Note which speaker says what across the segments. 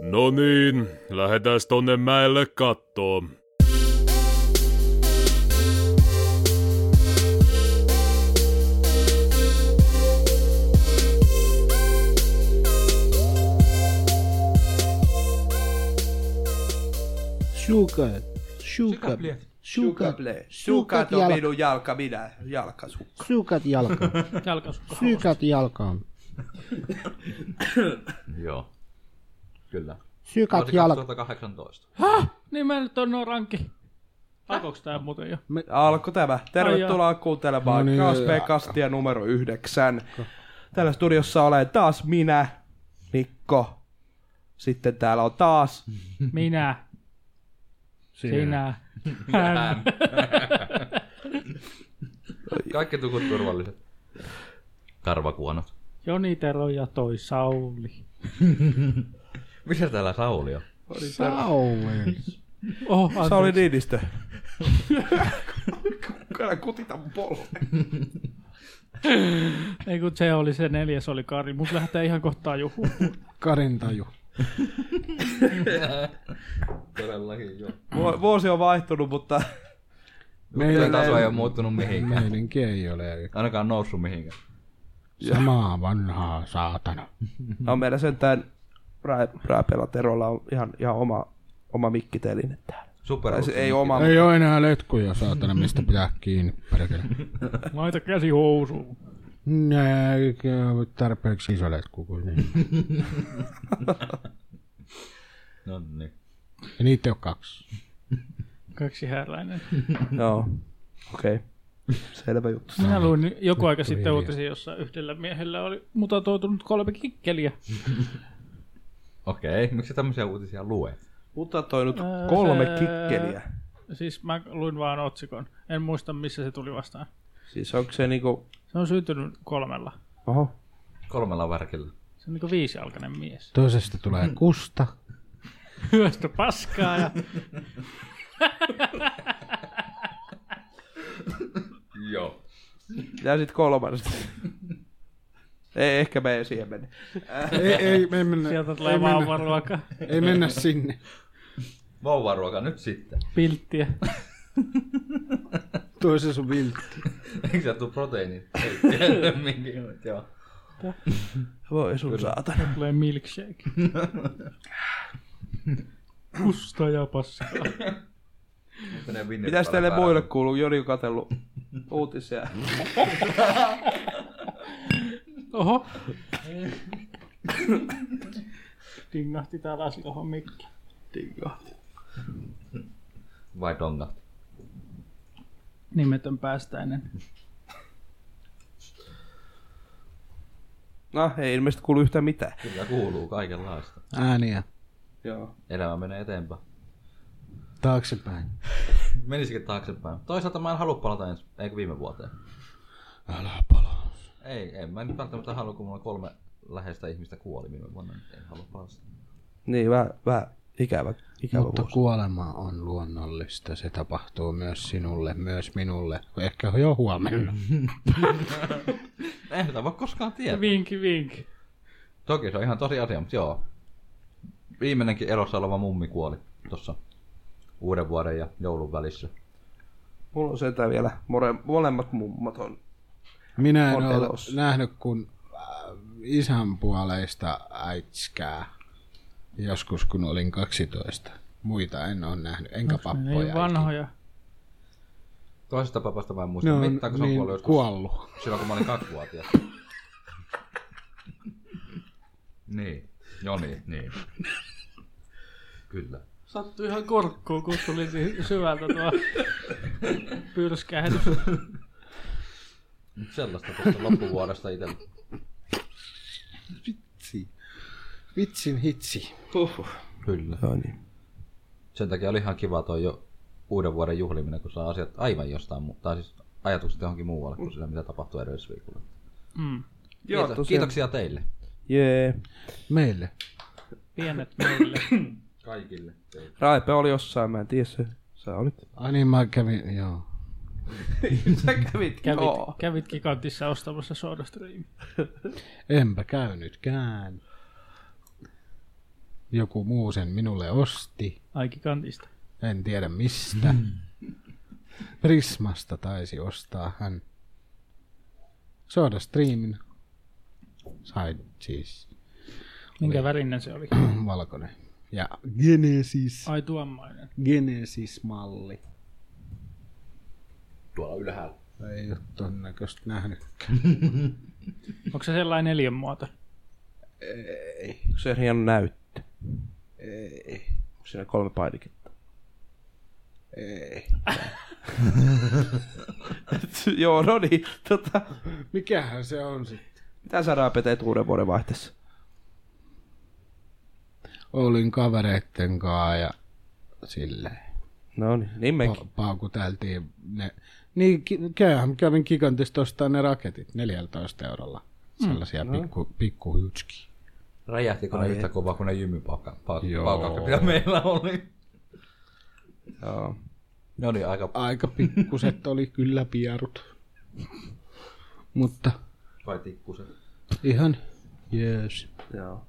Speaker 1: No niin, lähdetääs tonne mäelle kattoon.
Speaker 2: Sukat, sukat,
Speaker 3: Sukat,
Speaker 2: sukat,
Speaker 4: Sukaple.
Speaker 2: sukat,
Speaker 4: Sukat on
Speaker 2: jalka,
Speaker 4: minun jalka, minä jalkasukka.
Speaker 2: sukat jalkaan,
Speaker 3: Jalkasukka.
Speaker 2: sukat jalkaan,
Speaker 5: Joo. Kyllä.
Speaker 2: sukat
Speaker 5: Vuosi
Speaker 2: jalkaan.
Speaker 5: 2018.
Speaker 3: Niin mä nyt on noin rankki. Alkoiko tää muuten
Speaker 4: Mm-hmm.
Speaker 3: jo?
Speaker 4: Alko tämä. Tervetuloa kuuntelemaan
Speaker 2: No niin,
Speaker 4: Kaspe-kastia numero yhdeksän. Täällä studiossa olen taas minä, Mikko. Sitten täällä on taas
Speaker 3: Minä. Sinä. Hän.
Speaker 5: Kaikki tukut turvalliset. Karvakuonot.
Speaker 3: Joni Tero ja toi Sauli.
Speaker 5: Missä täällä Sauli on?
Speaker 2: Sauens.
Speaker 3: Oh,
Speaker 4: Sauli Niinistö. Älä kutita mun polo.
Speaker 3: Ei kun se oli se neljäs oli Kari. Mut lähtee ihan kohtaan juhu.
Speaker 2: Karintaju.
Speaker 5: Todellakin, joo.
Speaker 4: Vuosi on vaihtunut, mutta
Speaker 5: Meidän taso ei ole muuttunut mihinkään.
Speaker 2: Meininki ei ole
Speaker 5: Ainakaan noussut mihinkään.
Speaker 2: samaa vanhaa saatana. Mhm.
Speaker 4: no meillä sentään Ra- Raapela Terolla on ihan, ihan oma, oma mikkiteline täällä.
Speaker 5: Super.
Speaker 4: Tai se ei oma,
Speaker 2: Ei ole enää letkuja saatana, mistä pitää kiinni, perkele.
Speaker 3: Laita käsi housuun.
Speaker 2: Nää, eikä ole tarpeeksi iso letku kuitenkin.
Speaker 5: No niin.
Speaker 2: Ja niitä on kaksi.
Speaker 3: Kaksi hääläinen.
Speaker 4: Joo. Okei. Okay. Selvä juttu.
Speaker 3: Minä luin joku aika sitten uutisia, jossa yhdellä miehellä oli mutatoitunut kolme kikkeliä.
Speaker 5: Okei, miksi sä tämmöisiä uutisia lue?
Speaker 4: Mutatoinut
Speaker 3: Öö,
Speaker 4: kolme
Speaker 3: se-
Speaker 4: kikkeliä.
Speaker 3: Siis mä luin vaan otsikon. En muista, missä se tuli vastaan.
Speaker 4: Siis onko se niinku...
Speaker 3: Se on syntynyt kolmella.
Speaker 4: Oho.
Speaker 5: Kolmella värkillä.
Speaker 3: Se on niinku viisijalkainen mies.
Speaker 2: Toisesta tulee kusta.
Speaker 3: Hyöstä paskaa ja
Speaker 5: Joo.
Speaker 4: Ja sit kolmannesta. ei, ehkä me ei siihen mennä.
Speaker 2: Ei, ei, me ei mennä,
Speaker 3: sieltä
Speaker 2: ei
Speaker 3: tulee
Speaker 2: mennä,
Speaker 3: vauvaruoka.
Speaker 2: ei mennä sinne.
Speaker 5: Vauvaruoka nyt sitten.
Speaker 3: Pilttiä.
Speaker 2: Toisessa on viltti.
Speaker 5: Eikö sieltä tuu proteiinit? Minkin, joo.
Speaker 4: Voi sun saatana.
Speaker 3: Tulee milkshake. Kusta ja paskaa.
Speaker 5: Menee
Speaker 4: Mitäs teille muille kuuluu? Joni on katsellut uutisia.
Speaker 3: Oho. Dingahti täällä alas tohon mikki.
Speaker 5: Vai donga?
Speaker 3: Nimetön päästäinen.
Speaker 4: No, ei ilmeisesti kuulu yhtään mitään.
Speaker 5: Kyllä kuuluu kaikenlaista.
Speaker 2: Ääniä.
Speaker 4: Joo.
Speaker 5: Elämä menee eteenpäin.
Speaker 2: Taaksepäin.
Speaker 5: Menisikin taaksepäin. Toisaalta mä en halua palata ensi, eikö viime vuoteen.
Speaker 2: Älä palaa.
Speaker 5: Ei, en mä nyt välttämättä halua, kun mulla kolme läheistä ihmistä kuoli viime vuonna. niin En halua palata. sinne.
Speaker 4: Niin, vähän, vähän ikävä, ikävä
Speaker 2: Mutta
Speaker 4: Mutta vuosi.
Speaker 2: kuolema on luonnollista. Se tapahtuu myös sinulle, myös minulle. Ehkä jo huomenna.
Speaker 5: Eihän sitä voi koskaan tietää.
Speaker 3: Vinki, vinki.
Speaker 5: Toki se on ihan tosi asia, mutta joo. Viimeinenkin elossa oleva mummi kuoli tuossa uuden vuoden ja joulun välissä.
Speaker 4: Mulla on sentään vielä more, molemmat mummat on.
Speaker 2: Minä en
Speaker 4: On
Speaker 2: ole
Speaker 4: elossa.
Speaker 2: nähnyt kuin äh, isän puoleista äitskää. Joskus kun olin 12. Muita en ole nähnyt, enkä
Speaker 3: Ne niin ei
Speaker 2: pappoja.
Speaker 3: vanhoja.
Speaker 5: Toisesta papasta mä en
Speaker 2: Ne
Speaker 5: muista no,
Speaker 2: on
Speaker 5: mitään, kun se on
Speaker 2: niin,
Speaker 5: kuollut joskus
Speaker 2: kuollut.
Speaker 5: silloin, kun mä olin kaksivuotias. niin. Joni, niin. Kyllä.
Speaker 3: Sattui ihan korkkuun, kun tuli si- syvältä tuo pyrskähdys.
Speaker 5: Mut Sellaista tuosta loppuvuodesta itsellä.
Speaker 2: Vitsi. Vitsin hitsi.
Speaker 4: Huhhuh.
Speaker 5: Kyllä.
Speaker 4: Joo niin.
Speaker 5: Sen takia oli ihan kiva toi jo uuden vuoden juhliminen, kun saa asiat aivan jostain muuta. Tai siis ajatukset johonkin muualle kuin sillä, mitä tapahtui edellisviikolla.
Speaker 3: Mm.
Speaker 4: Joo,
Speaker 5: Kiitos,
Speaker 4: tosiaan.
Speaker 5: kiitoksia teille.
Speaker 4: Jee.
Speaker 2: Meille.
Speaker 3: Pienet meille.
Speaker 5: Kaikille.
Speaker 4: Raipe oli jossain, mä en tiedä se. Sä olit.
Speaker 2: Ai niin mä kävin, joo.
Speaker 4: Sä kävit.
Speaker 3: Kävit,
Speaker 4: Joo.
Speaker 3: kävit gigantissa ostamassa sodastreamia.
Speaker 2: Enpä käynytkään. Joku muu sen minulle osti.
Speaker 3: Aikikantista.
Speaker 2: En tiedä mistä. Prismasta taisi ostaa hän. Soda Streamin. Sai siis
Speaker 3: Minkä värinen se oli?
Speaker 2: valkoinen. Ja Genesis.
Speaker 3: Ai tuommoinen.
Speaker 2: Genesis-malli.
Speaker 5: Tuolla ylhäällä.
Speaker 2: Ei ole ton näköistä nähnytkään.
Speaker 3: Onko se sellainen neljän muoto?
Speaker 2: Niin.
Speaker 4: Onko se hieno näyttö? Ei. Onko siinä kolme painiketta? Ei. Joo, no niin. Tota,
Speaker 2: Mikähän se on sitten?
Speaker 4: mitä saadaan peteet uuden vuoden vaihteessa?
Speaker 2: Olin kavereitten kanssa ja silleen.
Speaker 4: No niin, niin mekin.
Speaker 2: Pa- paukuteltiin ne. Niin, ki- käyn, kävin gigantista ostaa ne raketit 14 eurolla. Sellaisia mm, no. pikku, pikku hutski.
Speaker 5: Räjähtikö ne yhtä kovaa kuin ne
Speaker 2: Joo.
Speaker 5: jymypaukat, mitä meillä oli?
Speaker 4: Joo.
Speaker 5: Ne oli aika
Speaker 2: Aika pikkuset oli kyllä pierut. Mutta
Speaker 5: vai tikkuset.
Speaker 2: ihan jees.
Speaker 4: Joo.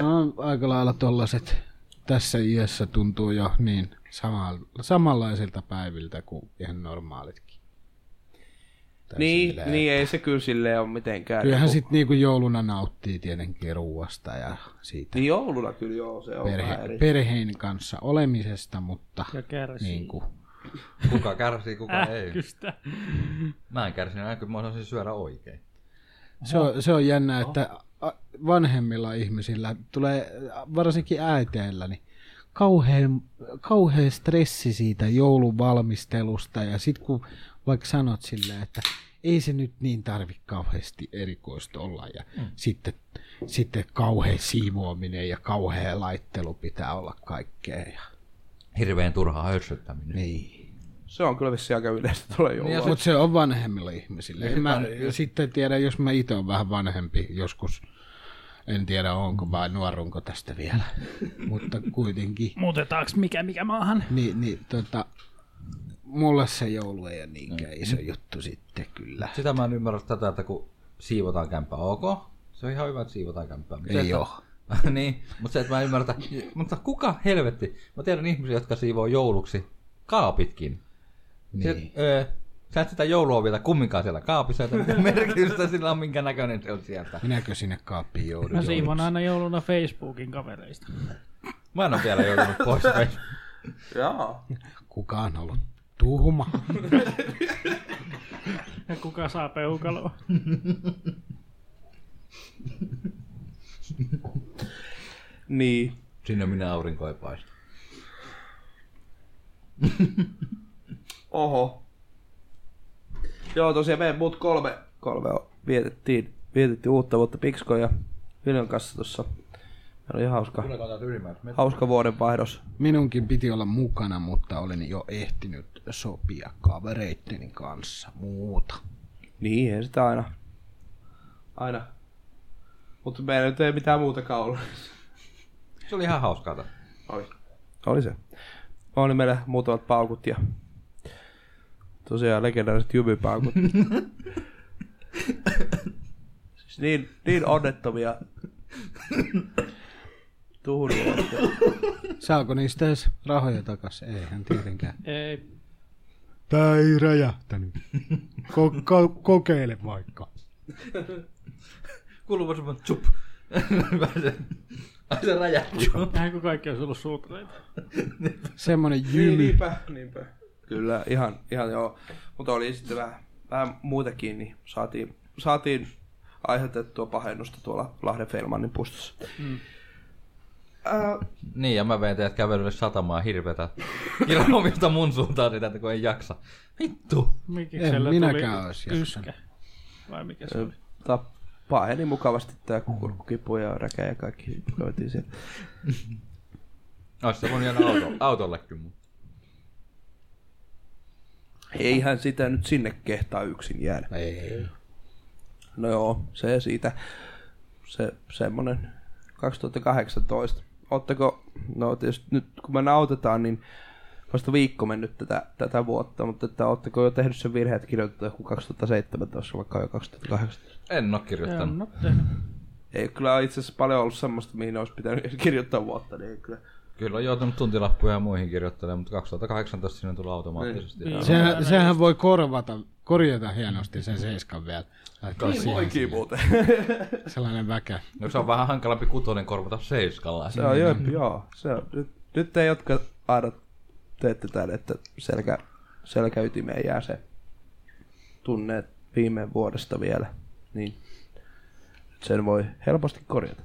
Speaker 2: No, aika lailla tollaset tässä iässä tuntuu jo niin sama, samanlaisilta päiviltä kuin ihan normaalitkin. Tai
Speaker 4: Niin,
Speaker 2: silleen,
Speaker 4: niin ei se kyllä silleen ole mitenkään.
Speaker 2: Kyllähän
Speaker 4: niinku-
Speaker 2: sit niinku jouluna nauttii tietenkin ruuasta ja siitä
Speaker 4: Niin jouluna kyllä joo, se on
Speaker 2: perhe,
Speaker 4: vähän eri.
Speaker 2: perheen kanssa olemisesta, mutta
Speaker 3: Ja kärsii.
Speaker 2: niin kuin,
Speaker 5: Kuka kärsii, kuka ei.
Speaker 3: Ähkystä.
Speaker 5: Mä en kärsinyt, aina, kun mä osasin syödä oikein.
Speaker 2: se, on, se on jännä, että a- vanhemmilla ihmisillä tulee, varsinkin äiteillä, niin kauhean, kauhean stressi siitä jouluvalmistelusta ja sit kun vaikka sanot silleen, että ei se nyt niin tarvi kauheasti erikoista olla ja mm. sitten, sitten kauhean siivoaminen ja kauhean laittelu pitää olla kaikkea. Ja,
Speaker 5: Hirveän turhaa hörsöttäminen.
Speaker 2: niin.
Speaker 4: Se on kyllä vissiin aika yleistä tuolla joulua.
Speaker 2: Mutta se on vanhemmilla ihmisillä. En mä sitten tiedä, jos mä itse olen vähän vanhempi joskus. En tiedä, onko vai nuorunko tästä vielä. Mutta kuitenkin.
Speaker 3: Muutetaanko mikä mikä maahan?
Speaker 2: Niin, niin tota, mulle se joulu ei ole niinkään iso juttu sitten kyllä.
Speaker 5: Sitä mä en ymmärrä tätä, että kun siivotaan kämppää, ok, se on ihan hyvä, että siivotaan kämppää. Mutta se,
Speaker 2: Ei
Speaker 5: että-
Speaker 2: oo.
Speaker 5: niin, mutta se, että mä en ymmärrä, mutta kuka helvetti? Mä tiedän ihmisiä, jotka siivoo jouluksi kaapitkin.
Speaker 2: Niin.
Speaker 5: Se, öö, sä et sitä joulua vielä kumminkaan siellä kaapissa, että mitä merkitystä sillä on, minkä näköinen se on sieltä.
Speaker 2: Minäkö sinne kaappiin joudun?
Speaker 3: Mä
Speaker 2: jouluksi?
Speaker 3: siivon aina jouluna Facebookin kavereista.
Speaker 5: Mä en ole vielä joutunut pois.
Speaker 4: Joo.
Speaker 2: Kuka on ollut tuhma?
Speaker 3: Ja kuka saa peukaloa?
Speaker 4: Niin.
Speaker 5: Sinne minä aurinko ei paista.
Speaker 4: Oho. Joo, tosiaan meidän muut kolme, kolme on- vietettiin, vietettiin uutta vuotta Pixko ja Viljon kanssa tuossa. Meillä oli hauska, hauska vuodenvaihdos.
Speaker 2: Minunkin piti olla mukana, mutta olin jo ehtinyt sopia kavereitteni kanssa muuta.
Speaker 4: Niin, ei sitä aina. Aina. Mutta meillä nyt ei mitään muutakaan ollut.
Speaker 5: Se oli ihan hauskaa. taas.
Speaker 4: Oli. Oli se. Oli meillä muutamat paukut ja tosiaan legendaariset jumypaukut. siis niin, niin onnettomia tuhduja.
Speaker 2: Saako niistä edes rahoja takas? Eihän tietenkään.
Speaker 3: Ei.
Speaker 2: Tää ei räjähtänyt. Ko- ko- kokeile vaikka.
Speaker 5: Kuuluu vaan semmoinen tsup. Ai se räjähti.
Speaker 3: Näin kun kaikki olisi ollut suutreita.
Speaker 2: Semmonen jymy.
Speaker 4: niinpä. Kyllä, ihan, ihan joo. Mutta oli sitten vähän, vähän muitakin, niin saatiin, saatiin aiheutettua pahennusta tuolla Lahden Feilmannin puistossa. Mm.
Speaker 5: Niin, ja mä vein teidät kävelylle satamaan hirvetä kilometristä mun suuntaan sitä, että kun ei jaksa. Vittu!
Speaker 3: Mikiksellä
Speaker 2: En minäkään olisi
Speaker 3: tuli yskä. Vai mikä se oli?
Speaker 4: tota, paheni mukavasti tää kurkkukipu ja räkä ja kaikki käytiin siellä.
Speaker 5: Olisi se voinut jäädä auto, autollekin mun.
Speaker 4: Eihän sitä nyt sinne kehtaa yksin jäädä.
Speaker 2: Ei.
Speaker 4: No joo, se siitä. Se semmonen 2018. Ootteko, no tietysti nyt kun me nautetaan, niin vasta viikko mennyt tätä, tätä vuotta, mutta että ootteko jo tehnyt sen virheen, että kirjoitetaan joku 2017, vaikka on jo 2018?
Speaker 5: En oo
Speaker 3: En
Speaker 5: kirjoittanut.
Speaker 3: ole tehnyt.
Speaker 4: Ei kyllä itse asiassa paljon ollut semmoista, mihin olisi pitänyt edes kirjoittaa vuotta, niin ei kyllä.
Speaker 5: Kyllä on joutunut tuntilappuja ja muihin kirjoittelemaan, mutta 2018 sinne tulee automaattisesti.
Speaker 3: Niin.
Speaker 5: Se...
Speaker 2: Sehän, sehän voi korvata, korjata hienosti sen seiskan vielä. Laittaa siihen
Speaker 4: Oikein muuten.
Speaker 2: sellainen väkä.
Speaker 5: No, se on vähän hankalampi kutonen korvata seiskalla.
Speaker 4: Se on jep, joo. Se on. Nyt, nyt te, jotka aina teette tämän, että selkä, selkäytimeen jää se tunne viime vuodesta vielä, niin sen voi helposti korjata.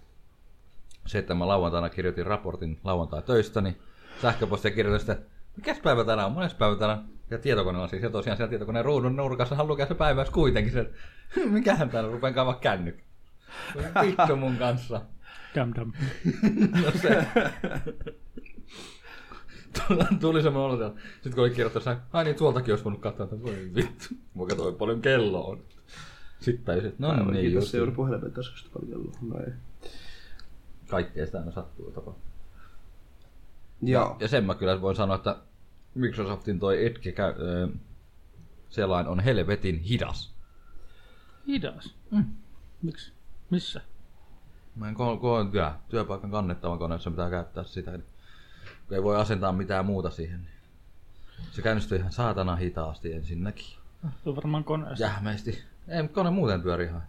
Speaker 5: se, että mä lauantaina kirjoitin raportin lauantai töistä, niin sähköpostia kirjoitin sitä, mikäs päivä tänään on, mones päivä tänään. on?" Ja tietokoneella siis, ja tosiaan siellä tietokoneen ruudun nurkassahan lukee se päiväys kuitenkin sen, mikähän täällä rupean kaivaa kännykkä. Vittu mun kanssa.
Speaker 3: Dam, dam.
Speaker 5: No se. Tuli- Tuli semmoinen olo täällä. Sitten kun oli kirjoittanut, sen, ai niin, tuoltakin olisi voinut katsoa, että voi vittu, mä katsoin paljon kello on. Sitten tajusin, että no niin, just.
Speaker 4: se juuri puhelimen taskusta paljon ollut. No ei.
Speaker 5: Kaikkea sitä aina sattuu tapahtuu.
Speaker 4: Joo.
Speaker 5: Ja sen mä kyllä voin sanoa, että Microsoftin toi etke käy, ö, selain on helvetin hidas.
Speaker 3: Hidas. Miksi? Missä?
Speaker 5: Mä en ko- ko- kyllä, työpaikan kannettavan koneessa pitää käyttää sitä. niin kun Ei voi asentaa mitään muuta siihen. niin Se käynnistyy ihan saatana hitaasti ensinnäkin.
Speaker 3: Tuo varmaan koneessa.
Speaker 5: Jähmeesti. Ei, mutta kone muuten pyöri ihan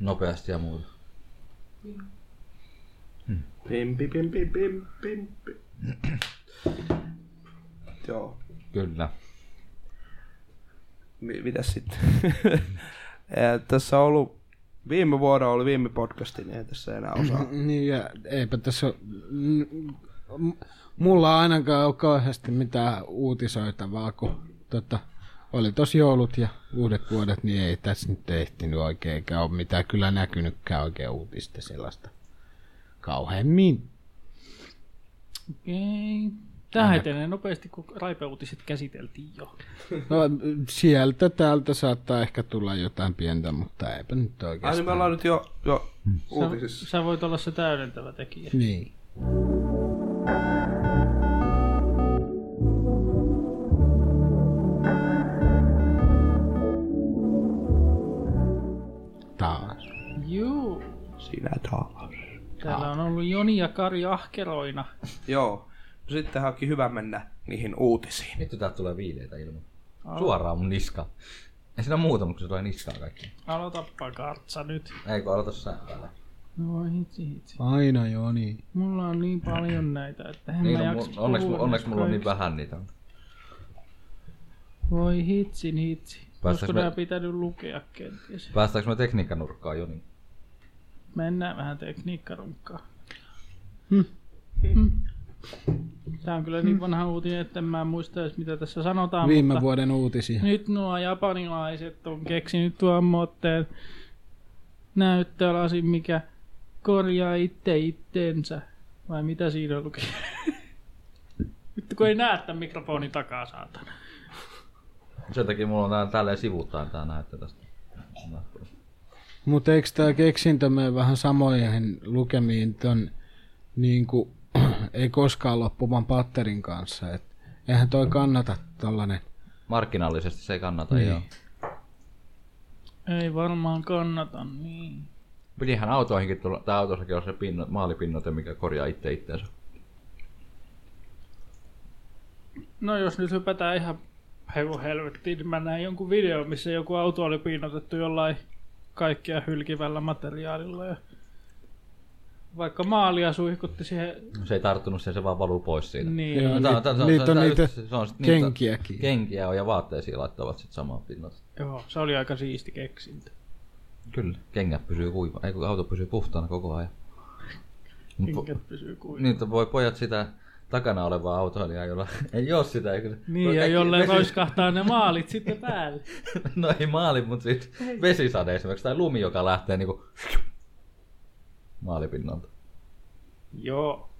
Speaker 5: nopeasti ja muuta.
Speaker 4: Pim, pim, pim, pim, pim, pim, pim. Joo.
Speaker 5: Kyllä.
Speaker 4: Mi- mitäs sitten? Eh, tässä on ollut, viime vuonna oli viime podcasti, niin ei tässä enää osaa.
Speaker 2: Niin ja eipä tässä ole- n- m- mulla ainakaan ole kauheasti mitään uutisoitavaa, kun tota, oli tos joulut ja uudet vuodet, niin ei tässä nyt ehtinyt oikein, eikä ole mitään kyllä näkynytkään oikein uutista sellaista kauheammin.
Speaker 3: Okei. Tämä etenee nopeasti, kun raipeuutiset käsiteltiin jo.
Speaker 2: No, sieltä täältä saattaa ehkä tulla jotain pientä, mutta eipä nyt
Speaker 4: Ai niin, me
Speaker 2: oikeastaan.
Speaker 4: ollaan nyt jo, jo
Speaker 3: Sä,
Speaker 4: uutisissa.
Speaker 3: sä voit olla se täydentävä tekijä.
Speaker 2: Niin. Taas.
Speaker 3: Juu.
Speaker 4: Sinä taas.
Speaker 3: Täällä on ollut Joni ja Kari ahkeroina.
Speaker 4: Joo. No sittenhän onkin hyvä mennä niihin uutisiin.
Speaker 5: Vittu täältä tulee viileitä ilman. Suoraan mun niskaan. Ei siinä muuta, mutta se tulee niskaan kaikki.
Speaker 3: Aloitappa kartsa nyt.
Speaker 5: Ei kun aloita sä täällä.
Speaker 3: No voi hitsi hitsi.
Speaker 2: Aina joo niin.
Speaker 3: Mulla on niin paljon näitä, että en
Speaker 5: Niin,
Speaker 3: mä
Speaker 5: no,
Speaker 3: jaksa
Speaker 5: mun- onneksi,
Speaker 3: puhua
Speaker 5: onneksi mulla on niin
Speaker 3: näistä
Speaker 5: vähän niitä.
Speaker 3: kaikista. Voi hitsin hitsi. Olisiko
Speaker 5: me-
Speaker 3: nää pitänyt lukea kenties?
Speaker 5: Päästäänkö me tekniikan nurkkaan jo niin?
Speaker 3: Mennään vähän tekniikkarunkkaan. Hmm. Tämä on kyllä niin vanha uutinen, että en mä muista edes mitä tässä sanotaan,
Speaker 2: Viime
Speaker 3: mutta
Speaker 2: vuoden uutisia.
Speaker 3: nyt nuo japanilaiset on keksinyt tuon motteen näyttölasin, mikä korjaa itse itteensä. Vai mitä siinä luki? Vittu kun ei näe tämän mikrofonin takaa, saatana.
Speaker 5: Sen takia mulla on tää, tälleen sivuuttaan tää näyttö tästä.
Speaker 2: Mutta eikö tämä keksintö mene vähän samoihin lukemiin ton, niin kuin, ei koskaan loppuvan patterin kanssa. Et, eihän toi kannata tollanen.
Speaker 5: Markkinallisesti se ei kannata, niin. joo.
Speaker 3: Ei varmaan kannata, niin.
Speaker 5: Pitihän autoihinkin tulla, tää autossakin on se pinno, maalipinnoite, mikä korjaa itse itteensä.
Speaker 3: No jos nyt hypätään ihan hevon helvettiin, niin mä näin jonkun video, missä joku auto oli piinotettu jollain kaikkea hylkivällä materiaalilla. Ja vaikka maalia suihkutti siihen,
Speaker 5: Se ei tarttunut siihen, se vaan valuu pois siitä.
Speaker 3: niin
Speaker 2: Joo.
Speaker 3: joo.
Speaker 5: No, tää- tää- tää-
Speaker 2: Niitä on
Speaker 5: tää-
Speaker 2: niitä
Speaker 5: yhdessä- se on sit niitä-
Speaker 2: kenkiäkin.
Speaker 5: Kenkiä on ja vaatteisiin laittavat sit samaa pinnat.
Speaker 3: joo, se oli aika siisti keksintö.
Speaker 5: Kyllä. Kengät pysyy kuiva, ei kun auto pysyy puhtaana koko ajan. Mut po-
Speaker 3: Kengät pysyy kuitenkin.
Speaker 5: Niitä voi pojat sitä takana olevaa autoilijaa, jolla ei oo sitä. Eikö?
Speaker 3: Niin, ja
Speaker 5: kaikki
Speaker 3: jolle
Speaker 5: vesi-
Speaker 3: roiskahtaa ne maalit sitten päälle.
Speaker 5: No ei maali, mutta sit vesisade esimerkiksi, tai lumi, joka lähtee niinku maalipinnalta.
Speaker 3: Joo.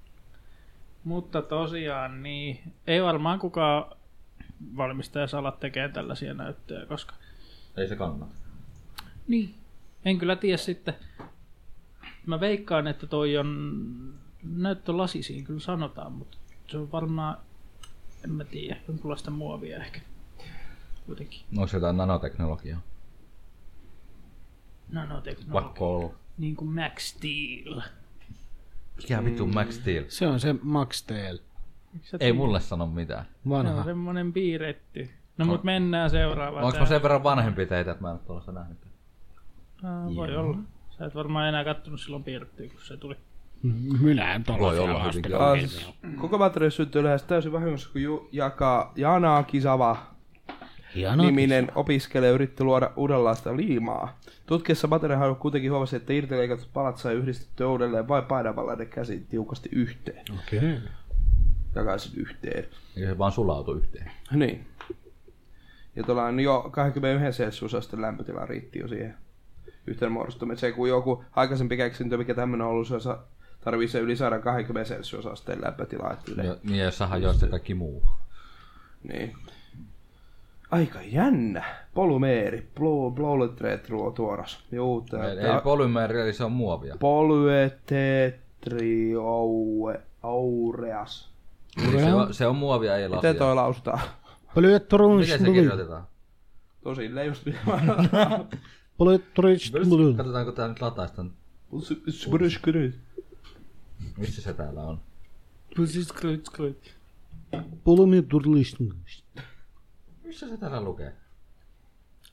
Speaker 3: Mutta tosiaan, niin ei varmaan kukaan valmistaja saa olla tekemään tällaisia näyttöjä, koska
Speaker 5: Ei se kannata.
Speaker 3: Niin. En kyllä tiedä sitten. Mä veikkaan, että toi on näyttölasi siinä kyllä sanotaan, mutta se on varmaan, en mä tiedä, jonkunlaista muovia ehkä. Kuitenkin. No.
Speaker 5: Onko se jotain nanoteknologiaa?
Speaker 3: Nanoteknologia.
Speaker 5: Pakko olla.
Speaker 3: no, Niin kuin Max Steel.
Speaker 5: Mikä vittu Max Steel?
Speaker 2: Se on se Max Tale,
Speaker 3: Miks sä
Speaker 5: Ei
Speaker 3: tiedät?
Speaker 5: mulle sano mitään.
Speaker 3: Se
Speaker 2: vanha.
Speaker 3: on semmonen piirretty. No mut mennään seuraavaan.
Speaker 5: Onko mä sen verran vanhempi teitä, että mä en ole tuollaista nähnyt?
Speaker 3: Ah, voi olla. Sä et varmaan enää kattonut silloin piirrettyä, kun se tuli.
Speaker 2: Minä en
Speaker 5: Voi
Speaker 2: tuolla
Speaker 5: olla hyvinkin.
Speaker 4: Taas siis koko materiaali syntyy lähes täysin vahingossa, kun Ju- Jaka Janakisava
Speaker 2: Hienoa.
Speaker 5: Niin,
Speaker 4: niminen opiskelija yritti luoda uudenlaista liimaa. Tutkiessa materiaalihaudu kuitenkin huomasi, että irtileikatut palat sai yhdistettyä uudelleen vain painavallainen käsi tiukasti yhteen.
Speaker 2: Okei.
Speaker 4: Takaisin yhteen.
Speaker 5: Niin se vaan sulautui yhteen.
Speaker 4: Niin. Ja tuolla on jo 21 celsiusasteen lämpötila riitti jo siihen yhteen muodostumiseen, kun joku aikaisempi keksintö, mikä tämmöinen on ollut, se osa- tarvii se yli 120 celsiusasteen lämpötilaa. Että yle-
Speaker 5: Ja, niin, jos sahan joista kaikki muu.
Speaker 4: Niin. Aika jännä. Polymeeri. Blue, blue tuoras. Juu, tää,
Speaker 5: Ei, ei polymeeri, eli se on muovia.
Speaker 4: Polyetetri aureas.
Speaker 5: Niin se, on, se on muovia, ei lasia.
Speaker 4: Miten toi lausutaan?
Speaker 5: Miten se kirjoitetaan?
Speaker 4: Tosilleen just
Speaker 5: Katsotaanko tää nyt lataista. Missä se täällä on?
Speaker 4: siis
Speaker 3: Pusis klut klut.
Speaker 5: Missä se täällä lukee?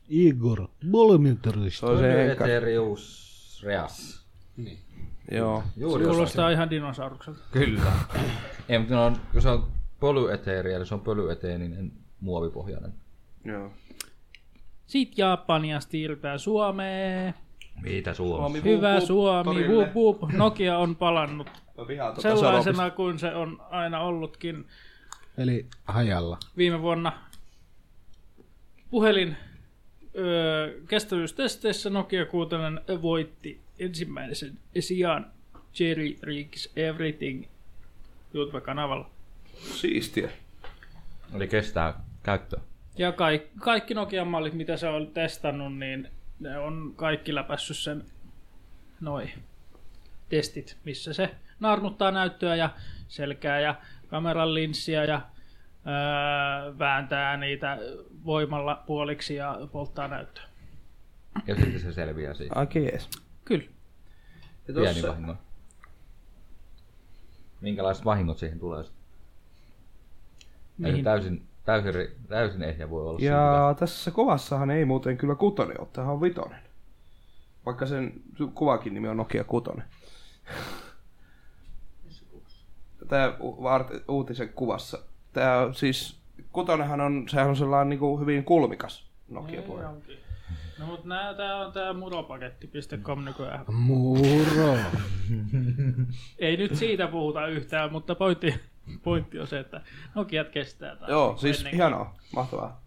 Speaker 2: Igor,
Speaker 4: Se
Speaker 2: Bolometrista.
Speaker 4: on se enkä.
Speaker 5: Eterius reas.
Speaker 4: Joo.
Speaker 5: Juuri osa.
Speaker 3: Kuulostaa ihan dinosaurukselta.
Speaker 5: Kyllä. ei, mutta ne on, kun se on polyeteeri, eli se on pölyeteeninen muovipohjainen.
Speaker 4: Joo.
Speaker 3: Sit Japania siirtää Suomeen.
Speaker 5: Mitä Suomi?
Speaker 3: Hyvä
Speaker 4: Vup, vup,
Speaker 3: Suomi,
Speaker 4: torille.
Speaker 3: vup, vup. Nokia on palannut
Speaker 4: Mä vihaan tota sanopista.
Speaker 3: sellaisena kuin se on aina ollutkin.
Speaker 2: Eli hajalla.
Speaker 3: viime vuonna puhelin öö, kestävyystesteissä Nokia 6 voitti ensimmäisen sijaan Jerry Rigs Everything YouTube-kanavalla.
Speaker 4: Siistiä.
Speaker 5: Eli kestää käyttöä.
Speaker 3: Ja kaikki, kaikki Nokian mallit, mitä se on testannut, niin ne on kaikki läpässyt sen noi testit, missä se narnuttaa näyttöä ja selkää ja kameran linssiä ja öö, vääntää niitä voimalla puoliksi ja polttaa näyttöä.
Speaker 5: Ja sitten se selviää siitä.
Speaker 4: Ai jees.
Speaker 3: Kyllä.
Speaker 4: Ja
Speaker 5: Pieni
Speaker 4: tossa,
Speaker 5: vahinko. Minkälaiset vahingot siihen tulee sitten? Ei se
Speaker 3: Mihin?
Speaker 5: täysin, täysin, ri- täysin ehjä voi olla siinä.
Speaker 4: ja tässä kovassahan ei muuten kyllä kutonen ole, tämähän on vitonen. Vaikka sen su- kuvakin nimi on Nokia kutonen. Tää u- vaart- uutisen kuvassa. Tää on siis, kutonenhan on, sehän on sellainen niin kuin hyvin kulmikas Nokia puhe.
Speaker 3: No mut nää, tää on tää muropaketti.com nykyään.
Speaker 2: Muro.
Speaker 3: Ei nyt siitä puhuta yhtään, mutta pointti, pointti on se, että Nokiat kestää taas.
Speaker 4: Joo, siis
Speaker 3: Ennen-
Speaker 4: hienoa, mahtavaa.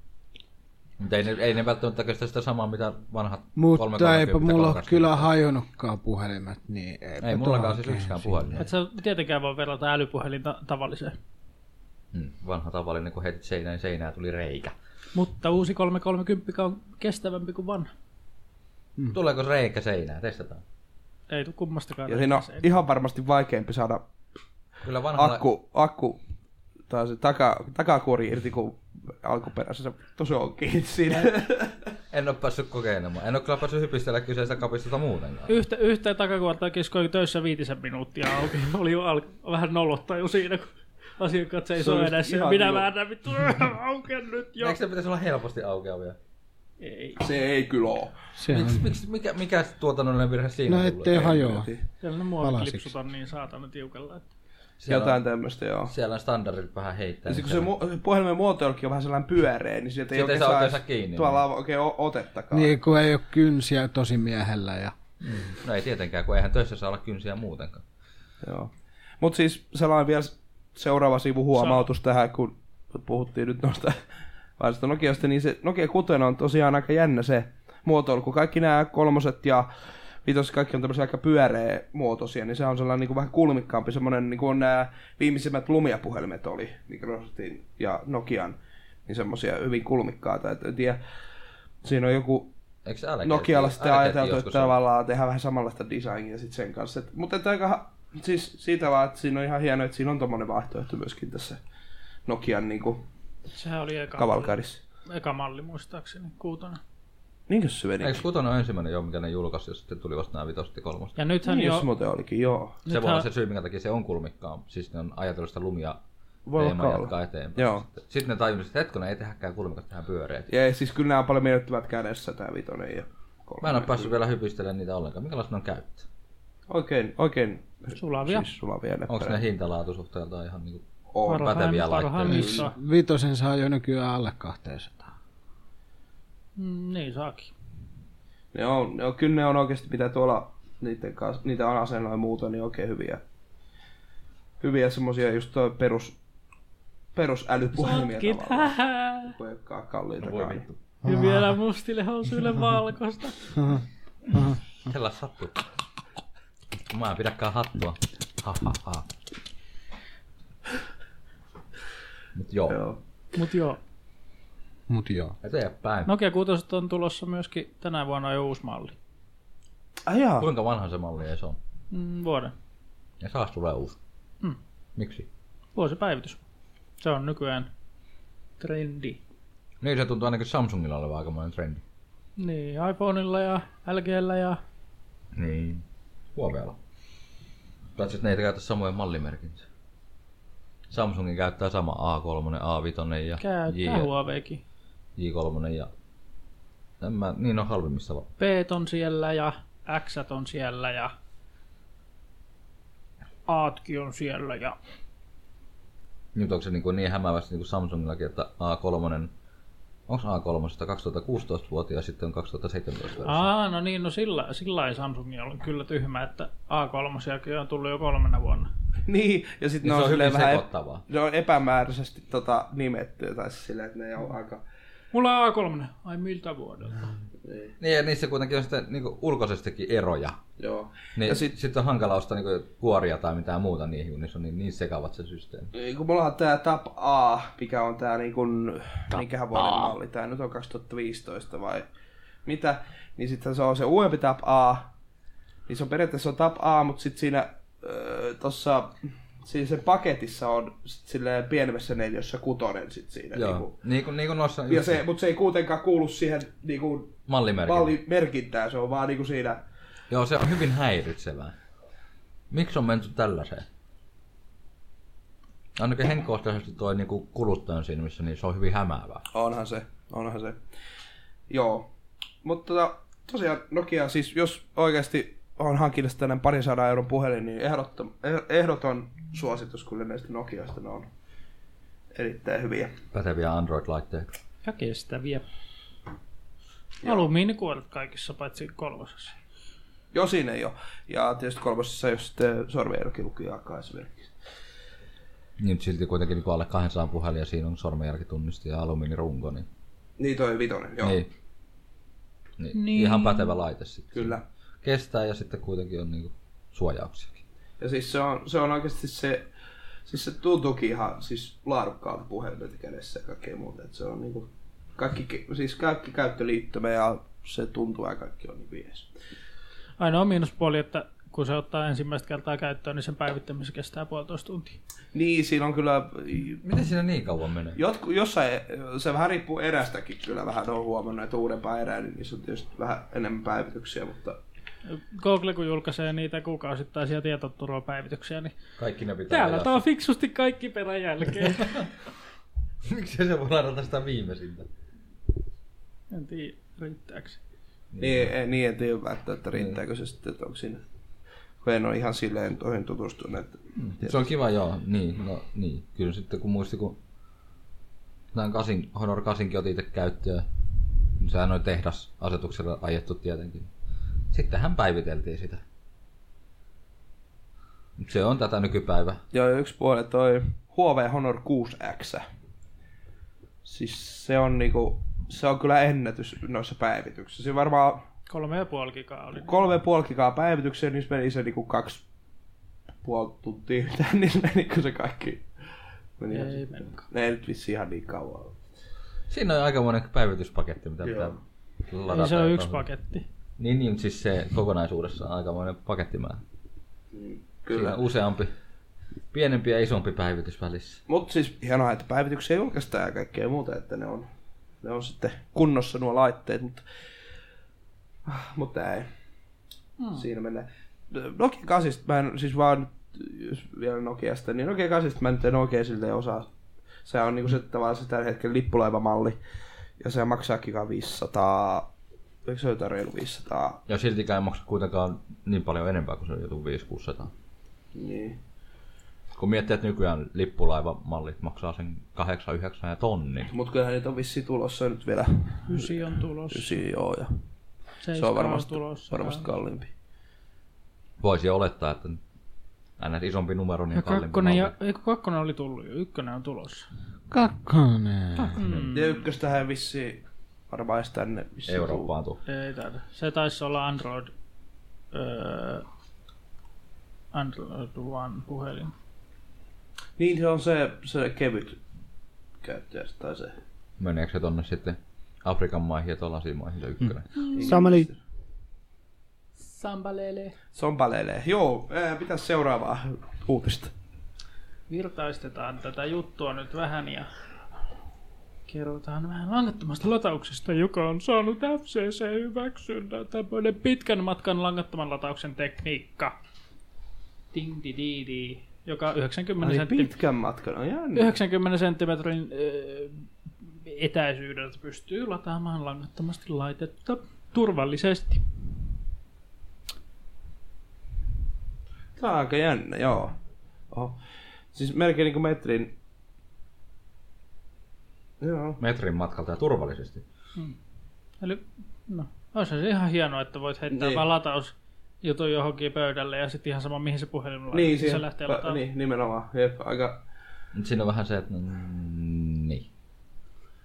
Speaker 5: Mutta ei, ne- ei ne välttämättä kestä sitä samaa, mitä vanhat
Speaker 2: Mutta eipä
Speaker 5: 330
Speaker 2: mulla
Speaker 5: kolmekymmentä.
Speaker 2: kyllä hajonnutkaan puhelimet, niin eipä
Speaker 5: Ei mullakaan
Speaker 2: tuohon
Speaker 5: siis yksikään
Speaker 2: kehdä.
Speaker 5: puhelin.
Speaker 3: Et sä tietenkään voi verrata älypuhelinta tavalliseen.
Speaker 5: Mm, vanha tavallinen, kun heitit seinään, niin seinään tuli reikä.
Speaker 3: Mutta uusi 330 on kestävämpi kuin vanha.
Speaker 2: Mm.
Speaker 5: Tuleeko reikä seinään? Testataan.
Speaker 3: Ei tuu kummastakaan.
Speaker 4: Ja siinä on
Speaker 3: Se-
Speaker 4: ihan varmasti vaikeampi saada
Speaker 5: Kyllä vanhalla...
Speaker 4: akku, akku tai se taka, takakuori irti kuin alkuperäisessä. Tosi onkin siinä.
Speaker 5: En ole päässyt kokeilemaan. En ole kyllä päässyt hypistellä kyseistä kapistota muutenkaan.
Speaker 3: Yhtä, yhtä takakuorta kiskoi töissä viitisen minuuttia auki. Oli jo al- vähän nolottaa jo siinä, kun asiakkaat
Speaker 4: Se on
Speaker 3: seisoo
Speaker 4: just
Speaker 3: edessä. Ja
Speaker 4: ihan
Speaker 3: minä
Speaker 4: niin.
Speaker 3: väännän vittu auken nyt jo.
Speaker 5: Eikö se pitäisi olla helposti aukeavia?
Speaker 3: Ei,
Speaker 4: Se ei kyllä oo.
Speaker 2: Se on.
Speaker 5: Miksi, miksi, mikä, mikä tuotannollinen virhe siinä
Speaker 2: No
Speaker 5: tulee?
Speaker 2: ettei hajoa.
Speaker 3: siellä ne muovit
Speaker 2: Palasiksi.
Speaker 3: lipsut on niin saatana tiukalla. Että...
Speaker 5: Siellä
Speaker 4: Jotain
Speaker 5: on,
Speaker 4: tämmöistä, joo.
Speaker 5: siellä on standardit vähän heittää. niin
Speaker 4: Ja sit Siis kun se mu- se puhelimen muotoilukin on vähän sellainen pyöreä, niin sieltä ei
Speaker 5: Siitä ei
Speaker 4: oikein
Speaker 5: saa
Speaker 4: saa
Speaker 5: oikein saa
Speaker 4: edes
Speaker 5: kiinni. niin.
Speaker 4: Tuolla on oikein o- otettakaan.
Speaker 2: Niin kun ei ole kynsiä tosi miehellä ja
Speaker 5: No ei tietenkään, kun eihän töissä saa olla kynsiä muutenkaan.
Speaker 4: Joo. Mut siis sellainen vielä s- seuraava sivu huomautus tähän, kun puhuttiin nyt noista varsinaisista Nokiasta, niin se Nokia 6 on tosiaan aika jännä se muotoilu, kun kaikki nämä kolmoset ja viitoset kaikki on tämmöisiä aika pyöreä muotoisia, niin se on sellainen niin kuin vähän kulmikkaampi, semmoinen niin kuin on nämä viimeisimmät Lumia-puhelimet oli Microsoftin ja Nokian, niin semmoisia hyvin kulmikkaita, että en tiedä, siinä on joku
Speaker 5: Eikö älä
Speaker 4: Nokialla sitten ajateltu, että tavallaan tehdään vähän samanlaista designia sitten sen kanssa. Et, mutta et aika, siis siitä vaan, että siinä on ihan hienoa, että siinä on tommonen vaihtoehto myöskin tässä Nokian niinku
Speaker 3: Sehän oli eka,
Speaker 4: kavalkadissa.
Speaker 3: eka malli muistaakseni, kuutona.
Speaker 4: Niinkö se meni?
Speaker 5: Eikö kutonen ole ensimmäinen jo, mikä ne julkaisi, ja sitten tuli vasta nämä vitoset ja kolmoset?
Speaker 3: Ja nythän
Speaker 4: Niin se
Speaker 3: jo,
Speaker 4: muuten olikin, joo.
Speaker 5: Se voi
Speaker 3: nythän,
Speaker 5: olla se syy, minkä takia se on kulmikkaa. Siis ne on ajatellut sitä lumia
Speaker 4: Voi
Speaker 5: teemaa
Speaker 4: olla.
Speaker 5: jatkaa eteenpäin.
Speaker 4: Joo.
Speaker 5: Sitten, sitten ne tajusivat, että hetkona ei tehdäkään kulmikasta, tehdään pyöreitä.
Speaker 4: Ja siis kyllä nämä on paljon miellyttävät kädessä, tää vitonen ja kolme.
Speaker 5: Mä en ole päässyt vielä hypistelemään niitä ollenkaan. Minkälaista ne on käyttö?
Speaker 4: Oikein, oikein.
Speaker 3: Sulavia.
Speaker 4: Siis sulavia
Speaker 5: Onko
Speaker 4: näppärä.
Speaker 5: ne hintalaatusuhteeltaan ihan niinku
Speaker 4: On.
Speaker 3: Parhaim-
Speaker 5: päteviä laitteita?
Speaker 3: Parhaimmissa.
Speaker 2: Vitosen saa jo nykyään alle 200.
Speaker 3: Mm, niin saakin.
Speaker 4: Ne on, ne on, kyllä ne on oikeasti mitä tuolla niiden kanssa, niitä on asennoja ja muuta, niin oikein hyviä. Hyviä semmosia just toi perus, perus älypuhelimia
Speaker 3: Sotkit,
Speaker 4: tavallaan.
Speaker 3: hähä.
Speaker 4: Voi jokaa kalliita
Speaker 5: No Voi
Speaker 4: kai.
Speaker 5: vittu.
Speaker 3: Ja vielä mustille housuille valkoista.
Speaker 5: Kella sattuu. Mä en pidäkään hattua. Ha, ha, ha. Mut joo,
Speaker 4: Joo.
Speaker 3: Mut joo.
Speaker 2: Mut joo.
Speaker 5: eteenpäin.
Speaker 3: Nokia 6 on tulossa myöskin tänä vuonna jo uusi malli.
Speaker 4: Ah jaa.
Speaker 5: Kuinka vanha se malli ei se on?
Speaker 3: Mm, vuoden.
Speaker 5: Ja saas tulee uusi.
Speaker 3: Mm.
Speaker 5: Miksi?
Speaker 3: Vuosipäivitys. Se on nykyään trendi.
Speaker 5: Niin se tuntuu ainakin Samsungilla olevan aikamoinen trendi.
Speaker 3: Niin, iPhoneilla ja LGllä ja...
Speaker 5: Niin. Huoveella. Paitsi että ne ei käytä samoja mallimerkintöjä. Samsungin käyttää sama A3, A5 ja
Speaker 3: Käyttää
Speaker 5: J,
Speaker 3: Huaweikin.
Speaker 5: J3 ja... En mä, niin on halvimmissa vaan.
Speaker 3: P on siellä ja X on siellä ja Aatki on siellä ja
Speaker 5: Nyt onko se niin, kuin niin hämäävästi niin kuin Samsungillakin, että A3... Onko A3 2016-vuotia ja sitten on 2017 versio?
Speaker 3: Aa, no niin, no sillä, sillä ei Samsung on kyllä tyhmä, että A3 on tullut jo kolmena vuonna.
Speaker 4: Niin, ja sitten
Speaker 5: Niin
Speaker 4: ne
Speaker 5: se
Speaker 4: on,
Speaker 5: on
Speaker 4: silleen
Speaker 5: hyvin
Speaker 4: vähän...
Speaker 5: sekoittavaa.
Speaker 4: Ne on epämääräisesti tota, nimetty, tai siis silleen, että ne on aika...
Speaker 3: Mulla on A3. Ai miltä vuodelta?
Speaker 5: Niin, ja niissä kuitenkin on sitten niin kuin ulkoisestikin eroja.
Speaker 4: Joo.
Speaker 5: Niin,
Speaker 4: Ja
Speaker 5: ja
Speaker 4: sit-
Speaker 5: sitten sit on hankala ostaa niin kuin kuoria tai mitään muuta niihin, kun niissä on niin, niin sekavat se systeemi.
Speaker 4: Niin, kun mulla on tää Tap A, mikä on tää niin kun, mikähän vuoden malli, tää nyt on 2015 vai mitä, niin sitten se on se uudempi Tap A, niin se on periaatteessa on Tap A, mutta sitten siinä öö, tossa, siinä sen paketissa on sit silleen pienemmässä neljössä kutonen sit siinä.
Speaker 5: Joo,
Speaker 4: Joo.
Speaker 5: niin
Speaker 4: Niin
Speaker 5: kuin, niin kuin, noissa
Speaker 4: ja se, mutta se ei kuitenkaan kuulu siihen niin kuin,
Speaker 5: mallimerkit.
Speaker 4: mallimerkintään, se on vaan niin kuin siinä
Speaker 5: Joo, se on hyvin häiritsevää. Miksi on menty tällaiseen? Ainakin henkilökohtaisesti toi niinku kuluttajan silmissä, niin se on hyvin hämäävää.
Speaker 4: Onhan se, onhan se. Joo. Mutta tota, tosiaan Nokia, siis jos oikeasti on hankinnassa tänään pari sadan euron puhelin, niin ehdoton, eh- ehdoton suositus kyllä näistä Nokiasta ne on erittäin hyviä.
Speaker 5: Päteviä Android-laitteita.
Speaker 3: Ja kestäviä. Alumiinikuoret kaikissa paitsi kolmosessa.
Speaker 4: Joo, siinä ei ole. Ja tietysti kolmosessa jos sitten sormenjälki lukiaakaan esimerkiksi.
Speaker 5: Niin silti kuitenkin niinku alle 200 puhelin ja siinä on sormenjälkitunnisti ja alumiinirunko, niin,
Speaker 4: Niin toi vitonen, joo. Niin.
Speaker 5: niin, niin, niin. ihan pätevä laite sitten.
Speaker 4: Kyllä.
Speaker 5: Kestää ja sitten kuitenkin on niinku suojauksiakin.
Speaker 4: Ja siis se on, se on oikeasti se, siis se tuntuukin ihan siis laadukkaalta puhelimelta kädessä ja kaikkea muuta. Et se on niinku, kaikki, ke- siis kaikki käyttöliittymä ja se tuntuu ja kaikki on niinku jees.
Speaker 3: Ainoa no miinuspuoli, että kun se ottaa ensimmäistä kertaa käyttöön, niin sen päivittäminen kestää puolitoista tuntia.
Speaker 4: Niin, siinä on kyllä,
Speaker 5: Miten siinä niin kauan menee?
Speaker 4: jotku, jossain, se vähän riippuu erästäkin kyllä vähän, on huomannut, että uudempaa erää, niin niissä on tietysti vähän enemmän päivityksiä, mutta
Speaker 3: Google kun julkaisee niitä kuukausittaisia tietoturvapäivityksiä, niin
Speaker 5: Kaikki ne pitää
Speaker 3: täällä
Speaker 5: ajaa
Speaker 3: tää on fiksusti kaikki perän jälkeen.
Speaker 5: sen- Miksi se voi ladata sitä viimeisintä?
Speaker 3: en tiedä, riittääkö. se.
Speaker 4: niin, ei, niin en tiedä välttämättä, että riittääkö se sitten, että onko siinä, kun en ole ihan silleen toihin tutustunut, että
Speaker 5: Se on kiva, joo. Niin, no, niin. Kyllä sitten kun muisti, kun tämän kasin, Honor 8 otin itse käyttöön, niin sehän oli tehdasasetuksella ajettu tietenkin. Sittenhän päiviteltiin sitä. Mut Se on tätä nykypäivää.
Speaker 4: Joo, ja yksi puoli toi Huawei Honor 6X. Siis se on niinku, se on kyllä ennätys noissa päivityksissä. Siinä varmaan
Speaker 3: Kolme ja puoli gigaa oli.
Speaker 4: kolme puolkikaa päivityksiä, niin se meni se niinku kaksi puoli tuntia, mitä niin menikö se kaikki? Meni ihan
Speaker 3: Ei
Speaker 4: sitten.
Speaker 3: mennytkään.
Speaker 4: Ne ei nyt vissi ihan niin kauan ole.
Speaker 5: Siinä on aikamoinen päivityspaketti, mitä
Speaker 4: Joo.
Speaker 5: pitää ladata.
Speaker 3: Ei Niin se on yksi
Speaker 5: paketti.
Speaker 3: paketti.
Speaker 5: Niin, niin, mut siis se kokonaisuudessaan on aikamoinen pakettimäärä. Siinä
Speaker 4: Kyllä.
Speaker 5: on useampi, pienempi ja isompi päivitys välissä.
Speaker 4: Mutta siis hienoa, että päivityksiä julkaistaan ja kaikkea muuta, että ne on, ne on sitten kunnossa nuo laitteet, mutta Mutta ei. Hmm. Siinä menee. Nokia 8, mä en siis vaan, jos vielä Nokiasta, niin Nokia 8 mä nyt en oikein silleen osaa. Se on niinku se tavallaan se tällä hetkellä lippulaivamalli. Ja se maksaakin kai 500, eikö se ole jotain reilu 500?
Speaker 5: Ja siltikään ei maksa kuitenkaan niin paljon enempää kuin se joku 500-600.
Speaker 4: Niin.
Speaker 5: Kun miettii, että nykyään lippulaivamallit maksaa sen 8-9 ja tonnin.
Speaker 4: Mut kyllähän niitä on vissiin tulossa nyt vielä.
Speaker 3: Ysi on tulossa.
Speaker 4: Ysi joo ja se
Speaker 3: Seiska
Speaker 4: on varmasti,
Speaker 3: tulossa.
Speaker 4: varmasti kalliimpi.
Speaker 5: Voisi olettaa, että aina isompi numero, niin
Speaker 3: Ja
Speaker 5: kalliimpi
Speaker 3: No, kakkonen,
Speaker 5: malli.
Speaker 3: ja, eikö kakkonen oli tullut jo, ykkönen on tulossa.
Speaker 2: Kakkonen.
Speaker 4: Mm. Ja ykköstähän ei vissiin varmaan edes tänne vissiin tuu.
Speaker 5: Eurooppaan tuu.
Speaker 3: Ei taida. Se taisi olla Android, öö, Android One puhelin.
Speaker 4: Niin se on se, se kevyt käyttäjä tai se.
Speaker 5: Meneekö se tonne sitten Afrikan maihin ja tuollaisiin maihin se ykkönen?
Speaker 2: Sameli.
Speaker 3: Sambalele.
Speaker 4: Sompaleilee. Joo, ää, pitäis seuraavaa uutista.
Speaker 3: Virtaistetaan tätä juttua nyt vähän ja kerrotaan vähän langattomasta latauksesta, joka on saanut FCC-hyväksynnän. Tämmöinen pitkän matkan langattoman latauksen tekniikka. Ding di di di. Joka 90
Speaker 4: Niin
Speaker 3: senttiä.
Speaker 4: pitkän matkan on jännä.
Speaker 3: 90 senttimetrin öö, etäisyydeltä pystyy lataamaan langattomasti laitetta turvallisesti.
Speaker 4: Tää on aika jännä, joo. Oho. Siis melkein niinku metrin... Joo.
Speaker 5: Metrin matkalta ja turvallisesti.
Speaker 3: Eli no, on se ihan hienoa, että voit heittää
Speaker 4: Niin.
Speaker 3: niin. vaan lataus jutun johonkin pöydälle ja sitten ihan sama mihin se puhelin laittaa,
Speaker 4: Niin,
Speaker 3: niin
Speaker 4: siihen-
Speaker 3: se lähtee
Speaker 4: pa-
Speaker 3: lataamaan. Niin.
Speaker 4: Niin, nimenomaan. Jep, aika...
Speaker 5: Nyt siinä on vähän se, että mm, niin.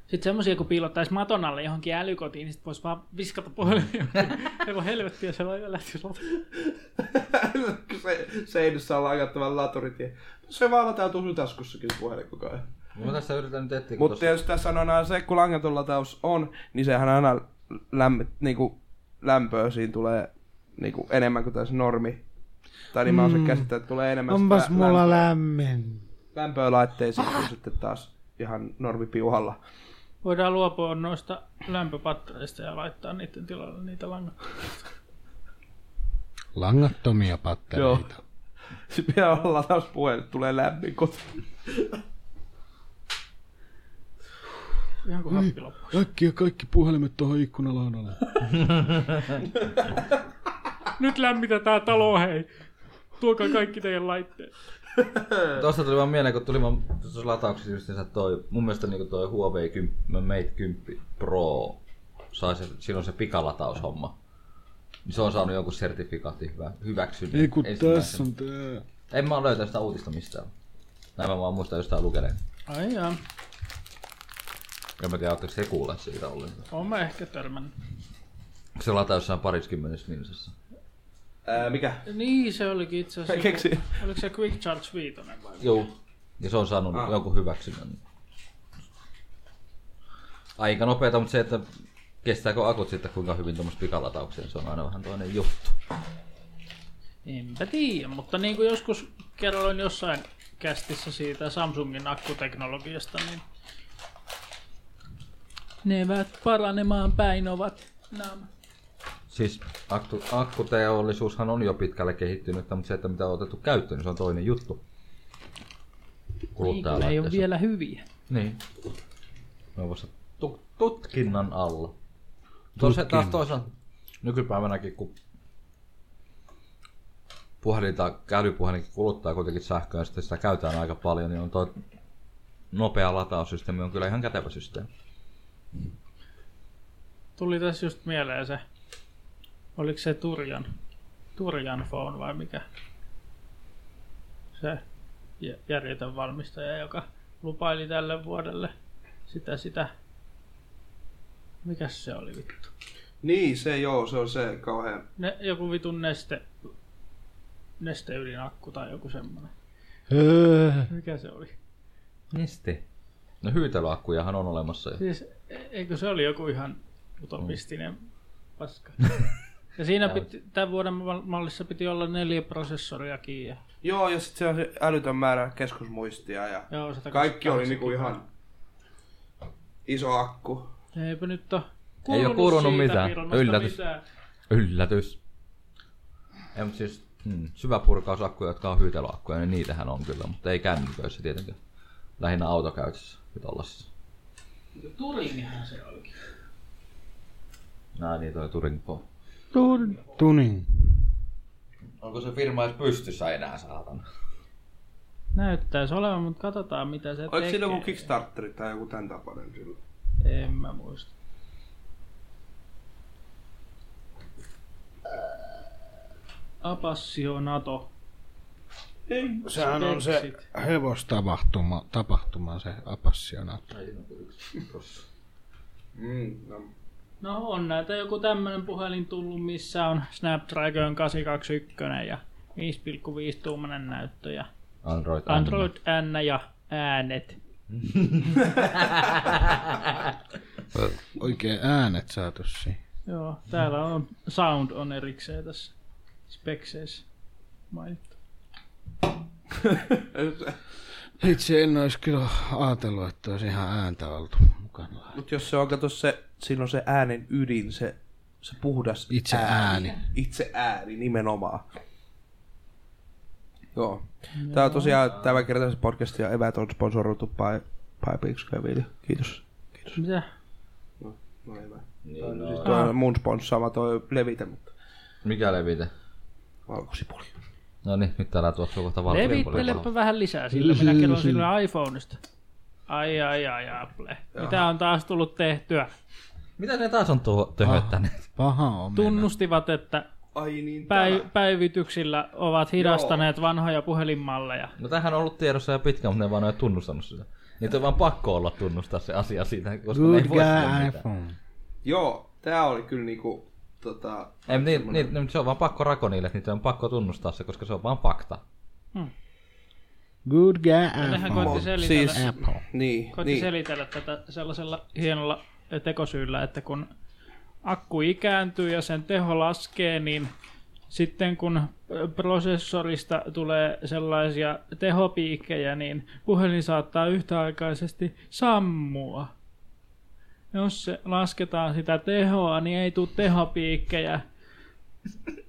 Speaker 3: Sitten semmoisia, kun piilottaisi maton alle johonkin älykotiin, niin sit voisi vaan viskata puhelin johonkin. Ei voi helvettiä, se laiva lähtisi lataamaan.
Speaker 4: se, seinässä on langattavan laturit. Ja... Se vaan latautuu sun taskussakin se puhelin koko ajan.
Speaker 5: Mä tässä yritän nyt etsiä, kun
Speaker 4: Mutta
Speaker 5: tossa,
Speaker 4: jos tässä on aina se, kun langaton lataus on, niin sehän aina lämmi, niinku, lämpöä siinä tulee niinku, enemmän kuin tässä normi. Tai niin mä osaan käsittää, että tulee enemmän
Speaker 2: Mm. Onpas
Speaker 4: sitä
Speaker 2: mulla
Speaker 4: lämpöä,
Speaker 2: lämmin.
Speaker 4: lämpöä laitteisiin kuin sitten taas ihan normipiuhalla.
Speaker 3: Voidaan luopua noista lämpöpattereista ja laittaa niiden tilalle niitä langattomia.
Speaker 2: Langattomia pattereita.
Speaker 4: Joo. Sitten pitää olla latauspuhelin, että tulee lämmin kotiin.
Speaker 3: Ihan
Speaker 4: Niin.
Speaker 3: kuin happi loppuu.
Speaker 2: Äkkiä kaikki puhelimet tuohon ikkunalaudalle.
Speaker 3: Nyt lämmitetään talo, hei! Tuokaa kaikki teidän laitteet.
Speaker 5: tosta tuli vaan mieleen, kun tuli vaan tuossa latauksessa justiinsa toi, mun mielestä niin toi Huawei 10, Mate 10 Pro, sai se, siinä on se pikalataushomma. Niin se on saanut jonkun sertifikaatti hyvä, hyväksynnän.
Speaker 2: Ei kun
Speaker 5: ensimmäisen.
Speaker 2: tässä on tää.
Speaker 5: En mä oo löytänyt sitä uutista mistään. Näin mä vaan muistan jostain lukeneen.
Speaker 3: Ai jaa,
Speaker 5: En mä tiedä, ootteko te kuulleet siitä ollenkaan.
Speaker 3: oon mä ehkä törmännyt.
Speaker 5: Onko se lataus jossain pariskymmenessä minsassa?
Speaker 4: Ää, mikä?
Speaker 3: Niin, se olikin itse asiassa.
Speaker 4: Keksi.
Speaker 3: joku- Oliko se Quick Charge 5 vai?
Speaker 5: Joo. Ja se on saanut ah. jonkun hyväksynnän. Aika nopeeta, mutta se, että kestääkö akut sitten kuinka hyvin tuommoista pikalataukseen, se on aina vähän toinen juttu.
Speaker 3: Enpä tiedä, mutta niin kuin joskus kerroin jossain kästissä siitä Samsungin akkuteknologiasta, niin nevät paranemaan päin ovat Niinku nämä.
Speaker 5: Siis akku, akkuteollisuushan on jo pitkälle kehittynyt, mutta se, että mitä on otettu käyttöön, niin se on toinen juttu.
Speaker 3: Niin, kun ne ei ole
Speaker 5: Kuluttajalaitteessa.
Speaker 3: vielä hyviä.
Speaker 5: Niin. Ne on vasta tu- tutkinnan alla. Tuossa taas toisaalta nykypäivänäkin, kun puhelin tai älypuhelinkin kuluttaa kuitenkin sähköä ja sitten sitä käytetään aika paljon, niin on tuo nopea lataussysteemi on kyllä ihan kätevä systeemi.
Speaker 3: Tuli tässä just mieleen se, oliko se Turjan, Turjan phone vai mikä? Se jä- järjetön valmistaja, joka lupaili tälle vuodelle sitä sitä. Mikäs se oli vittu?
Speaker 4: Niin, se joo, se on se kauhean.
Speaker 3: Ne, joku vitun neste, nesteydinakku tai joku semmonen.
Speaker 2: Öö,
Speaker 3: Mikä se oli?
Speaker 5: Neste. No hyytelöakkujahan on olemassa jo.
Speaker 3: Siis, e- eikö se oli joku ihan utopistinen paska? Ja siinä piti, tämän vuoden mal- mallissa piti olla neljä prosessoriakin ja
Speaker 4: Joo, ja sitten se on se älytön määrä keskusmuistia ja
Speaker 3: Joo, 128
Speaker 4: kaikki oli niinku ihan iso akku.
Speaker 3: Eipä nyt oo
Speaker 5: oo
Speaker 3: kuulunut
Speaker 5: kuulunut
Speaker 3: siitä
Speaker 5: mitään.
Speaker 3: firmasta
Speaker 5: Yllätys.
Speaker 3: mitään.
Speaker 5: Yllätys. Ei, mutta siis hmm, syväpurkausakkuja, jotka on hyytelöakkuja, niin niitähän on kyllä, mutta ei kännyköissä tietenkään. Lähinnä autokäytössä ja tollasissa.
Speaker 3: Turingihan se olikin.
Speaker 5: Nää niin toi Turing po.
Speaker 2: Tuning.
Speaker 5: Onko se firma edes pystyssä enää, saatana?
Speaker 3: Näyttäisi olevan, mutta katsotaan mitä se
Speaker 4: Oliko
Speaker 3: tekee.
Speaker 4: sillä joku Kickstarteri tai joku tämän tapainen silloin?
Speaker 3: En mä muista. Apassionato.
Speaker 2: Sehän on se
Speaker 3: Tekstit.
Speaker 2: hevostapahtuma, tapahtuma, se apassionat.
Speaker 4: Mm, no.
Speaker 3: No on näitä joku tämmönen puhelin tullut, missä on Snapdragon 821 ja 5,5 tuumanen näyttö ja
Speaker 5: Android.
Speaker 3: Android N ja äänet.
Speaker 2: Oikein äänet saatu siihen.
Speaker 3: Joo, täällä on sound on erikseen tässä spekseissä mainittu.
Speaker 2: Itse en olisi kyllä ajatellut, että olisi ihan ääntä oltu mukana.
Speaker 4: Mut jos se on, kato se, silloin se äänen ydin, se, se puhdas
Speaker 2: Itse ääni.
Speaker 4: Itse ääni nimenomaan. Joo. Tää on tosiaan tämä kertaisen podcast ja eväät on sponsoroitu by, by Big Square Kiitos.
Speaker 3: Mitä?
Speaker 4: No eväät.
Speaker 5: Niin, no,
Speaker 4: Siis tuo on mun sponssaama toi levite, mutta
Speaker 5: mikä levite?
Speaker 4: valkosipuli.
Speaker 5: No niin, nyt täällä tuossa kohta
Speaker 3: Levittelepä vähän lisää sillä, minä kerron sillä iPhoneista. Ai ai ai Apple. Mitä on taas tullut tehtyä?
Speaker 5: Mitä ne taas on tuo töhöttäneet?
Speaker 2: Paha on.
Speaker 3: Tunnustivat, että
Speaker 4: Ai niin,
Speaker 3: päiv- päivityksillä ovat hidastaneet vanhoja puhelinmalleja.
Speaker 5: No tämähän on ollut tiedossa jo pitkään, mutta ne vaan ei ole tunnustanut sitä. Niitä on vaan pakko olla tunnustaa se asia siitä, koska ne
Speaker 2: Good
Speaker 5: ei voi sille
Speaker 2: guy
Speaker 5: mitään.
Speaker 2: iPhone.
Speaker 4: Joo, tää oli kyllä niinku tota...
Speaker 5: Ei, niin, niin, niin, se on vaan pakko rako niille, että niitä on pakko tunnustaa se, koska se on vaan fakta.
Speaker 2: Good guy
Speaker 3: No Nehän
Speaker 2: iPhone.
Speaker 3: koitti selitellä,
Speaker 4: Siis,
Speaker 3: siis,
Speaker 4: niin,
Speaker 3: koitti
Speaker 4: niin.
Speaker 3: selitellä tätä sellaisella hienolla tekosyyllä, että kun akku ikääntyy ja sen teho laskee, niin sitten kun prosessorista tulee sellaisia tehopiikkejä, niin puhelin saattaa yhtäaikaisesti sammua. Jos se lasketaan sitä tehoa, niin ei tule tehopiikkejä.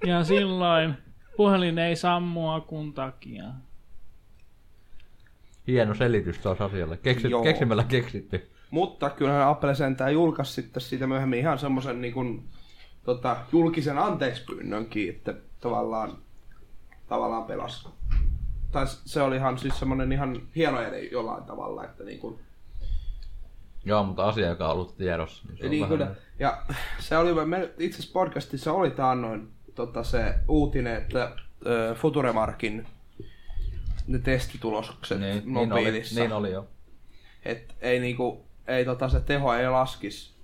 Speaker 3: Ja silloin puhelin ei sammua kun takia.
Speaker 5: Hieno selitys taas asialle. Keksi,
Speaker 4: Joo.
Speaker 5: keksimällä keksitty.
Speaker 4: Mutta kyllähän Apple sentään julkaisi sitten siitä myöhemmin ihan semmoisen niin kuin, tota, julkisen anteekspyynnönkin, että tavallaan, tavallaan pelas. Tai s- se oli ihan siis semmoinen ihan hieno eri jollain tavalla, että niin kuin,
Speaker 5: Joo, mutta asia, joka on ollut tiedossa. Niin se on
Speaker 4: niin
Speaker 5: vähän-
Speaker 4: kyllä, ja se oli, me itse asiassa podcastissa oli taannoin tota, se uutinen, että ö, Futuremarkin ne testitulokset
Speaker 5: Niin, niin, oli,
Speaker 4: mobiilissa.
Speaker 5: niin oli jo.
Speaker 4: Et ei niinku, ei tota se teho ei laskis.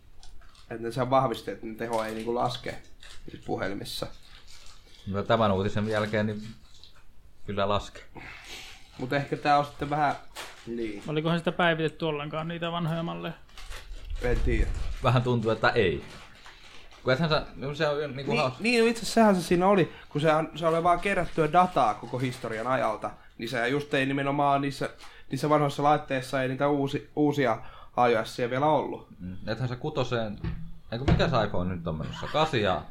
Speaker 4: Et ne sen vahvisti, että ne teho ei niinku laske siis puhelimissa.
Speaker 5: Mutta tämän uutisen jälkeen niin kyllä laske.
Speaker 4: Mut ehkä tää on sitten vähän... Niin.
Speaker 3: Olikohan sitä päivitetty ollenkaan niitä vanhoja malleja?
Speaker 4: En tiedä.
Speaker 5: Vähän tuntuu, että ei. Kun ethän sä, no se on niinku
Speaker 4: Niin,
Speaker 5: haus-
Speaker 4: niin itse asiassa sehän se siinä oli, kun sehän, se oli vaan kerättyä dataa koko historian ajalta. Niin se just ei nimenomaan niissä, niissä vanhoissa laitteissa ei niitä uusi, uusia iOS vielä ollut.
Speaker 5: Mm, Ethän sä kutoseen... Eikö mikä se iPhone nyt on menossa? Kasi ja...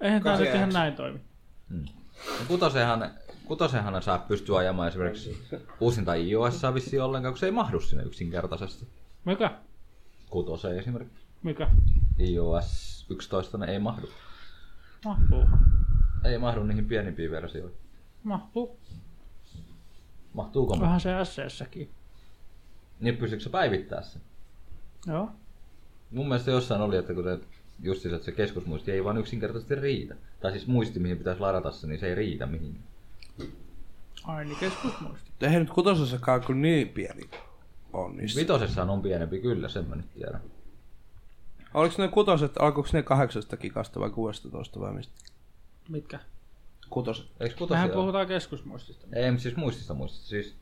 Speaker 3: Eihän tämä nyt
Speaker 4: Kasi
Speaker 3: ihan
Speaker 4: X.
Speaker 3: näin toimi.
Speaker 5: no Kutosenhan, kutosenhan saa pystyä ajamaan esimerkiksi uusinta iOS vissiin ollenkaan, kun se ei mahdu sinne yksinkertaisesti.
Speaker 3: Mikä?
Speaker 5: Kutoseen esimerkiksi.
Speaker 3: Mikä?
Speaker 5: iOS 11 ei mahdu.
Speaker 3: Mahtuu.
Speaker 5: Ei mahdu niihin pienimpiin versioihin.
Speaker 3: Mahtuu.
Speaker 5: Mahtuuko? Vähän.
Speaker 3: Vähän se SS-säkin.
Speaker 5: Niin pystyykö se päivittää sen?
Speaker 3: Joo.
Speaker 5: Mun mielestä jossain oli, että kun se, just siis, että se keskusmuisti ei vaan yksinkertaisesti riitä. Tai siis muisti, mihin pitäisi ladata se, niin se ei riitä mihinkään.
Speaker 3: Aini niin, keskusmuisti.
Speaker 4: Eihän nyt kutosessakaan kyllä niin pieni on niissä.
Speaker 5: Vitosessahan on pienempi, kyllä, sen mä nyt tiedän.
Speaker 4: Oliko ne kutoset, alkoiko ne kahdeksasta gigasta vai 16 vai mistä?
Speaker 3: Mitkä?
Speaker 4: Kutoset.
Speaker 5: Eikö
Speaker 3: Mehän
Speaker 5: kutosia?
Speaker 3: puhutaan keskusmuistista.
Speaker 5: Ei, mutta siis muistista muistista, siis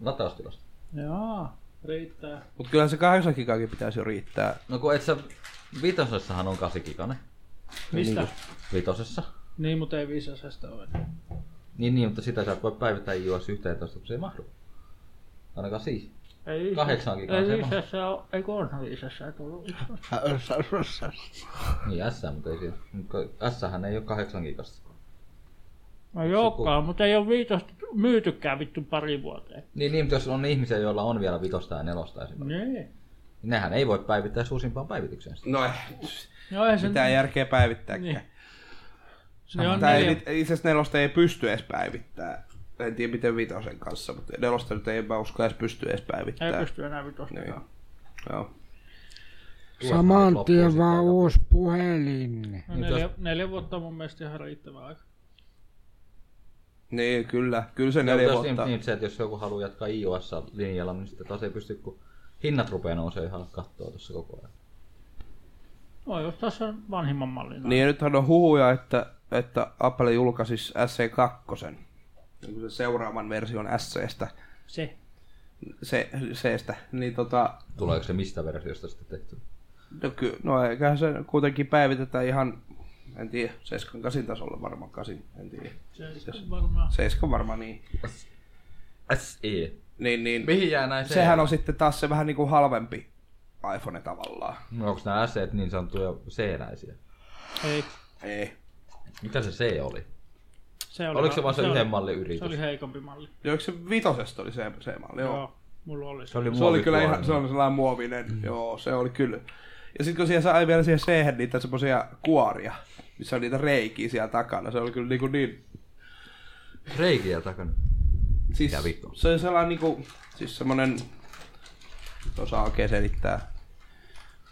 Speaker 5: lataustilasta.
Speaker 3: Joo. Riittää.
Speaker 4: Mut kyllä se 8 gigaakin pitäisi jo riittää.
Speaker 5: No kun et sä, vitosessahan on 8 gigane.
Speaker 3: Mistä?
Speaker 5: Vitosessa.
Speaker 3: Niin, mutta ei viisasesta ole.
Speaker 5: Niin, niin, mutta sitä sä et voi päivittää iOS 11, kun se ei mahdu. Ainakaan siihen.
Speaker 3: Ei
Speaker 5: Kahdeksan
Speaker 3: viisas-
Speaker 5: gigaa
Speaker 3: Ei
Speaker 5: se on.
Speaker 3: viisessä ole, ei kun onhan viisessä tullut.
Speaker 5: Niin S, mutta ei siinä. S ei ole kahdeksan gigasta.
Speaker 3: No jookaan, mutta ei ole viitosta myytykään vittu pari vuoteen.
Speaker 5: Niin, niin, mutta jos on ihmisiä, joilla on vielä vitosta ja nelosta esimerkiksi,
Speaker 3: Niin.
Speaker 5: niin nehän ei voi päivittää uusimpaan päivitykseen sitä.
Speaker 4: No ei,
Speaker 3: No ei se...
Speaker 4: mitä järkeä päivittääkään.
Speaker 3: Niin.
Speaker 4: Niin.
Speaker 3: ne on
Speaker 4: Tai
Speaker 3: neljä-
Speaker 4: nyt- itse asiassa nelosta ei pysty edes päivittämään. En tiedä miten vitosen kanssa, mutta nelosta nyt ei mä usko edes pysty edes
Speaker 3: Ei
Speaker 4: päivittämään.
Speaker 3: pysty enää vitosta.
Speaker 4: No, joo. joo.
Speaker 5: Tuosta
Speaker 2: Saman
Speaker 5: nyt loppuu
Speaker 2: tien
Speaker 5: sitten
Speaker 2: vaan
Speaker 5: aika-
Speaker 2: uusi puhelin.
Speaker 3: No
Speaker 5: Niin,
Speaker 3: neljä, neljä vuotta on mun mielestä ihan riittävä aika.
Speaker 4: Niin, kyllä. Kyllä se
Speaker 5: Joo,
Speaker 4: neljä
Speaker 5: mutta jos
Speaker 4: vuotta.
Speaker 5: niin, niin, se, että jos joku haluaa jatkaa iOS-linjalla, niin sitten taas ei pysty, kun hinnat rupeaa nousee ihan kattoa tuossa koko ajan.
Speaker 3: No jos tässä on vanhimman mallin.
Speaker 4: Niin ja nythän on huhuja, että, että Apple julkaisisi SE2. Niinku se Seuraavan version SEstä.
Speaker 3: Se.
Speaker 4: Se, Cstä. Niin tota,
Speaker 5: Tuleeko se mistä versiosta sitten tehty?
Speaker 4: no, ky, no eiköhän se kuitenkin päivitetään ihan, en tiedä, 7-8 tasolla varmaan 8, en tiedä.
Speaker 3: Se varmaan.
Speaker 4: 7 varmaan niin.
Speaker 5: SE.
Speaker 4: Niin, niin.
Speaker 5: Mihin jää näin se?
Speaker 4: Sehän on sitten taas se vähän niin kuin halvempi iPhone tavallaan.
Speaker 5: No, onko nämä SE niin sanottuja C-näisiä?
Speaker 3: Ei.
Speaker 4: Ei.
Speaker 5: Mitä se C oli?
Speaker 3: Se oli
Speaker 5: Oliko se vaan se,
Speaker 3: oli-
Speaker 5: yhden mallin
Speaker 3: Se
Speaker 5: yritys?
Speaker 3: oli heikompi malli.
Speaker 4: Oliko se vitosesta oli se, se malli? Joo.
Speaker 3: Joo. Mulla oli se.
Speaker 5: oli,
Speaker 4: Se oli kyllä
Speaker 5: muovituolinen.
Speaker 4: ihan se oli sellainen muovinen, mm. joo, se oli kyllä. Ja sitten kun siellä sai vielä siihen sehen niitä semmoisia kuoria, missä on niitä reikiä siellä takana, se oli kyllä niinku niin...
Speaker 5: Reikiä takana.
Speaker 4: Siis,
Speaker 5: Mitä vittua?
Speaker 4: se oli sellainen niinku, siis semmonen... nyt Osaa oikein selittää.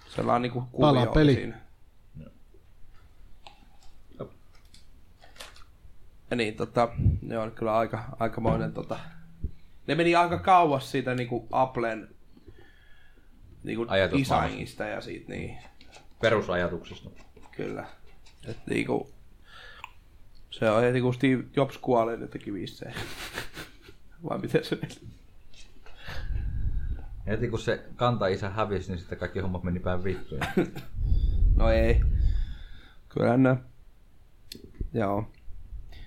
Speaker 4: Sellainen niinku kuvio oli
Speaker 2: Palapeli.
Speaker 4: siinä. Ja niin, tota, ne oli kyllä aika, aikamoinen tota... Ne meni aika kauas siitä niinku Applen niinku
Speaker 5: Ajatusmaailmasta.
Speaker 4: designista ja siitä niin.
Speaker 5: Perusajatuksista.
Speaker 4: Kyllä. Et niinku, se on heti kun Steve Jobs kuolee, niin teki viisseen. Vai miten se
Speaker 5: Heti kun se kantaisä hävisi, niin sitten kaikki hommat meni päin vittuun.
Speaker 4: No ei. Kyllä ne. Joo.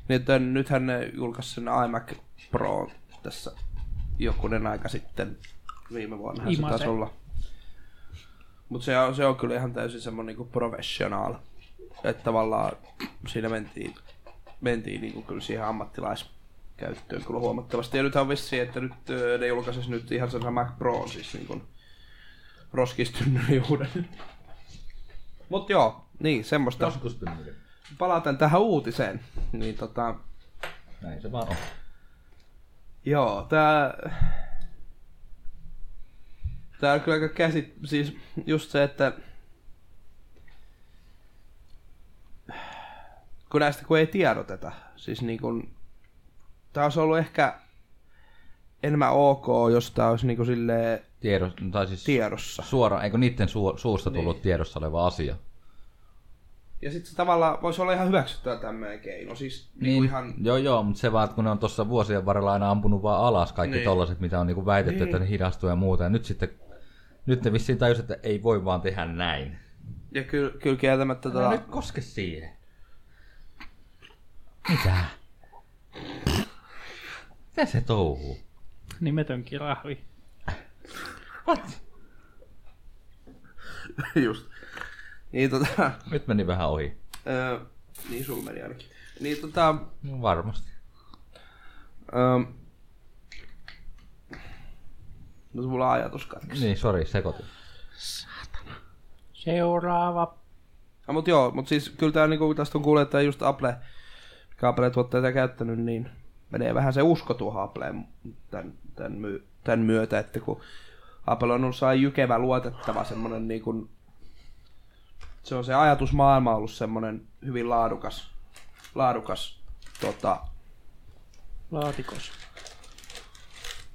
Speaker 4: Nyt, nythän ne julkaisi sen iMac Pro tässä jokunen aika sitten. Viime vuonna se
Speaker 3: Imase.
Speaker 4: taisi olla. Mutta se on, se on kyllä ihan täysin semmoinen niinku professional. Että tavallaan siinä mentiin, mentiin niinku kyllä siihen ammattilaiskäyttöön kyllä huomattavasti. Ja nythän on vissiin, että nyt ö, ne julkaisisi nyt ihan sen Mac Pro siis niinku roskistynnyri uuden. Mut joo, niin semmoista. Jos
Speaker 5: Joskus tynnyri.
Speaker 4: palataan tähän uutiseen, niin tota,
Speaker 5: Näin se vaan on.
Speaker 4: joo, tää... Tää on kyllä aika käsit, siis just se, että... Kun näistä kun ei tiedoteta, siis niin kun... Tää olisi ollut ehkä enemmän ok, jos tää olisi niin kuin silleen
Speaker 5: Tiedos, tai siis
Speaker 4: tiedossa.
Speaker 5: suoraan, eikö niiden su- suusta tullut niin. tiedossa oleva asia?
Speaker 4: Ja sitten se tavallaan voisi olla ihan hyväksyttävä tämmöinen keino, siis niin, niin ihan...
Speaker 5: Joo, joo, mutta se vaan, että kun ne on tuossa vuosien varrella aina ampunut vaan alas kaikki niin.
Speaker 4: Niin.
Speaker 5: tollaset, mitä on niinku väitetty, niin. että ne hidastuu ja muuta. Ja nyt sitten, nyt ne vissiin tajus, että ei voi vaan tehdä näin.
Speaker 4: Ja kyllä, kyllä kieltämättä
Speaker 5: No
Speaker 4: tota...
Speaker 5: nyt koske siihen. Mitä? Mitä se touhuu?
Speaker 3: Nimetön kirahvi.
Speaker 5: What?
Speaker 4: Just. Niin tota,
Speaker 5: Nyt meni vähän ohi.
Speaker 4: öö, niin sulla meni ainakin. Niin tota,
Speaker 5: No, varmasti.
Speaker 4: öö, no mulla on ajatus katkesi.
Speaker 5: Niin, sori, sekoitin.
Speaker 3: Seuraava.
Speaker 4: Ja, mut joo, mut siis kyllä tää niinku tästä on kuullut, että just Apple, mikä Apple tuotteita käyttänyt, niin menee vähän se usko tuohon Appleen tän, tän, my, tän myötä, että kun Apple on ollut saa jykevä, luotettava semmonen niinku, se on se ajatusmaailma ollut semmonen hyvin laadukas, laadukas tota,
Speaker 3: Laatikos.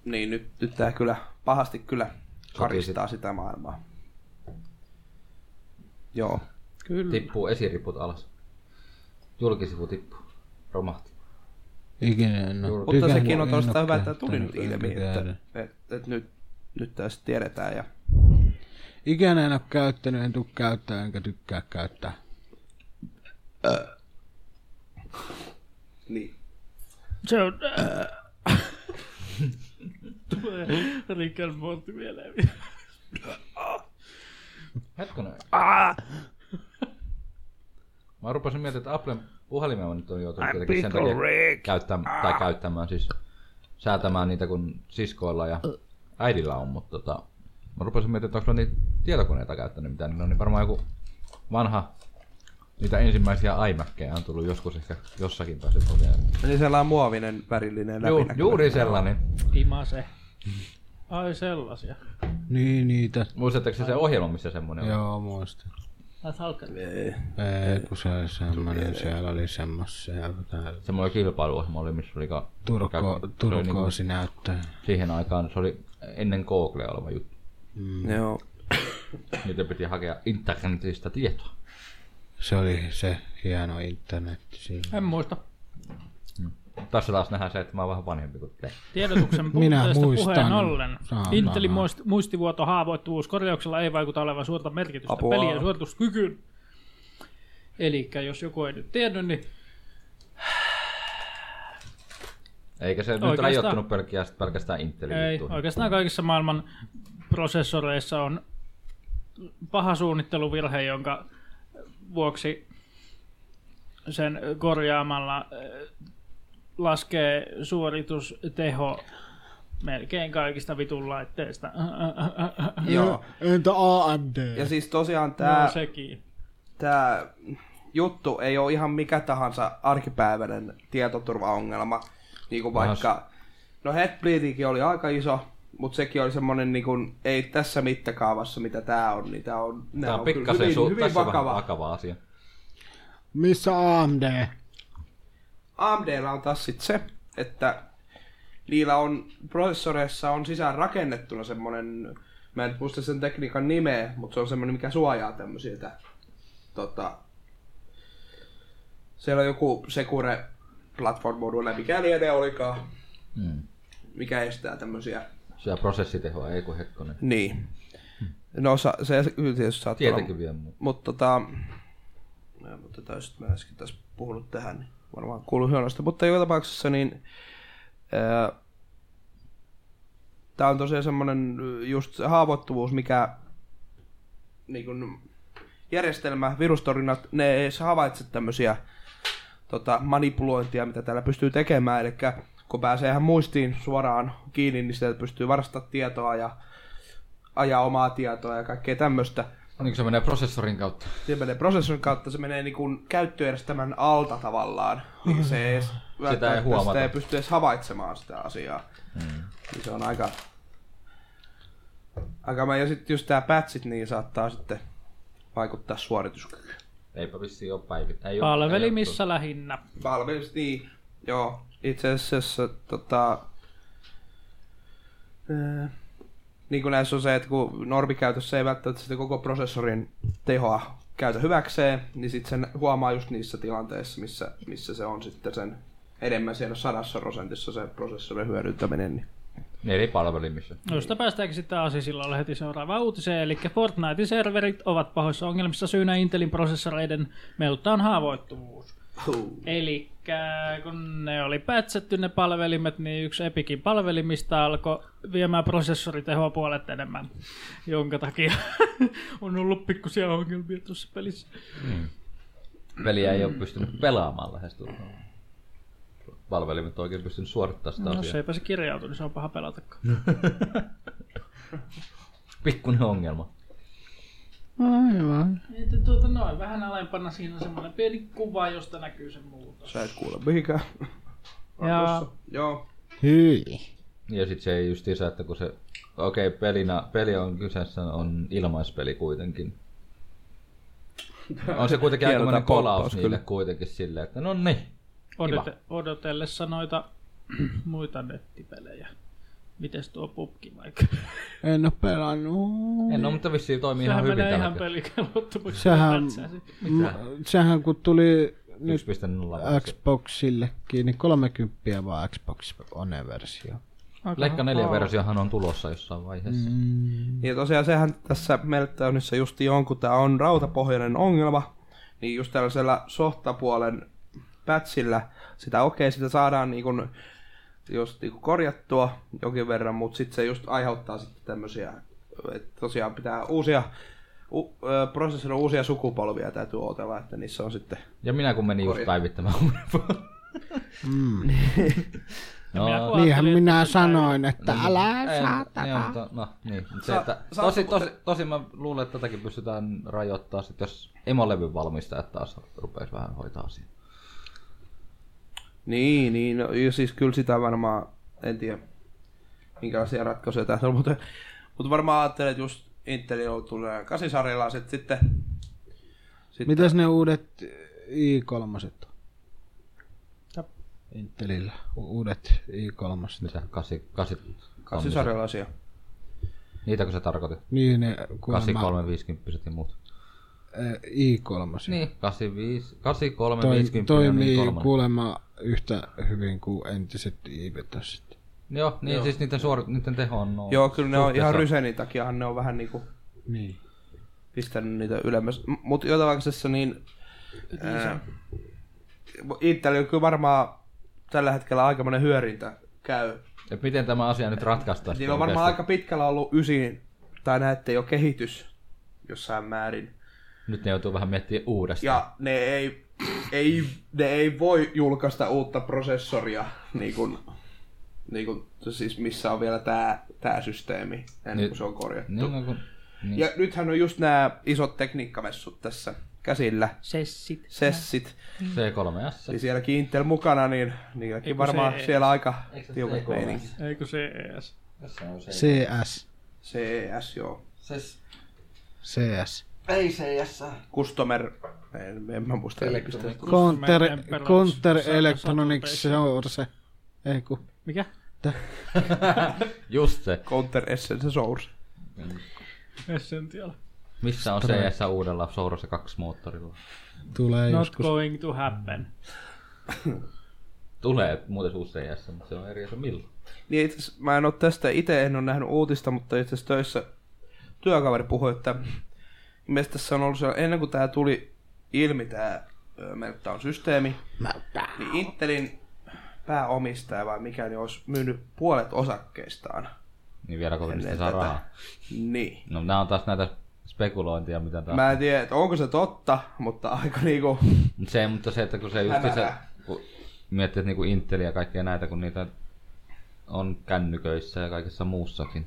Speaker 4: niin nyt, nyt tää kyllä pahasti kyllä karistaa sitä maailmaa. Joo.
Speaker 3: Kyllä.
Speaker 5: Tippuu esiriput alas. Julkisivu tippuu. Romahti.
Speaker 2: Ikinä en ole
Speaker 4: Mutta sekin on tuosta hyvä, että tuli nyt ilmi, että, että, että nyt, nyt tästä tiedetään. Ja,
Speaker 2: Ikinä en ole käyttänyt, en tule käyttää, enkä tykkää käyttää.
Speaker 4: niin.
Speaker 3: Se on... Tulee Rick and Morty mieleen.
Speaker 5: Hetkinen. Mä rupesin miettimään, että Applen puhelimella nyt on joutunut tietenkin sen takia käyttämään, tai käyttämään siis säätämään niitä kun siskoilla ja äidillä on, mutta tota, mä rupesin miettimään, että onko niitä tietokoneita käyttänyt mitään, niin ne on niin varmaan joku vanha Niitä ensimmäisiä iMackeja on tullut joskus ehkä jossakin päässä tosiaan.
Speaker 4: Eli sellainen muovinen, värillinen,
Speaker 5: Ju,
Speaker 4: läpinäkyvä.
Speaker 5: juuri sellainen.
Speaker 3: Imase. Ai sellaisia.
Speaker 2: Niin niitä.
Speaker 5: Muistatteko se se ohjelma, missä semmoinen on?
Speaker 2: Joo, muistan.
Speaker 3: Ai salkkari.
Speaker 2: Ei, kun se oli semmoinen, siellä oli semmoisia
Speaker 5: Semmoinen kilpailuohjelma oli, missä oli... ka-
Speaker 2: turko,
Speaker 5: käy- se oli niinku-
Speaker 2: turkoosi
Speaker 4: niin
Speaker 2: näyttää.
Speaker 5: siihen aikaan se oli ennen Googlea oleva juttu.
Speaker 4: Joo.
Speaker 5: Niitä piti hakea internetistä tietoa.
Speaker 2: Se oli se hieno internet siinä.
Speaker 3: En muista.
Speaker 5: Tässä taas nähdään se, että mä oon vähän vanhempi kuin te.
Speaker 3: Tiedotuksen
Speaker 2: Minä
Speaker 3: puutteesta
Speaker 2: muistan.
Speaker 3: puheen ollen.
Speaker 2: Saatana.
Speaker 3: Intelin muist- muistivuoto haavoittuvuus korjauksella ei vaikuta olevan suurta merkitystä
Speaker 4: Apua.
Speaker 3: pelien suorituskykyyn. Eli jos joku ei nyt tiedä, niin
Speaker 5: Eikä se nyt
Speaker 3: Oikeastaan-
Speaker 5: rajoittunut pelkästään, pelkästään Intelin
Speaker 3: ei,
Speaker 5: juttuihin.
Speaker 3: oikeastaan kaikissa maailman prosessoreissa on paha suunnitteluvirhe, jonka vuoksi sen korjaamalla äh, laskee suoritusteho melkein kaikista vitun laitteista.
Speaker 4: Joo.
Speaker 2: Entä AMD?
Speaker 4: Ja siis tosiaan
Speaker 3: Tää...
Speaker 4: tämä
Speaker 3: No sekin.
Speaker 4: tää juttu ei ole ihan mikä tahansa arkipäiväinen tietoturvaongelma. Niin kuin vaikka, no Headbleedikin oli aika iso, mutta sekin oli semmoinen, niin kuin, ei tässä mittakaavassa, mitä tämä on. Niin tää on, nää
Speaker 5: Tämä on
Speaker 4: kyllä
Speaker 5: pikkasen
Speaker 4: hyvin,
Speaker 5: su-
Speaker 4: hyvin
Speaker 5: tässä on vähän
Speaker 4: vakava.
Speaker 5: vakava asia.
Speaker 2: Missä AMD?
Speaker 4: AMDllä on taas sit se, että niillä on prosessoreissa on sisään rakennettuna semmoinen, mä en muista sen tekniikan nimeä, mutta se on semmoinen, mikä suojaa tämmöisiltä. Tota, siellä on joku Secure Platform Module, mikä lienee olikaan,
Speaker 5: Hmm.
Speaker 4: mikä estää tämmöisiä.
Speaker 5: Siellä prosessitehoa, ei kun hetkonen.
Speaker 4: Niin. No sa- se kyllä tietysti saattaa
Speaker 5: Tietenkin vielä muu.
Speaker 4: Mutta tota, no, mutta täysin, mä äsken tässä puhunut tähän, niin varmaan kuuluu huonosta. Mutta joka tapauksessa niin, ää, tää on tosiaan semmonen just se haavoittuvuus, mikä niin kun, järjestelmä, virustorjunnat, ne ei edes havaitse tämmöisiä tota, manipulointia, mitä täällä pystyy tekemään. Eli kun pääsee ihan muistiin suoraan kiinni, niin sieltä pystyy varastamaan tietoa ja ajaa omaa tietoa ja kaikkea tämmöistä.
Speaker 5: Niin kun se menee prosessorin kautta.
Speaker 4: Se menee prosessorin kautta, se menee niin käyttöjärjestelmän alta tavallaan. Niin se ei edes, välttämättä
Speaker 5: huomata.
Speaker 4: Sitä ei pysty edes havaitsemaan sitä asiaa. Mm. Niin se on aika... Aika mä, ja sitten just tää patchit, niin saattaa sitten vaikuttaa suorituskykyyn.
Speaker 5: Eipä vissiin ole päivittä. Ei oo- ei oo tullut.
Speaker 3: Palvelimissa lähinnä.
Speaker 4: Valmis, niin. Joo. Itse asiassa tota... Äh, niin kuin näissä on se, että kun normikäytössä ei välttämättä sitä koko prosessorin tehoa käytä hyväkseen, niin sitten sen huomaa just niissä tilanteissa, missä, missä se on sitten sen enemmän siellä sadassa prosentissa se prosessorin hyödyntäminen. Niin.
Speaker 5: Eri palvelimissa.
Speaker 3: Josta päästäänkin sitten asiasillalla heti seuraavaan uutiseen, eli Fortnitein serverit ovat pahoissa ongelmissa syynä Intelin prosessoreiden melttaan haavoittuvuus. Eli kun ne oli pätsetty ne palvelimet, niin yksi Epikin palvelimista alkoi viemään prosessoritehoa puolet enemmän, jonka takia on ollut pikkusia ongelmia tuossa pelissä.
Speaker 5: Peliä ei ole pystynyt pelaamaan lähestulkoon. Palvelimet on oikein pystynyt suorittamaan sitä
Speaker 3: No,
Speaker 5: asiaa.
Speaker 3: jos eipä se kirjautu, niin se on paha pelatakaan.
Speaker 5: Pikkuinen ongelma.
Speaker 2: Aivan.
Speaker 3: Että tuota noin, vähän alempana siinä on semmoinen pieni kuva, josta näkyy se muutos.
Speaker 4: Sä et kuule mihinkään.
Speaker 3: Ja
Speaker 4: Joo.
Speaker 2: Hyi.
Speaker 5: Ja sitten se ei justiinsa, että kun se... Okei, okay, pelinä, peli on kyseessä, on ilmaispeli kuitenkin. On se kuitenkin
Speaker 4: Hienolta
Speaker 5: aikamoinen kolaus
Speaker 4: pomppaus
Speaker 5: niille
Speaker 4: kyllä.
Speaker 5: kuitenkin silleen, että no niin.
Speaker 3: odote, odotellessa noita muita nettipelejä. Mites tuo pubki vaikka?
Speaker 2: En oo pelannut.
Speaker 5: En ole, mutta vissiin toimii ihan
Speaker 3: Niin.
Speaker 5: hyvin
Speaker 3: Sehän menee
Speaker 5: tällä
Speaker 3: ihan
Speaker 5: hetkellä.
Speaker 3: pelikelvottomaksi.
Speaker 2: Sehän-
Speaker 3: Pätsäsi.
Speaker 2: M- sehän kun tuli nyt
Speaker 5: 1.0.
Speaker 2: Xboxillekin, niin 30 vaan Xbox One-versio.
Speaker 3: Aika
Speaker 5: Leikka
Speaker 3: paha.
Speaker 5: 4 versiohan on tulossa jossain vaiheessa. Mm.
Speaker 4: Ja tosiaan sehän tässä Meltdownissa justi on, kun tämä on rautapohjainen ongelma, niin just tällaisella softapuolen pätsillä sitä okei, sitä saadaan niin kun just niinku korjattua jonkin verran, mutta sitten se just aiheuttaa sitten tämmöisiä, että tosiaan pitää uusia, u, ö, prosessilla uusia sukupolvia täytyy odotella, että niissä on sitten
Speaker 5: Ja minä kun menin just
Speaker 4: Korjaa.
Speaker 5: päivittämään uuden
Speaker 2: Mm.
Speaker 5: No,
Speaker 3: kun
Speaker 2: Niinhän
Speaker 3: ajattelin, että
Speaker 2: minä
Speaker 3: nyt
Speaker 2: sanoin, että älä
Speaker 5: Ei,
Speaker 2: saa
Speaker 5: Joo,
Speaker 2: tätä.
Speaker 5: mutta, no, niin. Mut Se,
Speaker 4: Sa-
Speaker 5: että,
Speaker 4: saa-
Speaker 5: tosi, tosi, tosi mä luulen, että tätäkin pystytään rajoittamaan, sit, jos emolevyn valmistajat taas rupeaisi vähän hoitaa asiaa.
Speaker 4: Niin, niin, no, ja siis kyllä sitä varmaan, en tiedä, minkälaisia ratkaisuja tässä on, mutta, mutta varmaan ajattelen, että just Inteli tulee kasisarjalaiset sitten. sitten
Speaker 2: Mitäs ne uudet i3 on? Intelillä u- uudet i3.
Speaker 5: Mitä? Kasi, kasi,
Speaker 4: Kasisarjalaisia.
Speaker 5: Niitäkö sä tarkoitit?
Speaker 2: Niin ne kuulemma
Speaker 5: 83, 50 ja muut.
Speaker 2: eh, i3.
Speaker 5: Niin. 85, 83,
Speaker 2: Toi,
Speaker 5: 50
Speaker 2: toimii
Speaker 5: niin kolmannen.
Speaker 2: kuulemma yhtä hyvin kuin entiset i5.
Speaker 5: Joo, niin Joo. siis niiden, suor, niiden teho on no,
Speaker 4: Joo, kyllä ne on ihan
Speaker 5: suhteessa-
Speaker 4: rysenin takiahan ne on vähän niinku
Speaker 2: Niin.
Speaker 4: pistänyt niitä ylemmäs. Mutta joka tapauksessa niin... ää, Intel on kyllä varmaan tällä hetkellä aikamoinen hyörintä käy.
Speaker 5: Et miten tämä asia nyt ratkaistaan?
Speaker 4: Niillä on
Speaker 5: sitten
Speaker 4: Niin, varmaan aika
Speaker 5: oikeasti?
Speaker 4: pitkällä ollut ysin, tai näette jo kehitys jossain määrin.
Speaker 5: Nyt ne joutuu vähän miettimään uudestaan.
Speaker 4: Ja ne ei, ei, ne ei voi julkaista uutta prosessoria, niin kuin, niin kuin, siis missä on vielä tämä tää systeemi, ennen
Speaker 5: Nyt-
Speaker 4: kuin se on korjattu.
Speaker 5: Niin, no, kun, niin.
Speaker 4: Ja nythän on just nämä isot tekniikkamessut tässä käsillä,
Speaker 3: Sessit.
Speaker 4: sessit,
Speaker 5: C3S.
Speaker 4: niin sielläkin Intel mukana, niin niilläkin
Speaker 3: Eiku
Speaker 4: varmaan
Speaker 3: se-
Speaker 4: siellä aika
Speaker 5: Eikö se
Speaker 4: tiukat
Speaker 5: C3S?
Speaker 4: meininki.
Speaker 3: Eikö se E ees?
Speaker 5: Tässä on se.
Speaker 2: CS.
Speaker 4: CES, joo.
Speaker 5: Ses-
Speaker 2: CS.
Speaker 4: Customer, en, en mä muista.
Speaker 5: Electronic.
Speaker 2: Counter,
Speaker 3: Customer
Speaker 2: counter
Speaker 3: Emperor's
Speaker 2: Electronics
Speaker 3: Saturn
Speaker 2: Source. Ei kun.
Speaker 3: Mikä?
Speaker 5: Just se.
Speaker 4: Counter Essence Source.
Speaker 3: Essential.
Speaker 5: Missä on CS uudella Sourossa 2 moottorilla?
Speaker 2: Tulee
Speaker 3: Not
Speaker 2: joskus.
Speaker 3: going to happen.
Speaker 5: Tulee muuten uusi CS, mutta se on eri asia milloin.
Speaker 4: Niin itse asiassa mä en ole tästä, itse en ole nähnyt uutista, mutta itse asiassa töissä työkaveri puhui, että meistä tässä on ollut sellainen, ennen kuin tämä tuli ilmi tämä Meltdown-systeemi, niin Intelin pääomistaja vai mikä, niin olisi myynyt puolet osakkeistaan.
Speaker 5: Niin vieläkö niistä
Speaker 4: Ennen
Speaker 5: saa
Speaker 4: tätä.
Speaker 5: rahaa?
Speaker 4: Niin.
Speaker 5: No nää on taas näitä spekulointia, mitä taas.
Speaker 4: Mä en tiedä, että onko se totta, mutta aika niinku...
Speaker 5: Mut Se, mutta se, että kun se just se,
Speaker 4: Hämärää.
Speaker 5: kun miettii, että niinku Intel ja kaikkea näitä, kun niitä on kännyköissä ja kaikessa muussakin.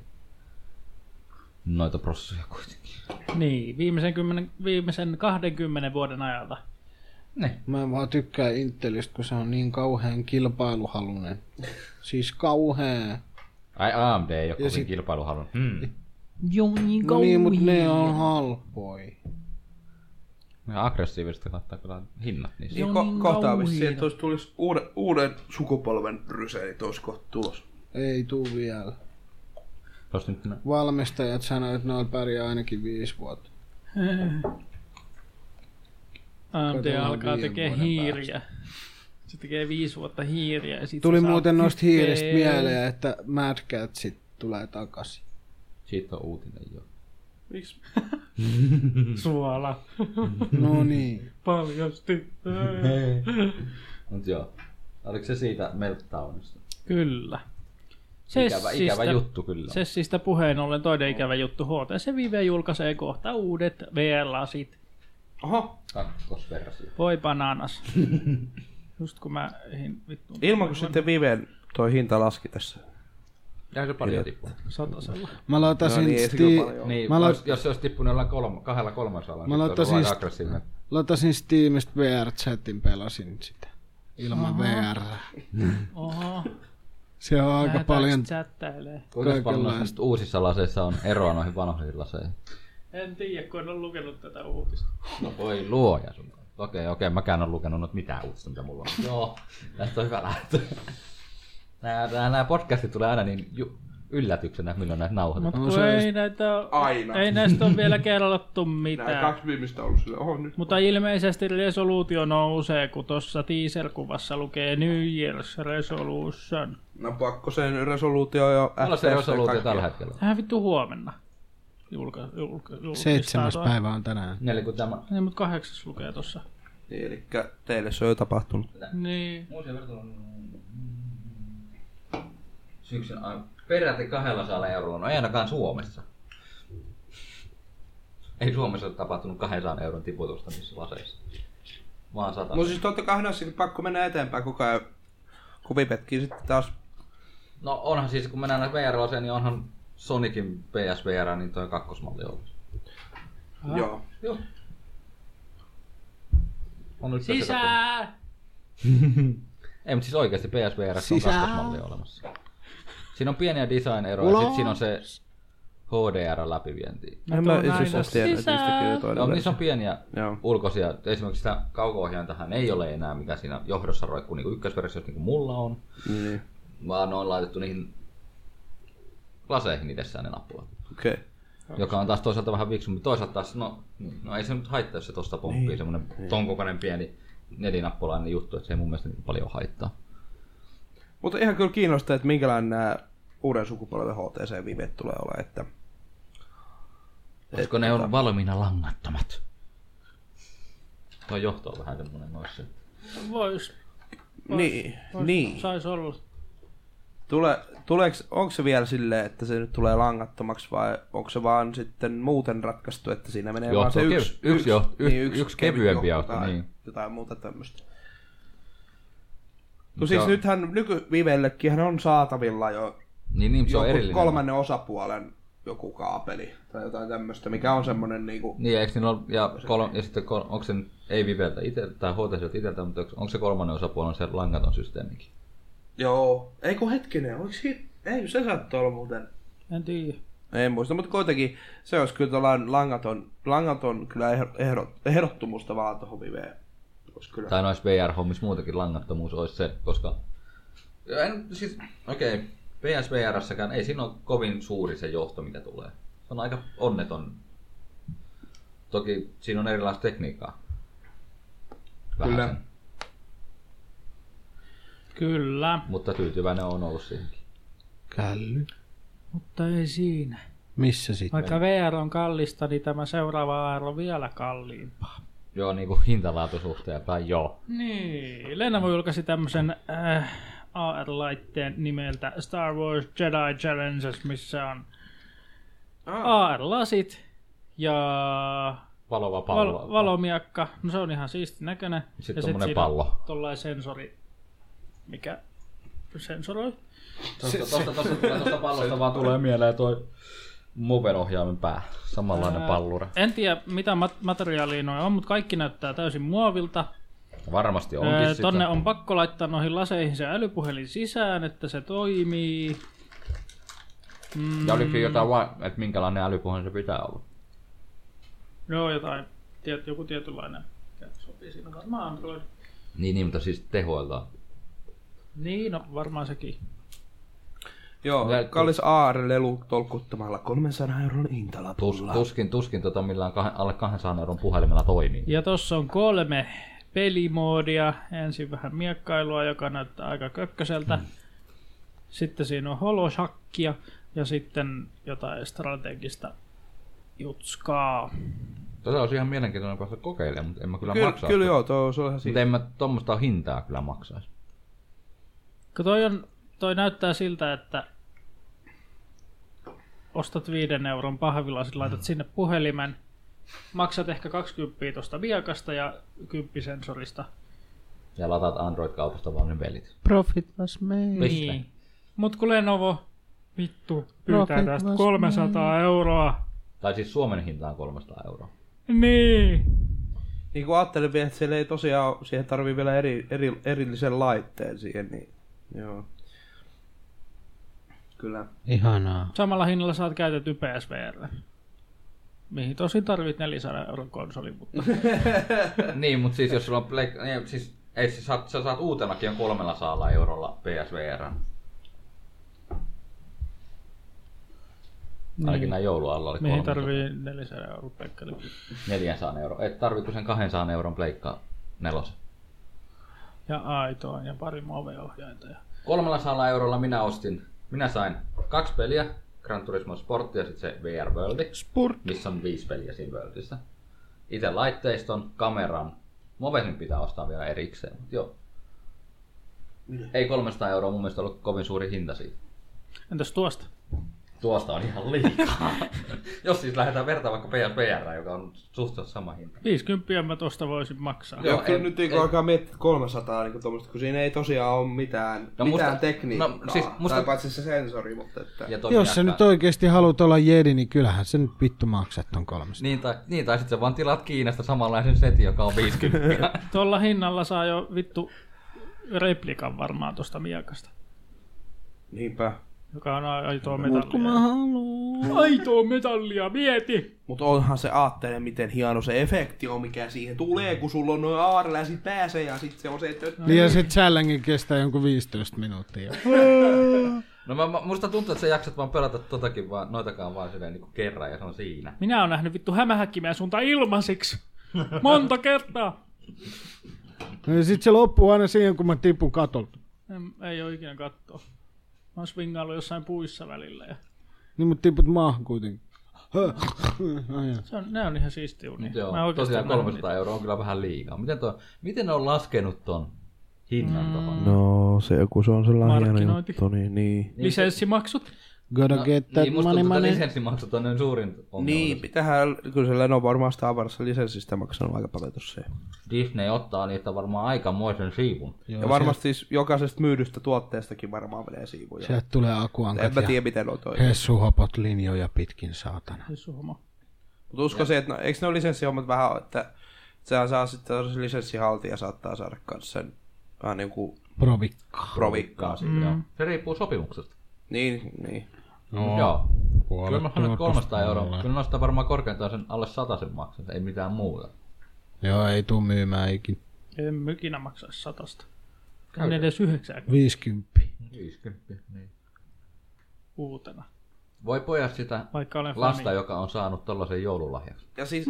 Speaker 5: Noita prosesseja kuitenkin.
Speaker 3: Niin, viimeisen, 10, viimeisen 20 vuoden ajalta.
Speaker 5: Niin.
Speaker 2: Mä vaan tykkään Intelistä, kun se on niin kauhean kilpailuhalunen. Siis kauhean.
Speaker 5: Ai AMD ei ole kovin
Speaker 2: sit-
Speaker 5: kilpailuhalunnut. Mm.
Speaker 3: Joo, niin
Speaker 2: No niin, mutta ne on halpoi.
Speaker 5: Ja aggressiivista kattaa kyllä hinnat niissä.
Speaker 4: Niin
Speaker 3: on
Speaker 4: ko-
Speaker 3: niin
Speaker 4: kohta on
Speaker 3: kauheeta.
Speaker 4: vissiin, että olisi tulisi uuden, uuden sukupolven ryseeni, että olisi kohta tulos.
Speaker 2: Ei tuu vielä.
Speaker 5: Jos nyt nä-
Speaker 2: Valmistajat sanoivat, että noilla pärjää ainakin viisi vuotta.
Speaker 3: AMD
Speaker 2: Katsotaan
Speaker 3: alkaa
Speaker 2: viiden
Speaker 3: tekee
Speaker 2: vuoden
Speaker 3: hiiriä. Se tekee viisi vuotta hiiriä. Ja sit
Speaker 2: Tuli
Speaker 3: se saa
Speaker 2: muuten noista
Speaker 3: tykkeen.
Speaker 2: hiiristä mieleen, että Mad Catsit tulee takaisin.
Speaker 5: Siitä on uutinen jo.
Speaker 4: Miksi?
Speaker 3: Suola.
Speaker 2: No niin.
Speaker 3: Paljosti.
Speaker 5: Mut joo. Oliko se siitä Meltdownista?
Speaker 3: Kyllä.
Speaker 5: Ikävä, ikävä juttu kyllä.
Speaker 3: Sessistä puheen ollen toinen ikävä juttu. HTC Vive julkaisee kohta uudet VR-lasit.
Speaker 4: Oho,
Speaker 5: Kakkosversio.
Speaker 3: Voi bananas. Just kun mä ehdin vittu
Speaker 4: ilman kun sitten Viven toi hinta laski tässä.
Speaker 5: Jäi se pari tippua.
Speaker 3: satasella.
Speaker 2: Mä latasin, no
Speaker 4: No niin,
Speaker 2: niin,
Speaker 4: ei se kyllä
Speaker 2: Steam,
Speaker 4: paljon ole.
Speaker 5: Niin,
Speaker 2: Mä
Speaker 5: jos, jos se olisi tippunut jollain kolma, kahdella kolmasalla,
Speaker 2: Mä siis
Speaker 5: niin se olisi
Speaker 2: laittaisin
Speaker 5: aika
Speaker 2: st-
Speaker 5: aggressiivinen.
Speaker 2: latasin Steamista VR-chatin, pelasin sitä. Ilman VR.
Speaker 3: Oho,
Speaker 2: Se on aika
Speaker 3: lähdetäänkö
Speaker 2: paljon.
Speaker 3: chattailee.
Speaker 5: Kuinka paljon
Speaker 2: Kaikenlaista.
Speaker 5: noissa uusissa laseissa on eroa noihin vanhoihin laseihin?
Speaker 3: En tiedä, kun en ole lukenut tätä uutista.
Speaker 5: No voi luoja sun. Okei, okei, mäkään en lukenut noita mitään uutista, mitä mulla on. Joo, tästä on hyvä lähtö. Nää, nää, nää podcastit tulee aina niin ju- yllätyksenä, milloin näitä nauhoitetaan.
Speaker 3: Mutta
Speaker 2: On
Speaker 3: kun
Speaker 2: se-
Speaker 3: ei näitä
Speaker 4: Aina.
Speaker 3: Ei näistä ole vielä kerrottu
Speaker 4: Nämä
Speaker 3: mitään.
Speaker 4: kaksi viimeistä on ollut sille, oho nyt.
Speaker 3: Mutta ilmeisesti resoluutio nousee, kun tuossa teaser-kuvassa lukee New Year's Resolution.
Speaker 4: No pakko sen resoluutio jo
Speaker 5: Mulla se
Speaker 4: FPS
Speaker 5: resoluutio
Speaker 4: kaikki.
Speaker 5: tällä hetkellä.
Speaker 3: Tähän vittu huomenna. Julka, julka, julkistaa
Speaker 2: Seitsemäs
Speaker 3: toi.
Speaker 2: päivä on tänään.
Speaker 5: Eli kun tämä...
Speaker 3: Niin, mutta kahdeksas lukee tuossa.
Speaker 4: Niin, eli teille se on jo tapahtunut.
Speaker 3: Niin.
Speaker 5: mm, syksyn aikana peräti 200 eurolla. No ei ainakaan Suomessa. Ei Suomessa ole tapahtunut 200 euron tiputusta missä laseissa. Vaan 100.
Speaker 4: Mutta siis totta kai noissakin pakko mennä eteenpäin koko ajan kuvipetkiä sitten taas.
Speaker 5: No onhan siis, kun mennään VR-laseen, niin onhan Sonicin PSVR, niin toi kakkosmalli on.
Speaker 4: Ah. Joo.
Speaker 5: Joo. On nyt tässä
Speaker 3: Sisään!
Speaker 5: Ei, mutta siis oikeasti PSVR on
Speaker 2: Sisään.
Speaker 5: kakkosmalli olemassa. Siinä on pieniä design-eroja, ja sitten siinä on se HDR-läpivienti.
Speaker 4: En mä itse asiassa tiedä, että niistä kyllä
Speaker 5: No,
Speaker 4: toinen
Speaker 5: niissä on
Speaker 4: versio.
Speaker 5: pieniä
Speaker 4: Joo.
Speaker 5: ulkoisia, esimerkiksi sitä kauko-ohjaintahan ei ole enää, mikä siinä johdossa roikkuu niin ykkösversiossa, niin kuin mulla on,
Speaker 4: Niin,
Speaker 5: vaan ne on laitettu niihin laseihin itsessään ne nappulat.
Speaker 4: okei. Okay.
Speaker 5: Joka on taas toisaalta vähän fiksumpi. Toisaalta taas, no, no ei se nyt haittaa, jos se tosta pomppii niin. semmoinen ton kokoinen pieni nelinappulainen juttu, että se ei mun mielestä niin paljon haittaa.
Speaker 4: Mutta ihan kyllä kiinnostaa, että minkälainen nämä uuden sukupolven HTC-vivet tulee olemaan, että
Speaker 5: Olisiko ne on valmiina langattomat? Tuo johto on vähän semmoinen noissa.
Speaker 3: Vois,
Speaker 4: niin,
Speaker 3: vois
Speaker 4: niin.
Speaker 3: sais olla.
Speaker 4: Tule, tuleeks, onko se vielä silleen, että se nyt tulee langattomaksi vai onko se vaan sitten muuten ratkaistu, että siinä menee
Speaker 5: Johto
Speaker 4: vaan se
Speaker 5: on kev-
Speaker 4: yksi, niin,
Speaker 5: yksi johto- yksi- yksi
Speaker 4: kevyt
Speaker 5: kevyempi
Speaker 4: johto
Speaker 5: johto,
Speaker 4: tai
Speaker 5: niin.
Speaker 4: jotain muuta tämmöistä. No
Speaker 5: Mut
Speaker 4: siis
Speaker 5: se on-
Speaker 4: nythän nykyvivellekin on saatavilla jo
Speaker 5: Niin, niin, se on
Speaker 4: joku
Speaker 5: erillinen.
Speaker 4: kolmannen osapuolen joku kaapeli tai jotain tämmöistä, mikä on semmoinen niinku,
Speaker 5: Niin, eikö niillä ole, ja, kol- ja sitten kol- onko se, nyt- ei Viveltä itse, tai HTC itseltä, mutta onko, onko se kolmannen osapuolen se langaton systeemikin?
Speaker 4: joo, ei kun hetkinen, oliks hi- ei se saattoi olla muuten
Speaker 3: En tiedä.
Speaker 4: En muista, mutta kuitenkin se olisi kyllä tällainen langaton, langaton kyllä ehdo- ehdo, ehdottomusta vaan tuohon viveen. Olisi kyllä.
Speaker 5: Tai noissa VR-hommissa muutenkin langattomuus olisi se, koska... En, siis, okei, okay. PSVR-säkään ei siinä ole kovin suuri se johto, mikä tulee. Se on aika onneton. Toki siinä on erilaista tekniikkaa.
Speaker 4: Kyllä.
Speaker 5: sen,
Speaker 3: Kyllä,
Speaker 5: Mutta tyytyväinen on ollut siihenkin.
Speaker 2: Källy.
Speaker 3: mutta ei siinä.
Speaker 2: Missä sitten?
Speaker 3: Vaikka VR on kallista, niin tämä seuraava AR on vielä kalliimpaa.
Speaker 5: Joo, niin kuin hintalaatusuhteen päin, joo.
Speaker 3: Niin, Lenovo julkaisi tämmöisen äh, AR-laitteen nimeltä Star Wars Jedi Challenges, missä on AR-lasit ja
Speaker 5: Valova pallo.
Speaker 3: val- valomiakka. No se on ihan siisti näköinen.
Speaker 5: Sitten
Speaker 3: ja
Speaker 5: tommonen
Speaker 3: siinä on
Speaker 5: pallo.
Speaker 3: Tollainen sensori, mikä sensoroi.
Speaker 5: Tosta, tosta, tosta, tulee tosta pallosta vaan tulee mieleen toi Moven ohjaimen pää. Samanlainen pallura.
Speaker 3: En tiedä mitä mat- materiaalia noin on, mutta kaikki näyttää täysin muovilta.
Speaker 5: Varmasti onkin
Speaker 3: Öö,
Speaker 5: sitä.
Speaker 3: tonne on pakko laittaa noihin laseihin se älypuhelin sisään, että se toimii.
Speaker 5: Ja oliko siinä jotain, va- että minkälainen älypuhelin se pitää olla?
Speaker 3: Joo, jotain, tiet, joku tietynlainen, mikä sopii siinä varmaan Android.
Speaker 5: Niin, niin mutta siis tehoiltaan.
Speaker 3: Niin, no varmaan sekin.
Speaker 4: Joo,
Speaker 5: Lel-
Speaker 4: kallis AR-lelu tolkuttamalla 300 euron
Speaker 5: Tus,
Speaker 4: intalapulla.
Speaker 5: tuskin, tuskin tota millään kah- alle 200 euron puhelimella toimii.
Speaker 3: Ja tossa on kolme pelimoodia. Ensin vähän miekkailua, joka näyttää aika kökköseltä. Mm. Sitten siinä on holoshakkia ja sitten jotain strategista jutskaa.
Speaker 5: Tätä Tota olisi ihan mielenkiintoinen päästä kokeilemaan, mutta en mä kyllä,
Speaker 4: Kyllä,
Speaker 5: maksaa.
Speaker 4: kyllä joo, tuo se on ihan
Speaker 5: Mutta
Speaker 4: siinä.
Speaker 5: en mä tuommoista hintaa kyllä maksaisi.
Speaker 3: Kun toi, on, toi näyttää siltä, että ostat viiden euron pahvilasit, laitat sinne puhelimen, maksat ehkä 20 tuosta viakasta ja 10 sensorista.
Speaker 5: Ja lataat Android-kaupasta vaan ne velit.
Speaker 2: Profit was made.
Speaker 5: Piste.
Speaker 3: Niin. Mut kun Lenovo, vittu, pyytää
Speaker 2: Profit
Speaker 3: tästä
Speaker 2: was
Speaker 3: 300 euroa.
Speaker 5: Tai siis Suomen hintaan 300 euroa.
Speaker 3: Niin.
Speaker 4: Niin kuin ajattelin vielä, että siellä ei tosiaan, oo- siihen tarvii vielä eri, eri, erillisen laitteen siihen, niin joo. Kyllä.
Speaker 2: Ihanaa.
Speaker 3: Samalla hinnalla saat käytetty PSVR. Mihin tosin tarvit 400 euron konsoli, mutta
Speaker 5: niin, mutta siis jos sulla on pleik- niin, siis, ei, siis saat, sä saat uutenakin jo kolmella saalla eurolla PSVR. Ainakin näin joulualla oli
Speaker 3: Niin. mihin
Speaker 5: kolme.
Speaker 3: tarvii 400 euroa pleikkari.
Speaker 5: 400 euroa. Et tarviiko sen 200 euron pleikkaa nelosen?
Speaker 3: Ja aitoa ja pari muoveohjainta. Ja...
Speaker 5: 300 eurolla minä ostin, minä sain kaksi peliä, Gran Turismo Sport ja sitten se VR World,
Speaker 4: Spurt.
Speaker 5: missä on viisi peliä siinä Worldissa. Itse laitteiston, kameran, Movet nyt pitää ostaa vielä erikseen, mutta joo. Ei 300 euroa mun mielestä ollut kovin suuri hinta siitä.
Speaker 3: Entäs tuosta?
Speaker 5: Tuosta on ihan liikaa. Jos siis lähdetään vertaamaan vaikka PSVR, joka on suhteessa sama hinta.
Speaker 3: 50 mä tosta voisin maksaa.
Speaker 5: Joo,
Speaker 4: Joo, kyllä
Speaker 5: en-
Speaker 4: nyt niin
Speaker 5: en-
Speaker 4: alkaa miettiä 300 niin tuommoista, kun siinä ei tosiaan ole mitään,
Speaker 5: No
Speaker 4: no, mitään
Speaker 5: musta-
Speaker 4: musta, tekniikkaa.
Speaker 5: no siis musta-
Speaker 4: Tai paitsi se sensori, mutta että...
Speaker 5: Ja tosiaan-
Speaker 2: Jos sä nyt oikeasti haluat olla jedi, niin kyllähän sä nyt vittu maksat ton kolmesta.
Speaker 5: Niin tai, niin, tai sitten sä vaan tilaat Kiinasta samanlaisen setin, joka on 50.
Speaker 3: Tuolla hinnalla saa jo vittu replikan varmaan tuosta miekasta,
Speaker 4: Niinpä. joka
Speaker 3: joka on aitoa metallia. Aitoa metallia, mieti!
Speaker 4: Mutta onhan se aattele, miten hieno se efekti on, mikä siihen tulee, kun sulla on noin aarella ja sit pääsee ja sit se on se, että...
Speaker 2: Niin ja se challenge kestää jonkun 15 minuuttia.
Speaker 5: No mä, mä- musta tuntuu, että sä jaksat vaan pelata totakin vaan, noitakaan vaan silleen niin kerran ja se on siinä.
Speaker 3: Minä oon nähnyt vittu hämähäkkimään suuntaan ilmaisiksi. Monta kertaa.
Speaker 2: No ja sit se loppuu aina siihen, kun mä tipun katolta.
Speaker 3: En, ei oo ikinä kattoo. Mä oon swingaillut jossain puissa välillä. Ja
Speaker 2: Niin mut tiput maahan kuitenkin. Ai jaa.
Speaker 3: se on, ne on ihan siistiä unia.
Speaker 5: Mut Joo,
Speaker 3: Mä
Speaker 5: mä
Speaker 3: oikeesti
Speaker 5: tosiaan
Speaker 3: oon nähnyt
Speaker 5: 300 euroa on kyllä vähän liikaa. Miten, tuo, miten ne on laskenut ton hinnan mm. tohon?
Speaker 4: No, se joku, se on sellainen
Speaker 3: hieno Markkinointi. juttu,
Speaker 4: niin, niin.
Speaker 3: niitä. Lisenssimaksut?
Speaker 2: Gotta
Speaker 5: No,
Speaker 2: get that
Speaker 5: niin, musta
Speaker 2: money
Speaker 5: tuntuu, että
Speaker 2: money.
Speaker 5: lisenssimaksut on ne suurin ongelma.
Speaker 4: Niin, pitähän, kyllä se Lenovo varmaan sitä avarassa lisenssistä maksanut aika paljon tossa.
Speaker 5: Disney ottaa niistä varmaan aikamoisen siivun.
Speaker 2: Joo,
Speaker 4: Ja varmasti siis jokaisesta myydystä tuotteestakin varmaan menee siivuja.
Speaker 2: Sieltä tulee
Speaker 4: En
Speaker 2: akuankat
Speaker 4: mä tiedä,
Speaker 2: ja
Speaker 4: miten on toi.
Speaker 2: hessuhopot linjoja pitkin, saatana.
Speaker 3: Siis suhomo.
Speaker 4: Mutta uskoisin, että no, eikö ne ole lisenssihommat vähän, että sehän saa sitten se lisenssihaltija saattaa saada myös sen vähän niin kuin
Speaker 2: Provikka.
Speaker 4: provikkaa.
Speaker 5: Mm. Joo. Se riippuu sopimuksesta.
Speaker 4: Niin, niin.
Speaker 5: No, Joo.
Speaker 2: puolet
Speaker 5: Kyllä mä sanon, että
Speaker 2: tuotosta
Speaker 5: 300 euroa.
Speaker 2: mulle.
Speaker 5: Kyllä nostaa varmaan korkeintaan sen alle sen maksaa, ei mitään muuta.
Speaker 2: Joo, ei tuu myymään ikin.
Speaker 3: En mykinä maksaisi satasta. En edes 90
Speaker 2: 50.
Speaker 5: 50, niin.
Speaker 3: uutena.
Speaker 5: Voi pojat sitä
Speaker 3: Vaikka olen
Speaker 5: lasta,
Speaker 3: fani.
Speaker 5: joka on saanut tollasen joululahjaksi.
Speaker 4: Ja siis,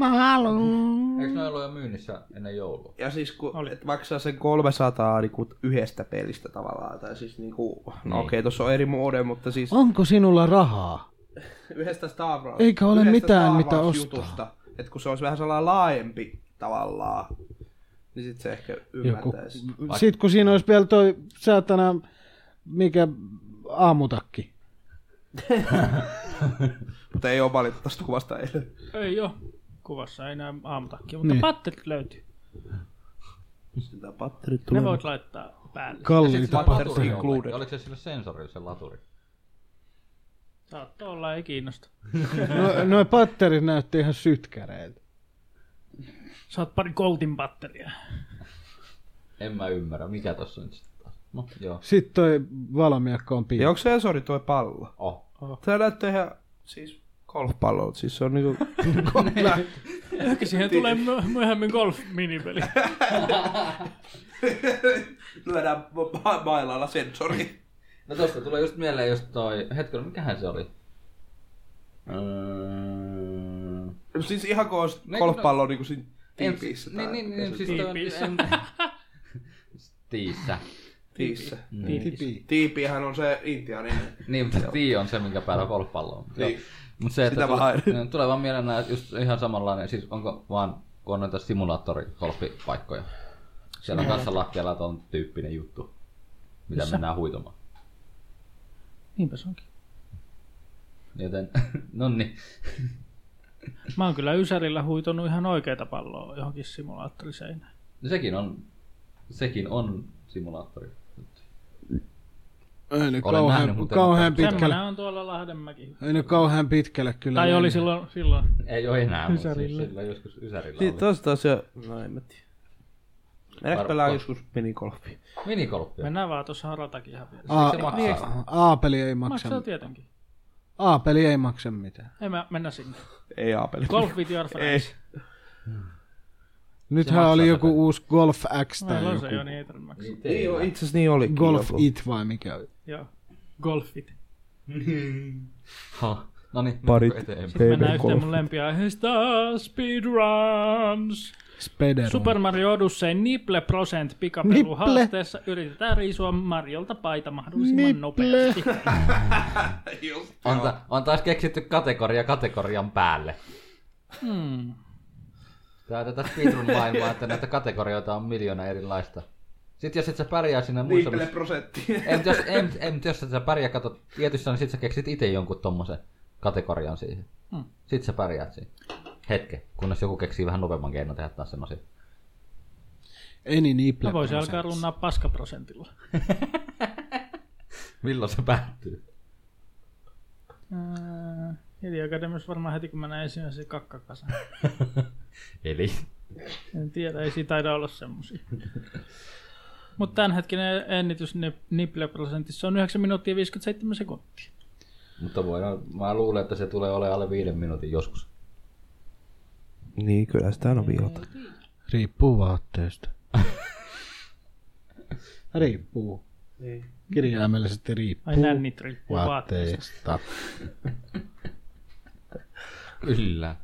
Speaker 5: Eikö ne ollut jo myynnissä ennen joulua?
Speaker 4: ja siis kun
Speaker 3: Oli.
Speaker 4: et maksaa sen 300 niin kuin yhdestä pelistä tavallaan, tai siis niin kuin, no
Speaker 5: Niin.
Speaker 4: niin. okei, tuossa on eri muode, mutta siis
Speaker 2: Onko sinulla rahaa?
Speaker 4: yhdestä Star Wars.
Speaker 2: Eikä ole
Speaker 4: yhdestä
Speaker 2: mitään,
Speaker 4: Star
Speaker 2: mitä
Speaker 4: Wars-jutusta.
Speaker 2: ostaa.
Speaker 4: Et kun se olisi vähän sellainen laajempi tavallaan, niin sit se ehkä
Speaker 2: Joku.
Speaker 4: ymmärtäisi.
Speaker 2: Sitten kun siinä olisi vielä toi saatana, mikä aamutakki.
Speaker 4: Mutta ei ole valittu tästä kuvasta eilen.
Speaker 3: Ei joo. Kuvassa ei näy aamutakki, mutta
Speaker 2: Niin.
Speaker 3: niin. patterit löytyy.
Speaker 4: Sitä patterit
Speaker 3: Ne voit laittaa päälle.
Speaker 2: Kalliita
Speaker 5: Vai
Speaker 2: patteria.
Speaker 5: laturi
Speaker 4: included.
Speaker 5: oli? Oliko se sillä sensorilla se laturi?
Speaker 3: Saattaa olla, ei kiinnosta.
Speaker 2: No, noi patterit näytti ihan sytkäreiltä.
Speaker 3: Saat pari Golden batteria.
Speaker 5: En mä ymmärrä, mikä tossa nyt sitten taas. No, joo.
Speaker 2: Sitten toi valmiakko on
Speaker 4: Ja
Speaker 2: pieni.
Speaker 4: onko sensori toi pallo?
Speaker 5: Oh.
Speaker 4: Se näyttää ihan siis golfpallolta, siis se on niinku...
Speaker 3: Ehkä siihen tulee my- myöhemmin golf-minipeli.
Speaker 4: Lyödään ma- mailalla sensori.
Speaker 5: No tosta tulee just mieleen just toi, hetkellä, mikähän se oli? Öö...
Speaker 4: Siis ihan kun olisi
Speaker 5: Ne-
Speaker 4: golfpallo niinku siinä
Speaker 5: en-
Speaker 4: tiipiissä.
Speaker 5: Niin, niin, niin, siis toi on...
Speaker 3: Tiipiissä.
Speaker 5: en- Tiissä.
Speaker 4: Tiissä.
Speaker 2: Tipi.
Speaker 4: Tiipihän on se intiaaninen.
Speaker 5: Niin, mutta se tii on se, minkä päällä golfpallo on.
Speaker 4: Niin.
Speaker 5: Joo. Mut se, että
Speaker 4: Sitä mä hain.
Speaker 5: tulee, niin, tulee vaan mieleen nää just ihan samanlainen, siis onko vaan, kun on noita simulaattorikolppipaikkoja. Siellä on kanssa lattialla ton tyyppinen juttu, mitä
Speaker 3: Missä?
Speaker 5: mennään huitomaan.
Speaker 3: Niinpä se onkin.
Speaker 5: Joten, no niin. nonni.
Speaker 3: Mä oon kyllä Ysärillä huitonut ihan oikeita palloa johonkin simulaattoriseinään.
Speaker 5: No sekin on, sekin on simulaattori.
Speaker 2: Ei ne
Speaker 5: Olen nähnyt,
Speaker 2: kauhean,
Speaker 5: mutta en
Speaker 2: kauhean
Speaker 5: ole
Speaker 2: pitkälle. No
Speaker 3: Semmoinen on tuolla Lahdenmäki.
Speaker 2: Ei ne kauhean pitkälle kyllä.
Speaker 3: Tai
Speaker 2: mennyt.
Speaker 3: oli silloin, silloin.
Speaker 5: Ei ole enää, mutta siis
Speaker 3: Ysärillä.
Speaker 5: sillä joskus Ysärillä
Speaker 4: Niin,
Speaker 5: oli.
Speaker 4: tos taas jo... No en mä tiedä. Mennäänkö
Speaker 5: Varmaan.
Speaker 4: pelaa joskus minigolfia?
Speaker 5: Minikolppia.
Speaker 3: Mennään vaan tuossa haratakin ihan vielä.
Speaker 2: Aa,
Speaker 5: Se maksaa.
Speaker 2: Aapeli ei maksa.
Speaker 3: Maksaa tietenkin.
Speaker 2: Aapeli ei maksa mitään.
Speaker 3: Ei mä mennä sinne.
Speaker 4: Ei aapeli.
Speaker 3: Golf with your friends.
Speaker 2: Nythän
Speaker 5: maksaa
Speaker 2: oli
Speaker 5: tätä.
Speaker 2: joku uusi Golf X tai
Speaker 3: Meillä on
Speaker 2: joku.
Speaker 3: se jo, niin ei tarvitse maksaa.
Speaker 5: Niin
Speaker 4: Niin,
Speaker 5: teillä.
Speaker 4: itse asiassa niin olikin
Speaker 2: Golf
Speaker 4: joku.
Speaker 2: It vai mikä oli?
Speaker 3: Joo. Golfit.
Speaker 5: Ha. No niin,
Speaker 4: Parit.
Speaker 5: eteenpäin.
Speaker 3: Sitten
Speaker 4: Baby
Speaker 3: mennään yhteen
Speaker 4: golf.
Speaker 3: mun lempiaiheesta. Speedruns.
Speaker 2: Spedero.
Speaker 3: Super Mario Odyssey Nipple Procent pikapelu
Speaker 2: Nipple.
Speaker 3: haasteessa yritetään riisua Mariolta paita mahdollisimman
Speaker 2: Nipple.
Speaker 3: nopeasti.
Speaker 5: On, ta- on taas keksitty kategoria kategorian päälle.
Speaker 3: Hmm.
Speaker 5: Tää on tätä speedrun maailmaa, että näitä kategorioita on miljoona erilaista. Sitten jos et sä pärjää siinä muissa...
Speaker 4: Viittele prosenttia.
Speaker 5: Ei, mutta jos, ei, mutta- ei, mutta jos et sä pärjää katot tietyssä, niin sit sä keksit itse jonkun tommosen kategorian siihen.
Speaker 3: Hmm.
Speaker 5: Hmm. Sit sä pärjäät siihen. Hetke, kunnes joku keksii vähän nopeamman keinon tehdä taas sen asian.
Speaker 2: Eni niple.
Speaker 3: Mä voisin alkaa runnaa paskaprosentilla.
Speaker 5: Milloin se päättyy?
Speaker 3: Ää, Hiiliakademius varmaan heti kun mä näin ensimmäisen kakkakasan.
Speaker 5: Eli?
Speaker 3: En tiedä, ei siinä taida olla semmosia. Mutta tämänhetkinen ennitys Niple-prosentissa on 9 minuuttia 57 sekuntia.
Speaker 5: Mutta voidaan, mä luulen, että se tulee olemaan alle viiden minuutin joskus.
Speaker 4: Niin, kyllä sitä on viota.
Speaker 2: Riippuu vaatteesta. riippuu.
Speaker 3: Niin.
Speaker 2: Kirjaimellisesti riippuu
Speaker 3: Ai nännit riippuu vaatteista.
Speaker 2: vaatteesta.
Speaker 5: Kyllä.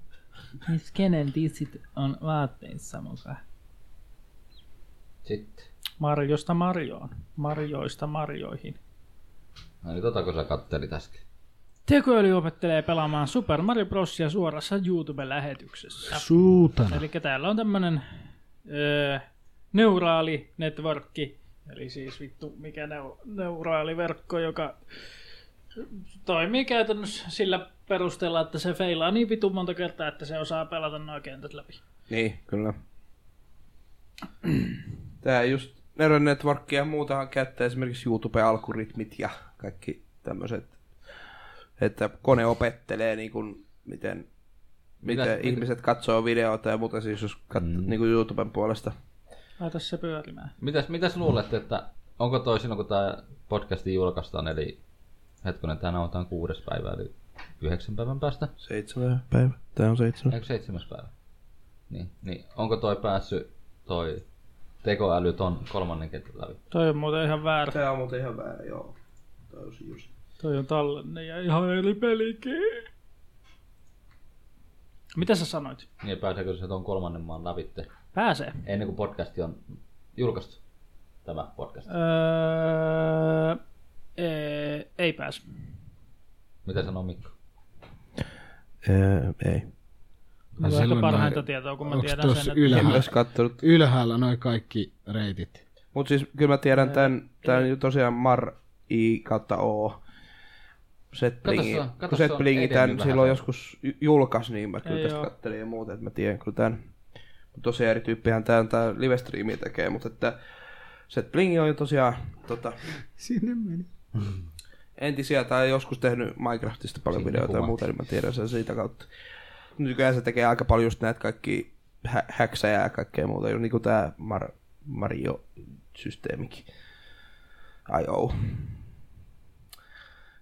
Speaker 3: Siis kenen tissit on vaatteissa mukaan?
Speaker 5: Sitten.
Speaker 3: Marjosta marjoon. Marjoista marjoihin.
Speaker 5: No niin, tota kun sä kattelit äsken.
Speaker 3: Tekoäly opettelee pelaamaan Super Mario Brosia suorassa YouTube-lähetyksessä.
Speaker 2: Suutana.
Speaker 3: Eli täällä on tämmönen öö, neuraali networkki, eli siis vittu mikä neu- neuraali verkko, joka toimii käytännössä sillä perusteella, että se feilaa niin vitun monta kertaa, että se osaa pelata nuo kentät läpi.
Speaker 4: Niin, kyllä. Tää just Neural Network ja muutahan käyttää esimerkiksi YouTube-algoritmit ja kaikki tämmöiset, että kone opettelee niin kuin, miten, miten
Speaker 5: Mitä-
Speaker 4: ihmiset katsoo videota ja muuta siis jos katsoo mm. niin kuin YouTuben puolesta.
Speaker 3: Laita se pyörimään.
Speaker 5: Mitäs, mitäs luulette, että onko toi silloin, kun tämä podcasti julkaistaan, eli hetkinen, tämä nauhoitetaan kuudes päivä, eli yhdeksän päivän päästä?
Speaker 4: Seitsemän päivä. Tää on seitsemän.
Speaker 5: Eikö seitsemäs päivä? Niin, niin onko toi päässyt toi tekoäly ton kolmannen kentän läpi?
Speaker 3: Toi on muuten ihan väärä.
Speaker 4: Tää on muuten ihan väärä, joo. Täysin just.
Speaker 3: Toi on tallenne ja ihan eri pelikin. Mitä sä sanoit?
Speaker 5: Niin pääseekö se ton kolmannen maan läpitte
Speaker 3: Pääsee.
Speaker 5: ennen kuin podcasti on julkaistu? Tämä podcast.
Speaker 3: Öö, ee, ei pääse.
Speaker 5: Mitä sanoo Mikko?
Speaker 4: Öö, ei.
Speaker 3: Mä
Speaker 2: silloin
Speaker 3: ehkä
Speaker 2: noi-
Speaker 3: parhainta tietoa, kun mä
Speaker 2: Onks
Speaker 3: tiedän
Speaker 2: tossa
Speaker 3: sen, että...
Speaker 4: En
Speaker 2: ylhäällä,
Speaker 4: myös kattonut.
Speaker 2: ylhäällä noin kaikki reitit?
Speaker 4: Mut siis kyllä mä tiedän tän, tän ju- tosiaan Mar I kautta O. Setblingi,
Speaker 5: Kato se on- kato
Speaker 4: kun
Speaker 5: se on
Speaker 4: Setblingi
Speaker 5: edennyt
Speaker 4: tän
Speaker 5: vähän
Speaker 4: silloin
Speaker 5: se.
Speaker 4: joskus ju- julkaisi, niin mä kyllä
Speaker 3: Ei
Speaker 4: tästä
Speaker 3: oo.
Speaker 4: kattelin ja muuta, että mä tiedän kyllä tän. Mut tosiaan eri tyyppihän tän tää livestriimi tekee, mutta että Setblingi on jo tosiaan tota,
Speaker 2: Sinne meni.
Speaker 4: entisiä tai joskus tehnyt Minecraftista paljon
Speaker 5: Siinä
Speaker 4: videoita ja
Speaker 5: kuvat.
Speaker 4: muuta, niin mä tiedän sen siitä kautta. Nykyään se tekee aika paljon just näitä kaikki hä- häksejä ja kaikkea muuta, just niin kuin tämä Mar- Mario-systeemikin. Ai oo.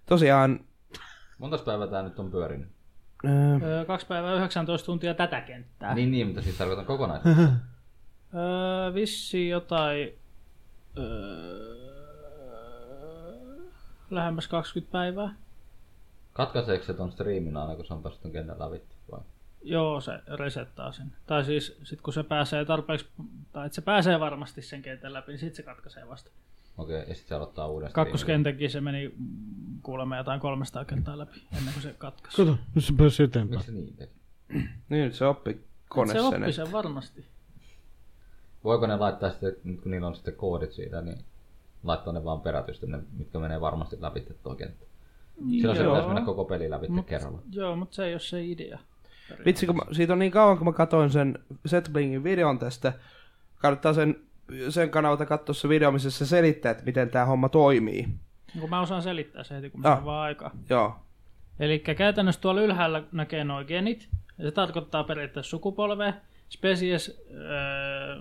Speaker 4: Tosiaan,
Speaker 5: Montas päivää tää nyt on pyörinyt?
Speaker 4: öö,
Speaker 3: Öö, kaksi päivää 19 tuntia tätä kenttää.
Speaker 5: Niin, niin, mutta siis tarkoitan kokonaan.
Speaker 3: Öö, vissi jotain... Öö, lähemmäs 20 päivää.
Speaker 5: Katkaiseeko se ton striimin aina, kun se on päässyt ton kentän läpitte? Vai?
Speaker 3: Joo, se resettaa sen. Tai siis sit kun se pääsee tarpeeksi, tai että se pääsee varmasti sen kentän läpi, niin sit se katkaisee vasta.
Speaker 5: Okei, ja sitten se aloittaa uuden striimin.
Speaker 3: Kakkoskentäkin se meni mm, kuulemma jotain 300 kertaa läpi ennen kuin se katkaisi.
Speaker 2: Kato, nyt se pääsi eteenpäin.
Speaker 5: Miksi se niin teki?
Speaker 4: niin nyt se oppi kone
Speaker 3: Se oppi
Speaker 4: sen.
Speaker 3: sen varmasti.
Speaker 5: Voiko ne laittaa sitten, nyt kun niillä on sitten koodit siitä, niin laittaa ne vaan perätystä, ne, mitkä menee varmasti läpi tuo kenttä. Silloin se
Speaker 3: Joo.
Speaker 5: pitäisi mennä koko peli läpi
Speaker 3: Mut-
Speaker 5: kerralla.
Speaker 3: Joo, mutta se ei ole se idea.
Speaker 4: Vitsi, kun mä, siitä on niin kauan, kun mä katsoin sen Setblingin videon tästä. Kannattaa sen, sen kanavalta katsoa se video, missä se selittää, että miten tämä homma toimii.
Speaker 3: Niin kun mä osaan selittää se heti, kun mä
Speaker 4: Ah.
Speaker 3: ah. vaan aikaa.
Speaker 4: Joo,
Speaker 3: Eli käytännössä tuolla ylhäällä näkee nuo genit. Ja se tarkoittaa periaatteessa sukupolvea, species, öö,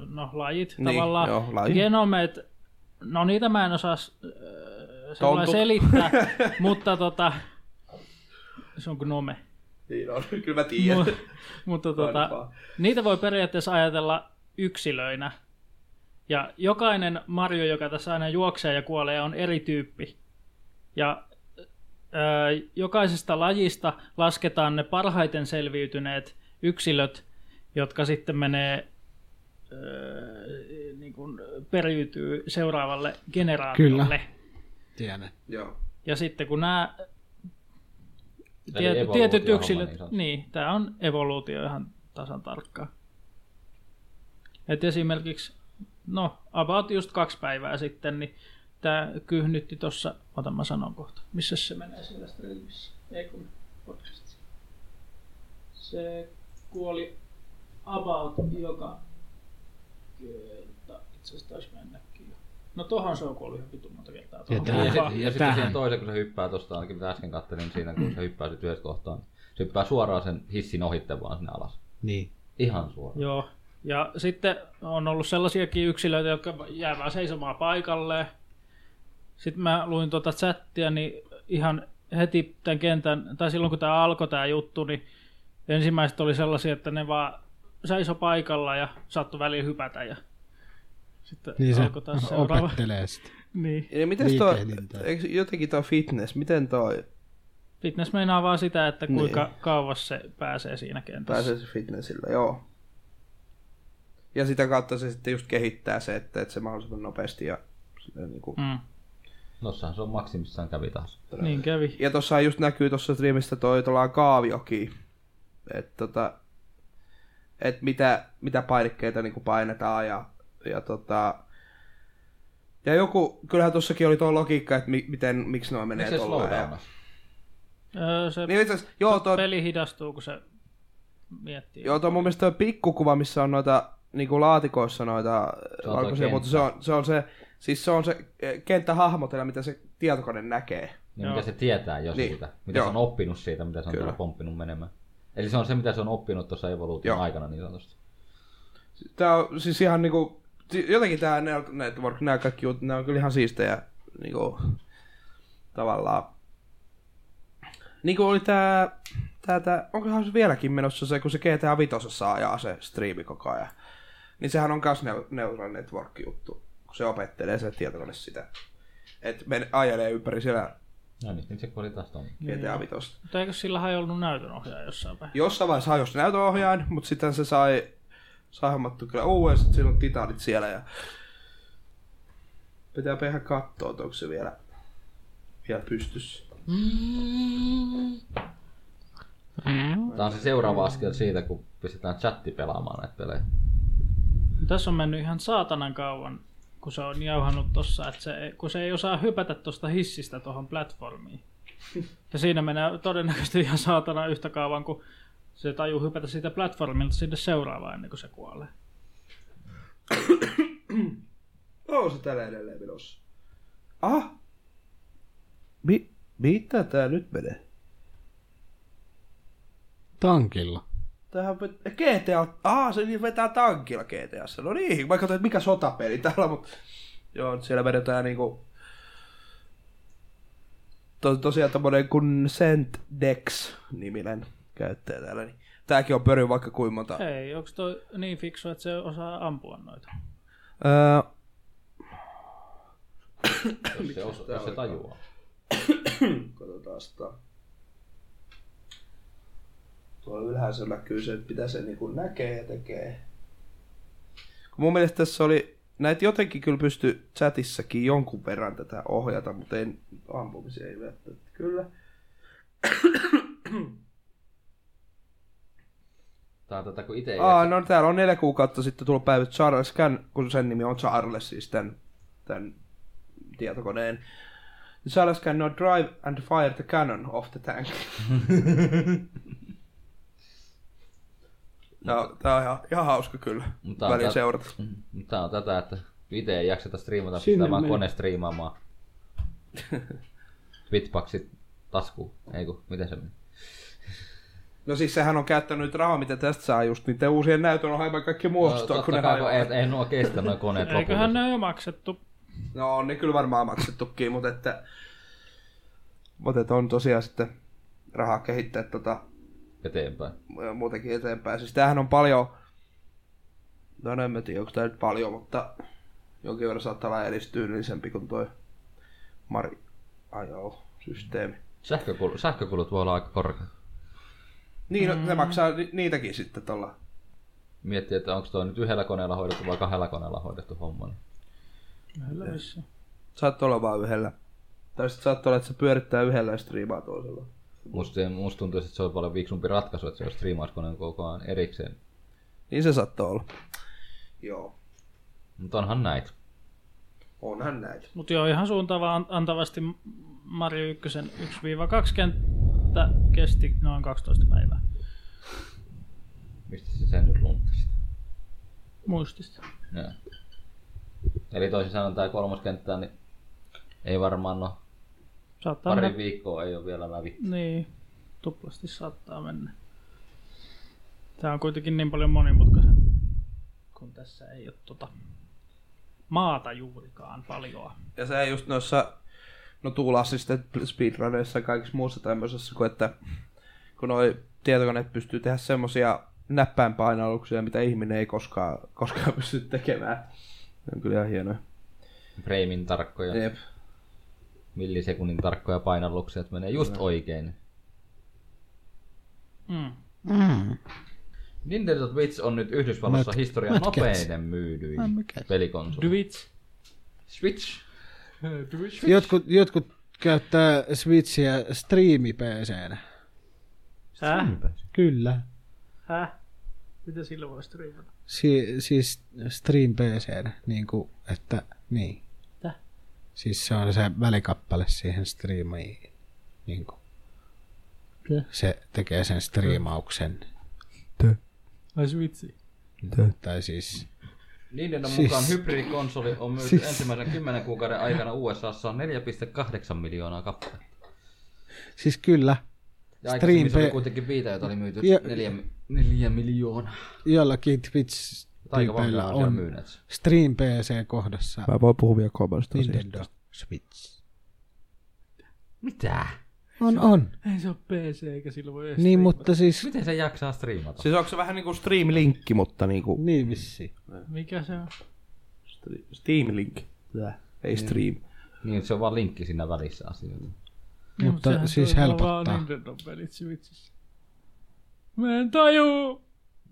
Speaker 3: no lajit
Speaker 4: Niin,
Speaker 3: tavallaan.
Speaker 4: joo, laji.
Speaker 3: Genomeet, no niitä mä en osaa s- öö, sillä
Speaker 4: Tontut.
Speaker 3: selittää, mutta tota, se on kuin nome.
Speaker 4: Niin on, kyllä mä tiedän.
Speaker 3: Mu- mutta tota,
Speaker 4: Ainakaan.
Speaker 3: niitä voi periaatteessa ajatella yksilöinä. Ja jokainen Mario, joka tässä aina juoksee ja kuolee, on eri tyyppi. Ja öö, jokaisesta lajista lasketaan ne parhaiten selviytyneet yksilöt, jotka sitten menee öö, niin kuin periytyy seuraavalle generaatiolle.
Speaker 2: Kyllä. Tiedän.
Speaker 4: Joo.
Speaker 3: Ja sitten kun nämä
Speaker 5: Eli
Speaker 3: tiet,
Speaker 5: evoluutio
Speaker 3: tietyt
Speaker 5: homma
Speaker 3: yksilöt,
Speaker 5: niin
Speaker 3: niin,
Speaker 5: sanotusti.
Speaker 3: niin tämä on evoluutio ihan tasan tarkkaan. Et esimerkiksi no about just kaksi päivää sitten, niin tämä kyhnytti tuossa, ota mä sanon kohta, missä se menee siellä streamissä, ei kun podcastissa. Se kuoli about joka kerta, itse asiassa taisi mennäkin jo. No tohon se on kuollut ihan vitun monta kertaa. Tohon
Speaker 2: tää-
Speaker 5: Ja,
Speaker 3: kuolee.
Speaker 5: sit, ja sitten
Speaker 2: tähän.
Speaker 5: siihen toiseen, kun se hyppää tuosta, ainakin mitä äsken katselin siinä, kun se hyppää sit yhdessä kohtaan, niin se hyppää suoraan sen hissin ohitte vaan sinne alas.
Speaker 2: Niin.
Speaker 5: Ihan suoraan.
Speaker 3: Joo. Ja sitten on ollut sellaisiakin yksilöitä, jotka jää vaan seisomaan paikalleen. Sitten mä luin tuota chattia, niin ihan heti tämän kentän, tai silloin kun tämä alkoi tämä juttu, niin ensimmäiset oli sellaisia, että ne vaan seiso paikalla ja saattoi väliin hypätä ja sitten
Speaker 2: Niin se
Speaker 3: alkoi taas seuraava.
Speaker 2: opettelee sitä.
Speaker 3: Niin.
Speaker 4: Eli miten toi,
Speaker 2: Liikehdintää.
Speaker 4: eikö jotenkin toi fitness, miten toi
Speaker 3: Fitness meinaa vaan sitä, että kuinka niin. kauas se pääsee siinä kentässä.
Speaker 4: pääsee se fitnessillä, joo. Ja sitä kautta se sitten just kehittää se, että, että se mahdollisimman nopeasti ja silleen niinku.
Speaker 3: Mm.
Speaker 5: Tossahan se on maksimissaan kävi taas.
Speaker 3: Niin kävi.
Speaker 4: Ja tossa just näkyy tuossa streamistä toi tuolla kaavioki. Että tota, et mitä, mitä painekkeita niinku painetaan ja, ja tota, ja joku, kyllähän tuossakin oli tuo logiikka, että mi, miten, miksi noin menee
Speaker 5: Miksi se
Speaker 4: tuolla. Ja...
Speaker 5: slowdownassa?
Speaker 3: Öö, se
Speaker 4: Niin itse asiassa, joo, tuo,
Speaker 3: peli hidastuu, kun se miettii.
Speaker 4: Joo, tuo mun mielestä tuo pikkukuva, missä on noita niinku laatikoissa noita
Speaker 5: Se on
Speaker 4: valkoisia,
Speaker 5: toi
Speaker 4: mutta se on, se on se, siis se on se eh, kenttähahmotella, mitä se tietokone näkee.
Speaker 5: Niin
Speaker 3: Joo.
Speaker 5: mitä se tietää jo
Speaker 4: Niin.
Speaker 5: siitä, mitä
Speaker 4: Joo.
Speaker 5: se on oppinut siitä, mitä se on
Speaker 4: Kyllä.
Speaker 5: täällä pomppinut menemään. Eli se on se, mitä se on oppinut tuossa evoluution
Speaker 4: Joo.
Speaker 5: aikana niin sanotusti.
Speaker 4: Tää on siis ihan niinku, si- jotenkin tää Neural Network, nää kaikki jutut, nää on kyllä ihan siistejä, niinku, tavallaan. Niinku oli tää, tää, tää, onkohan se vieläkin menossa se, kun se GTA 5 saa ajaa se striimi koko ajan. Niin sehän on kans Neu- Neural Network juttu, kun se opettelee se tietokone sitä. Et men ajelee ympäri siellä
Speaker 5: No niin, nyt se kuoli taas tuon.
Speaker 4: GTA 5.
Speaker 3: Mutta eikö sillä ei ollut näytönohjaaja jossain päin?
Speaker 4: Jossain vaiheessa hajosi näytönohjaajan, mutta sitten se sai, sai hommattu kyllä uuden, sitten siinä on titaanit siellä ja pitää ihan katsoa, että onko se vielä, vielä pystyssä.
Speaker 5: Tämä on se seuraava askel siitä, kun pistetään chatti pelaamaan näitä pelejä.
Speaker 3: Tässä on mennyt ihan saatanan kauan, kun se on jauhannut tossa, että se, ei- kun se ei osaa hypätä tosta hissistä tuohon platformiin. Ja siinä menee todennäköisesti ihan saatana yhtä kauan, kun se tajuu hypätä siitä platformilta sinne seuraavaan ennen kuin se kuolee.
Speaker 4: No, On se täällä edelleen menossa. Ah! Mi- mitä tää nyt menee?
Speaker 2: Tankilla.
Speaker 4: Tähän vet- GTA... Ah, se niin vetää tankilla GTAssa. No niin, mä katsoin, että mikä sotapeli täällä on, mutta... Joo, nyt siellä vedetään niinku... To, tosiaan tämmönen kuin Sentex-niminen käyttäjä täällä. Niin. Tääkin on pöry vaikka kuinka monta.
Speaker 3: Ei, onko toi niin fiksu, että se osaa ampua noita?
Speaker 4: Öö,
Speaker 5: Jos se, osa, jos se tajuaa.
Speaker 4: katsotaan sitä. Tuolla ylhäällä näkyy se, että mitä se niinku näkee ja tekee. Kun mun mielestä tässä oli, näitä jotenkin kyllä pysty chatissakin jonkun verran tätä ohjata, mutta en, ampumisia ei välttämättä kyllä.
Speaker 5: Tää on tätä, kun itse ei
Speaker 4: Aa, no täällä on neljä kuukautta sitten tullut päivä Charles Can, kun sen nimi on Charles, siis tämän, tämän tietokoneen. Charles can now drive and fire the cannon off the tank. no, tää on ihan, ihan hauska kyllä.
Speaker 5: Mutta-
Speaker 4: Välillä
Speaker 5: tää-
Speaker 4: seurata.
Speaker 5: Mm, Tää on tätä, että itse ei jakseta striimata,
Speaker 2: Sinne
Speaker 5: pistää vaan
Speaker 2: meni.
Speaker 5: kone striimaamaan. Bitboxit tasku, ei kun, miten se meni?
Speaker 4: No siis sehän on käyttänyt nyt rahaa, mitä tästä saa just niiden uusien näytön on aivan kaikki muostoa, kun
Speaker 5: No,
Speaker 4: ne
Speaker 5: kai, kun
Speaker 4: hajoaa.
Speaker 5: ei, ei nuo kestä nuo koneet lopulta.
Speaker 3: Eiköhän ne ole jo maksettu.
Speaker 4: No on ne kyllä varmaan maksettukin, mutta että... Mutta että on tosiaan sitten rahaa kehittää tota
Speaker 5: eteenpäin.
Speaker 4: ja muutenkin eteenpäin. Siis tämähän on paljon, no en mä tiedä, onko tämä nyt paljon, mutta jonkin verran saattaa olla edistyyllisempi kuin toi Mari Ajo systeemi.
Speaker 5: Sähkökulut, sähkökulut voi olla aika korkeat.
Speaker 4: Niin, no, ne maksaa ni- niitäkin sitten tuolla.
Speaker 5: Miettii, että onko tuo nyt yhdellä koneella hoidettu vai kahdella koneella hoidettu homma. Niin.
Speaker 3: Kyllä vissiin.
Speaker 4: Saattaa olla vaan yhdellä. Tai sitten saattaa olla, että se pyörittää yhdellä ja striimaa toisella.
Speaker 5: Musta, se- musta tuntuu, että se on paljon viksumpi ratkaisu, että se on striimauskoneen koko ajan erikseen.
Speaker 4: Niin se saattaa olla. Joo.
Speaker 5: Mutta onhan näitä.
Speaker 4: Onhan näitä.
Speaker 3: Mutta joo, ihan suuntaan antavasti Mario 1 1-2 kenttä kesti noin 12 päivää
Speaker 5: Mistä se sen nyt lunttasi?
Speaker 3: muistista.
Speaker 5: Joo. Eli toisin sanoen tämä kolmas kenttä, niin ei varmaan no
Speaker 3: Saattaa
Speaker 5: pari
Speaker 3: mennä,
Speaker 5: viikkoa ei ole vielä läpi.
Speaker 3: niin, tuplasti saattaa mennä. Tämä on kuitenkin niin paljon monimutkaisen, kun tässä ei ole tota maata juurikaan paljoa.
Speaker 4: Ja se just noissa, no tuulassisten speedrunneissa ja kaikissa muussa tämmöisessä, kun että kun noi tietokoneet pystyy tehdä semmosia näppäinpainalluksia, mitä ihminen ei koskaan, koskaan pysty tekemään. Ne on kyllä ihan hienoja.
Speaker 5: Freimin tarkkoja,
Speaker 4: Jep.
Speaker 5: millisekunnin tarkkoja painalluksia, että menee just oikein.
Speaker 3: Mm.
Speaker 5: Nintendo Switch on nyt Yhdysvalloissa historian
Speaker 2: Mätkäs.
Speaker 5: nopeiden myydyin
Speaker 2: Ai, mikä?
Speaker 5: pelikonsoli.
Speaker 3: Dwitch.
Speaker 5: Switch.
Speaker 2: Jotkut, jotkut käyttää Switchiä striimi PCnä.
Speaker 3: Häh?
Speaker 2: Kyllä.
Speaker 3: Häh? Mitä sillä voi striimata?
Speaker 2: Si- siis stream PCnä, niin kuin, että niin.
Speaker 3: Mitä?
Speaker 2: Siis se on se välikappale siihen striimiin. Niin kuin.
Speaker 3: Mitä?
Speaker 2: Se tekee sen striimauksen.
Speaker 3: Ai Switchi.
Speaker 2: Tai siis
Speaker 5: Nintendo
Speaker 2: Siis-
Speaker 5: mukaan hybridikonsoli on myyty
Speaker 2: Siis-
Speaker 5: ensimmäisen 10 kuukauden aikana USAssa 4,8 miljoonaa kappaletta.
Speaker 2: Siis kyllä,
Speaker 5: Ja aikaisemmin se
Speaker 2: Stream
Speaker 5: oli
Speaker 2: P-
Speaker 5: kuitenkin viitä, joita oli myyty
Speaker 2: Ja-
Speaker 5: 4, neljä miljoonaa.
Speaker 2: jollakin
Speaker 5: Tai aika paljon
Speaker 2: Twitch-tyypeillä
Speaker 5: on
Speaker 2: on
Speaker 5: myyneet.
Speaker 2: Stream PC-kohdassa
Speaker 4: Mä voin puhua vielä kolmannesta
Speaker 2: Nintendo Switch.
Speaker 5: Mitä?
Speaker 2: On, on.
Speaker 3: Ei se ole PC eikä sillä voi edes
Speaker 2: Niin, mutta siis...
Speaker 5: Miten se jaksaa striimata?
Speaker 4: Siis onko se vähän niinku Stream-linkki, mutta niinku...
Speaker 2: Niin vissi.
Speaker 3: Mikä se on?
Speaker 4: Stri- Steam-linkki. Ei stream.
Speaker 5: Niin, se on vaan linkki siinä välissä asioita.
Speaker 2: Mutta
Speaker 3: Niin, sehän
Speaker 2: siis
Speaker 3: toimii
Speaker 2: helpottaa.
Speaker 3: Vaan Nintendo-pelit Switchissä. Mä en tajuu!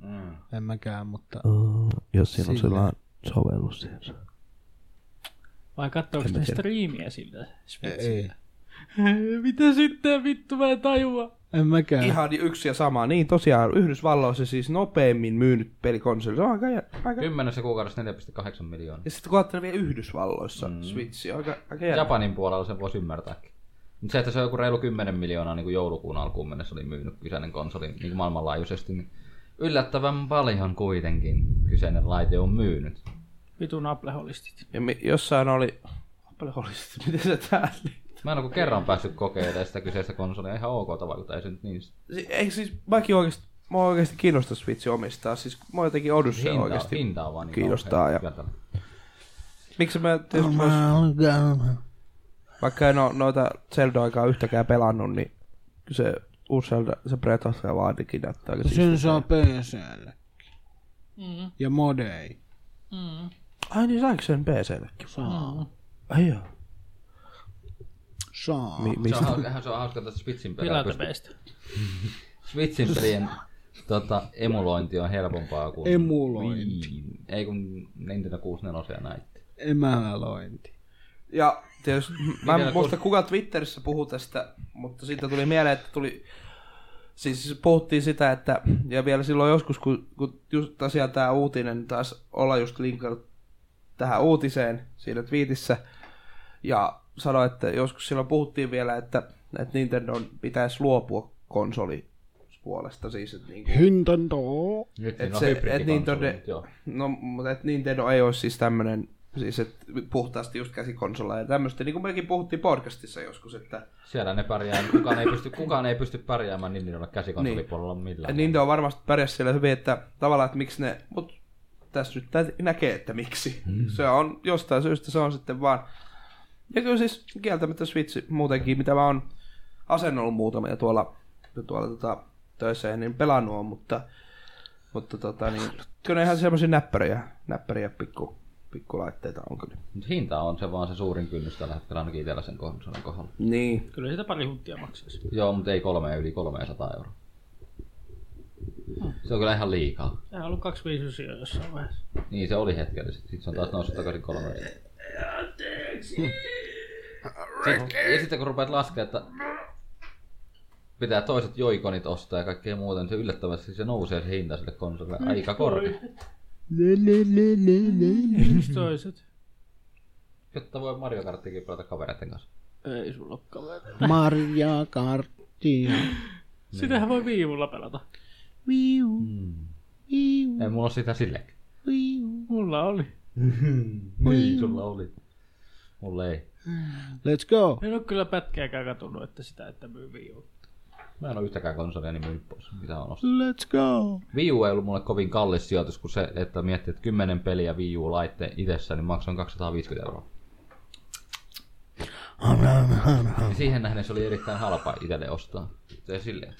Speaker 5: Mm.
Speaker 2: En mäkään, mutta...
Speaker 4: Oh. Äh, Jos siinä
Speaker 2: on Sillä. sellainen
Speaker 4: sovellus siihen.
Speaker 3: Vai katsoiko sitä striimiä sillä Switchillä?
Speaker 2: Ei.
Speaker 3: Mitä sitten vittu mä en tajua?
Speaker 2: En mäkään.
Speaker 4: Ihan yksi ja sama. Niin tosiaan, Yhdysvalloissa siis nopeimmin myynyt pelikonsoli. Se on aika... aika...
Speaker 5: Kymmenessä kuukaudessa 4,8 miljoonaa.
Speaker 4: Ja sitten kun ajattelee vielä Yhdysvalloissa mm. Switch, aika, aika jännä.
Speaker 5: Japanin puolella sen voisi ymmärtääkin. Mutta se, että se on joku reilu 10 miljoonaa niin kuin joulukuun alkuun mennessä oli myynyt kyseinen konsoli niin kuin maailmanlaajuisesti, niin yllättävän paljon kuitenkin kyseinen laite on myynyt.
Speaker 3: Vitun apleholistit.
Speaker 4: Ja mi- jossain oli... Paljon oli sitten, miten se täällä liittyy?
Speaker 5: Mä en ole kuin kerran päässyt kokeilemaan sitä kyseistä konsolia ihan ok tavalla, ei se nyt niin
Speaker 4: Si- Ei siis, mäkin oikeasti, mua oikeasti kiinnostaa Switch omistaa. Siis mua jotenkin Odyssey
Speaker 5: hinta,
Speaker 4: oikeasti.
Speaker 5: hinta on vaan niin
Speaker 4: kiinnostaa
Speaker 5: kauhea.
Speaker 4: ja-
Speaker 5: Kyllä tällä-
Speaker 4: Miksi No, mä tietysti myös, vaikka en oo noita Zelda-aikaa yhtäkään pelannut, niin se uusi Zelda, se Breath of the Wildikin näyttää aika siis.
Speaker 2: Sen saa PClle. Ja modei.
Speaker 4: Ai niin, saiko sen PCllekin?
Speaker 2: Saa.
Speaker 4: Ai joo.
Speaker 2: Saa.
Speaker 4: Mi-
Speaker 5: Se on,
Speaker 4: mistä?
Speaker 5: hauska- eihän se on hauska, että Switchin pelejä pystyy
Speaker 3: Pilatepeistä.
Speaker 5: Switchin pelien tota, emulointi on helpompaa kuin...
Speaker 2: Emulointi.
Speaker 5: Wii- Ei kun Nintendo 64 ja näitä.
Speaker 2: Emälointi.
Speaker 4: Ja tietysti, mä
Speaker 5: Mitä
Speaker 4: en muista kuka Twitterissä puhuu tästä, mutta siitä tuli mieleen, että tuli, siis puhuttiin sitä, että, ja vielä silloin joskus, kun, kun just tosiaan tämä uutinen taas olla just linkannut tähän uutiseen siinä twiitissä, ja sanoi, että joskus silloin puhuttiin vielä, että, että Nintendo pitäisi luopua konsolipuolesta, siis että niin kuin,
Speaker 2: Nintendo.
Speaker 5: Nyt
Speaker 4: et niin
Speaker 5: niillä
Speaker 4: se, et
Speaker 5: hybridikonsoli,
Speaker 4: Nintendo,
Speaker 5: mut no joo.
Speaker 4: no, mutta et Nintendo ei ole siis tämmönen, siis et puhtaasti just käsikonsola ja tämmöistä, niin kuin mekin puhuttiin podcastissa joskus, että
Speaker 5: Siellä ne pärjää, kukaan ei pysty, kukaan ei pysty pärjäämään Nintendolla käsikonsolipuolella millään.
Speaker 4: et Nintendo Niin on varmasti pärjäs siellä hyvin, että tavallaan, että miksi ne, mut tässä nyt nä- näkee, että miksi. Se on jostain syystä, se on sitten vaan, ja kyllä siis kieltämättä Switch muutenkin, mitä mä oon asennolla muutamia tuolla, tuolla tota, töissä, ja niin pelannut on, mutta, mutta tota, niin, kyllä ne ihan semmoisia näppäriä, näppäriä pikku, pikkulaitteita on kyllä.
Speaker 5: Mut hinta on se vaan se suurin kynnys tällä hetkellä ainakin itsellä sen konsolin kohdalla.
Speaker 4: Niin.
Speaker 3: Kyllä sitä pari huntia maksaisi.
Speaker 5: Joo, mutta ei kolme yli 300 euroa.
Speaker 4: Hmm.
Speaker 5: Se on kyllä ihan liikaa.
Speaker 3: Sehän on ollut 259 jossain vaiheessa.
Speaker 5: Niin se oli hetkellisesti. Sitten se on taas noussut takaisin kolme. Sitten, ja sitten kun rupeat laskemaan, että pitää toiset joikonit ostaa ja kaikkea muuta, niin se yllättävästi se nousee se hinta sille konsolille aika korkealle.
Speaker 2: Le, le, le, le, le.
Speaker 3: Miksi toiset?
Speaker 5: Jotta voi Mario Karttikin pelata kavereiden kanssa.
Speaker 3: Ei sulla ole kaveria.
Speaker 2: Marja Karttia.
Speaker 3: Sitähän voi viivulla pelata.
Speaker 2: Viu, viu,
Speaker 5: Ei mulla ole sitä silleenkin.
Speaker 2: viu.
Speaker 3: Mulla oli.
Speaker 5: Oi, sulla oli. Mulla ei.
Speaker 2: Let's go.
Speaker 3: En ole kyllä pätkääkään katunut, että sitä, että myy viivulla.
Speaker 5: Mä en oo yhtäkään konsolia niin myynyt pois, mitä on ostanut.
Speaker 2: Let's go.
Speaker 5: Wii U ei ollut mulle kovin kallis sijoitus, kun se, että miettii, että 10 peliä Wii U-laitteen itsessä, niin maksoin 250 euroa. Ja siihen nähden se oli erittäin halpa itselle ostaa. Se silleen.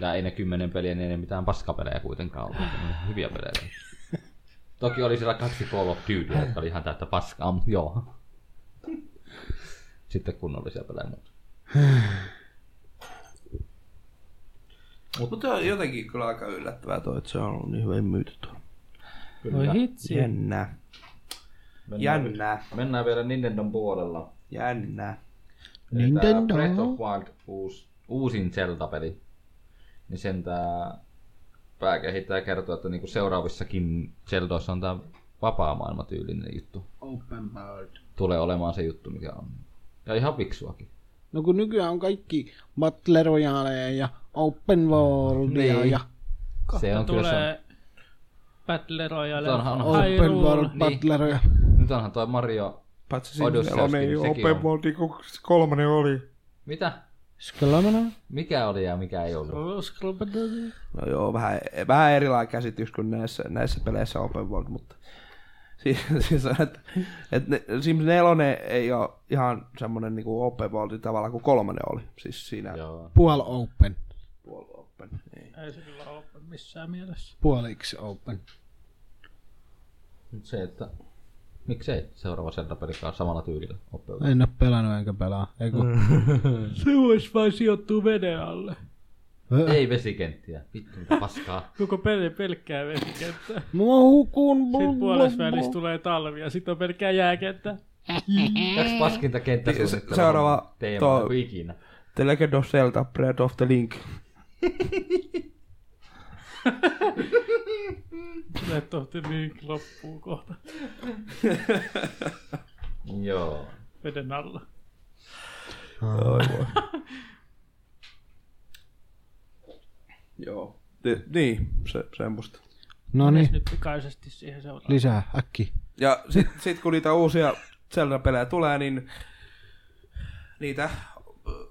Speaker 5: Ja ei ne kymmenen peliä, niin ei ne mitään paskapelejä kuitenkaan ollut. mutta ne oli Hyviä pelejä. Toki oli siellä kaksi Call of Duty, jotka oli ihan täyttä paskaa, mutta joo. Sitten kunnollisia pelejä muuta.
Speaker 4: Mutta on jotenkin kyllä aika yllättävää toi, että se on ollut niin hyvin myyty tuo.
Speaker 3: Voi hitsi.
Speaker 4: Jännä. Jännä.
Speaker 5: Mennään vielä Nintendon puolella.
Speaker 4: Jännä.
Speaker 5: Eli tää
Speaker 2: Nintendo.
Speaker 5: Breath of Wild uus, uusin Zelda-peli. Niin sen tää pääkehittäjä kertoo, että niinku seuraavissakin Zeldoissa on tää vapaa maailmatyylinen juttu.
Speaker 2: Open world.
Speaker 5: Tulee olemaan se juttu, mikä on. Ja ihan viksuakin.
Speaker 2: No kun nykyään on kaikki Battle Royaleja ja Open Worldia
Speaker 5: Niin.
Speaker 2: ja
Speaker 5: se on kyllä se.
Speaker 3: tulee Battle Royale.
Speaker 5: Se onhan
Speaker 3: Hyrule.
Speaker 2: Open World
Speaker 5: Niin.
Speaker 2: Battle Royale.
Speaker 5: Nyt onhan toi Mario...
Speaker 4: Patsi
Speaker 5: Odysseus,
Speaker 4: sinne
Speaker 5: niin
Speaker 4: ei ole
Speaker 5: sekin on.
Speaker 4: Open World, kun kolmannen oli.
Speaker 5: Mitä?
Speaker 2: Skelamana?
Speaker 5: Mikä oli ja mikä ei ollut?
Speaker 3: Scrubadoo.
Speaker 4: No joo, vähän, vähän erilainen käsitys kuin näissä, näissä peleissä Open World, mutta siis, siis on, että, että ne, Sims 4 ei ole ihan semmoinen niin kuin Open World tavalla kuin kolmannen oli. Siis siinä
Speaker 5: Joo.
Speaker 2: Puol open.
Speaker 4: puoli Open. Niin.
Speaker 3: Ei se kyllä ole missään mielessä.
Speaker 2: Puoliksi open.
Speaker 5: Nyt se, että... Miksei seuraava Zelda-peli saa samalla tyylillä oppia?
Speaker 2: En oo pelannut enkä pelaa. Eiku.
Speaker 3: Se voisi vain sijoittua veden alle.
Speaker 5: Ei vesikenttiä. Vittu mitä paskaa.
Speaker 3: Koko peli pelkkää vesikenttä.
Speaker 2: Mua hukun.
Speaker 3: Sitten puolessa välissä tulee talvi ja sitten on pelkkää jääkenttä.
Speaker 2: Niin.
Speaker 5: Kaksi paskinta kenttäsuunnittelua.
Speaker 4: Seuraava
Speaker 5: Teema
Speaker 4: toi-
Speaker 5: kuin ikinä.
Speaker 4: The Legend of Zelda, Breath of the Link.
Speaker 3: Tulee tohti niin loppuu kohta
Speaker 5: Joo.
Speaker 3: veden alla.
Speaker 4: Joo. Ti- niin, se, semmoista.
Speaker 2: No niin,
Speaker 3: Nyt pikaisesti siihen seuraavaan.
Speaker 2: lisää äkki.
Speaker 4: Ja sit, sit kun niitä uusia Zelda-pelejä tulee, niin niitä äh,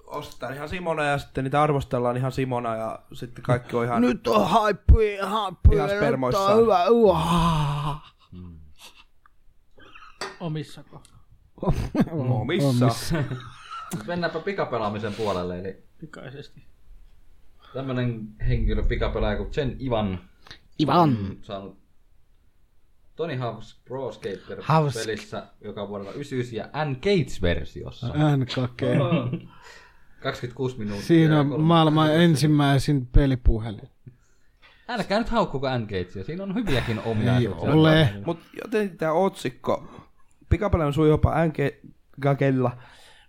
Speaker 4: ostetaan ihan Simona ja sitten niitä arvostellaan ihan Simona ja sitten kaikki on ihan...
Speaker 2: Nyt on haippi, haippi.
Speaker 4: Ihan spermoissaan.
Speaker 2: Nyt on hyvä. Uaa.
Speaker 3: Omissa kohta.
Speaker 4: Omissa. Omissa.
Speaker 5: Mennäänpä pikapelaamisen puolelle. Eli
Speaker 3: Pikaisesti.
Speaker 5: tämmönen henkilö pikapelaaja kuin Chen Ivan
Speaker 2: Ivan.
Speaker 5: on saanut Tony Hawk's Pro Skater
Speaker 2: Hawks.
Speaker 5: pelissä, joka on vuodelta 99 ja Ann Gates versiossa.
Speaker 2: Mm. N-kake.
Speaker 5: 26 minuuttia.
Speaker 2: Siinä
Speaker 5: ja
Speaker 2: on
Speaker 5: kolme-
Speaker 2: maailman ensimmäisin pelipuhelin.
Speaker 5: Älkää nyt haukkuko Ann Gatesia, siinä on hyviäkin
Speaker 2: Ei
Speaker 5: ominaisuuksia.
Speaker 2: ole.
Speaker 4: Mutta jotenkin tämä otsikko, pikapelän sujuu jopa NG Gagella,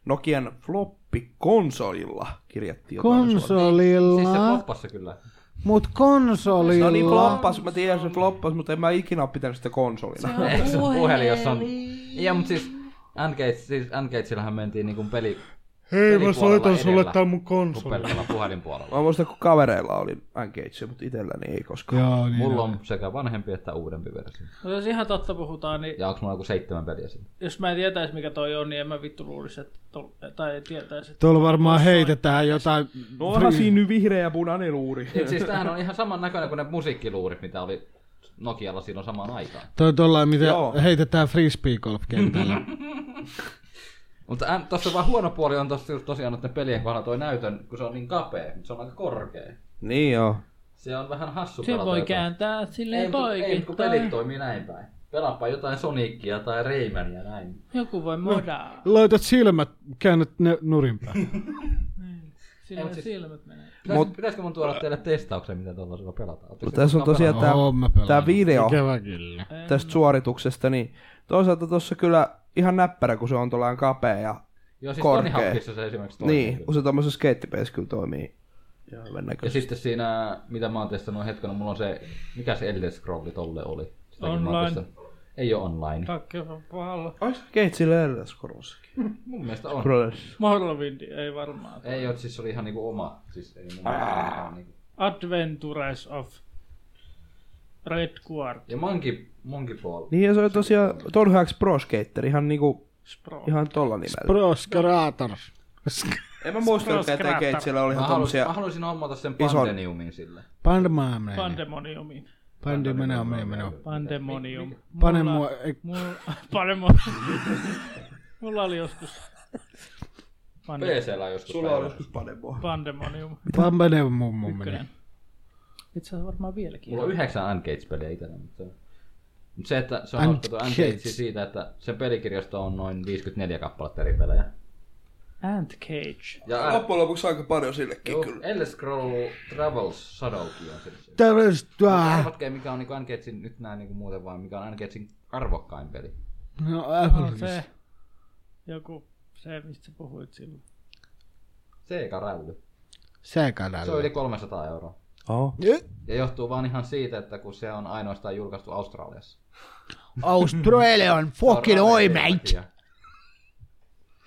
Speaker 4: Nokian floppikonsolilla kirjattiin jotain suoraan.
Speaker 5: Siis se
Speaker 2: Konsolilla.
Speaker 5: floppasi kyllä.
Speaker 2: Mut
Speaker 4: No niin,
Speaker 2: konsolilla.
Speaker 4: floppas, mä tiedän se floppas, mutta en mä ikinä ole pitänyt sitä konsolina.
Speaker 5: Ei se on puhelin, jossa on... Ja, mutta siis N-Gates, siis N-Gatesillähän mentiin niinku peli... Hei, mä soitan sulle tämän mun konsolin. puhelin puolella.
Speaker 4: Mä muistan, kun kavereilla oli Engage, mutta itselläni ei koskaan.
Speaker 2: Joo, niin.
Speaker 5: Mulla on sekä vanhempi että uudempi versio.
Speaker 3: No jos ihan totta puhutaan, niin
Speaker 5: Ja onko mulla joku seitsemän peliä siinä?
Speaker 3: jos mä en tietäis mikä toi on, niin en mä vittu luulisi, että tol- tai tietäis, että
Speaker 2: Tuolla varmaan heitetään jotain.
Speaker 4: No onhan siinä nyt vihreä ja punainen luuri.
Speaker 5: Et siis tämähän on ihan saman näköinen kuin ne musiikkiluurit, mitä oli Nokialla silloin samaan aikaan.
Speaker 2: Toi tollain, mitä
Speaker 4: Joo.
Speaker 2: heitetään frisbee golf kentällä.
Speaker 5: Mutta än- tossa vaan huono puoli on tossa just tosiaan että pelien kohdalla toi näytön, kun se on niin kapea, mutta se on aika korkea.
Speaker 4: Niin joo.
Speaker 5: Se on vähän hassu
Speaker 3: se
Speaker 5: pelata
Speaker 3: voi
Speaker 5: jotain.
Speaker 3: kääntää
Speaker 5: Tota, Ei,
Speaker 3: silleen
Speaker 5: mut- ei, mut kun pelit
Speaker 3: poikittain.
Speaker 5: toimii näin päin. Pelaapa jotain Sonicia tai Raymania näin.
Speaker 3: Joku voi modaa.
Speaker 2: Laitat silmät, käännät ne nurinpäin.
Speaker 5: Ei,
Speaker 3: Silloin
Speaker 5: mut siis-
Speaker 3: silmät menee.
Speaker 5: Pitäis,
Speaker 4: Mut-
Speaker 5: pitäisikö mun tuoda teille testauksen, mitä tuollaisella pelataan? Ootteko
Speaker 4: Mutta tässä on
Speaker 5: koskaan
Speaker 4: tosiaan tää,
Speaker 2: Oon mä pelannut.
Speaker 4: tää video
Speaker 2: Ikävä kyllä.
Speaker 4: tästä suorituksesta, niin toisaalta tuossa kyllä ihan näppärä, kun se on tuollainen kapea ja niin,
Speaker 5: pelannut? Joo, siis
Speaker 4: korkea.
Speaker 5: Tony Hawkissa se esimerkiksi toimii.
Speaker 4: niin, kun se tuommoisessa skeittipeissä kyllä toimii Ja hyvän
Speaker 5: Ja
Speaker 4: näköisesti.
Speaker 5: sitten siinä, mitä mä oon testannut hetken, mulla on se, mikä se Elder Scrolli tolle oli? Sitäkin mä oon
Speaker 3: Online.
Speaker 5: testannut. Ei ole online.
Speaker 3: Takki on pahalla.
Speaker 4: Oliko Keitsillä Elderskorossa?
Speaker 5: Mun mielestä on.
Speaker 4: Brothers.
Speaker 3: Morrowind, ei varmaan.
Speaker 5: Ei ole, siis se oli ihan niinku oma. Siis ei mun mielestä ah. niinku.
Speaker 3: Adventures of Red Guard
Speaker 5: Ja Monkey, Monkey Ball.
Speaker 4: Niin ja se oli tosiaan Tom Hanks Pro Skater, ihan niinku,
Speaker 3: Spro.
Speaker 4: ihan tolla nimellä.
Speaker 2: Proskerator.
Speaker 4: En mä muista, että
Speaker 3: Pro
Speaker 4: tämä
Speaker 3: Skater.
Speaker 4: Keitsillä oli
Speaker 5: Mä,
Speaker 4: ihan
Speaker 5: halus, mä
Speaker 4: tommosia...
Speaker 5: haluaisin hommata sen
Speaker 4: ison-
Speaker 5: Pandeniumin sille.
Speaker 2: Pandemonium.
Speaker 3: Pandemoniumiin.
Speaker 2: Pandemonium.
Speaker 3: Pandemonium.
Speaker 2: Pane
Speaker 3: Mulla-
Speaker 2: mua... ei,
Speaker 3: Mulla, pandemonium. Mulla oli joskus pande,
Speaker 5: PCllä joskus.
Speaker 4: Sulla
Speaker 5: päivällä.
Speaker 4: oli joskus paneboa.
Speaker 3: pandemonium
Speaker 2: Pandemonium mun meni.
Speaker 3: ykkönen. Itse asiassa varmaan vieläkin.
Speaker 5: Mulla on yhdeksän Uncage-peliä itsellä, mutta... Mut se, että se on
Speaker 2: Uncaged.
Speaker 5: hauska tuo Uncage siitä, että sen pelikirjasto on noin 54 kappaletta eri pelejä.
Speaker 3: Ant Cage.
Speaker 5: Ja ää,
Speaker 4: Loppujen lopuksi aika paljon sillekin
Speaker 5: juu,
Speaker 4: kyllä.
Speaker 5: Elder Scroll Travels Shadowkin on se.
Speaker 2: Tervetuloa.
Speaker 5: Arvatkee, mikä on niinku Uncagein, nyt näin niinku muuten vaan, mikä on Uncagein arvokkain peli.
Speaker 2: No,
Speaker 3: On
Speaker 2: äh,
Speaker 3: se joku, se mistä sä puhuit silloin.
Speaker 5: Sega Rally.
Speaker 2: se
Speaker 5: Se on
Speaker 2: kanalla.
Speaker 5: yli 300 euroa.
Speaker 4: Oh.
Speaker 5: Ja johtuu vaan ihan siitä, että kun se on ainoastaan julkaistu Australiassa.
Speaker 2: Australia on fucking
Speaker 5: Se on
Speaker 2: oi,
Speaker 5: rallien
Speaker 2: mate.
Speaker 5: takia.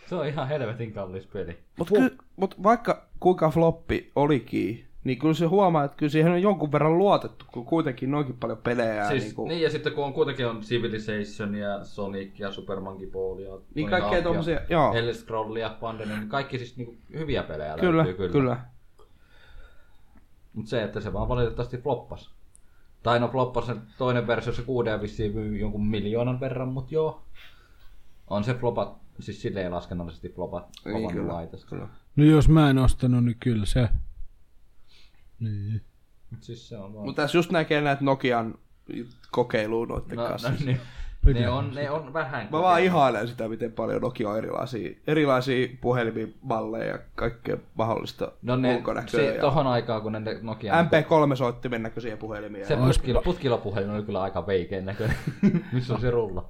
Speaker 5: Se on ihan helvetin kallis peli.
Speaker 4: Mut, ky, mut vaikka kuinka floppi olikin, niin kyllä se huomaa, että kyllä siihen on jonkun verran luotettu, kun kuitenkin noinkin paljon pelejä.
Speaker 5: Siis,
Speaker 4: niin, kuin,
Speaker 5: niin, ja sitten kun on kuitenkin on Civilization ja Sonic ja Super Monkey Ball ja
Speaker 4: Niin
Speaker 5: Tony
Speaker 4: kaikkea
Speaker 5: Hawk ja
Speaker 4: tommosia, joo.
Speaker 5: Elder Scrollia, Pandemia, niin kaikki siis niinku hyviä pelejä
Speaker 4: kyllä,
Speaker 5: löytyy
Speaker 4: kyllä,
Speaker 5: kyllä.
Speaker 4: kyllä.
Speaker 5: Mutta se, että se vaan valitettavasti floppas. Tai no floppas se toinen versio, se kuuden vissiin myy jonkun miljoonan verran, mutta joo. On se flopat, siis sille ei laskennallisesti flopat,
Speaker 4: Niin,
Speaker 5: flopannut laitosta.
Speaker 4: kyllä.
Speaker 2: No jos mä en ostanut, niin kyllä se. Niin.
Speaker 5: Mut siis se on vaan...
Speaker 4: Mutta tässä just näkee näitä Nokian kokeiluun noiden
Speaker 5: no,
Speaker 4: kanssa.
Speaker 5: no, ne, ne, on, ne on vähän...
Speaker 4: Mä vaan ihailen sitä, miten paljon Nokia on erilaisia, erilaisia puhelimalleja ja kaikkea mahdollista
Speaker 5: No ne,
Speaker 4: ulkonäköä.
Speaker 5: si,
Speaker 4: ja
Speaker 5: tohon aikaan, kun ne Nokia...
Speaker 4: MP3-soittimen näköisiä puhelimia.
Speaker 5: Se
Speaker 4: Se...
Speaker 5: putkila, putkilapuhelin oli kyllä aika veikeen näköinen. Missä on se rulla?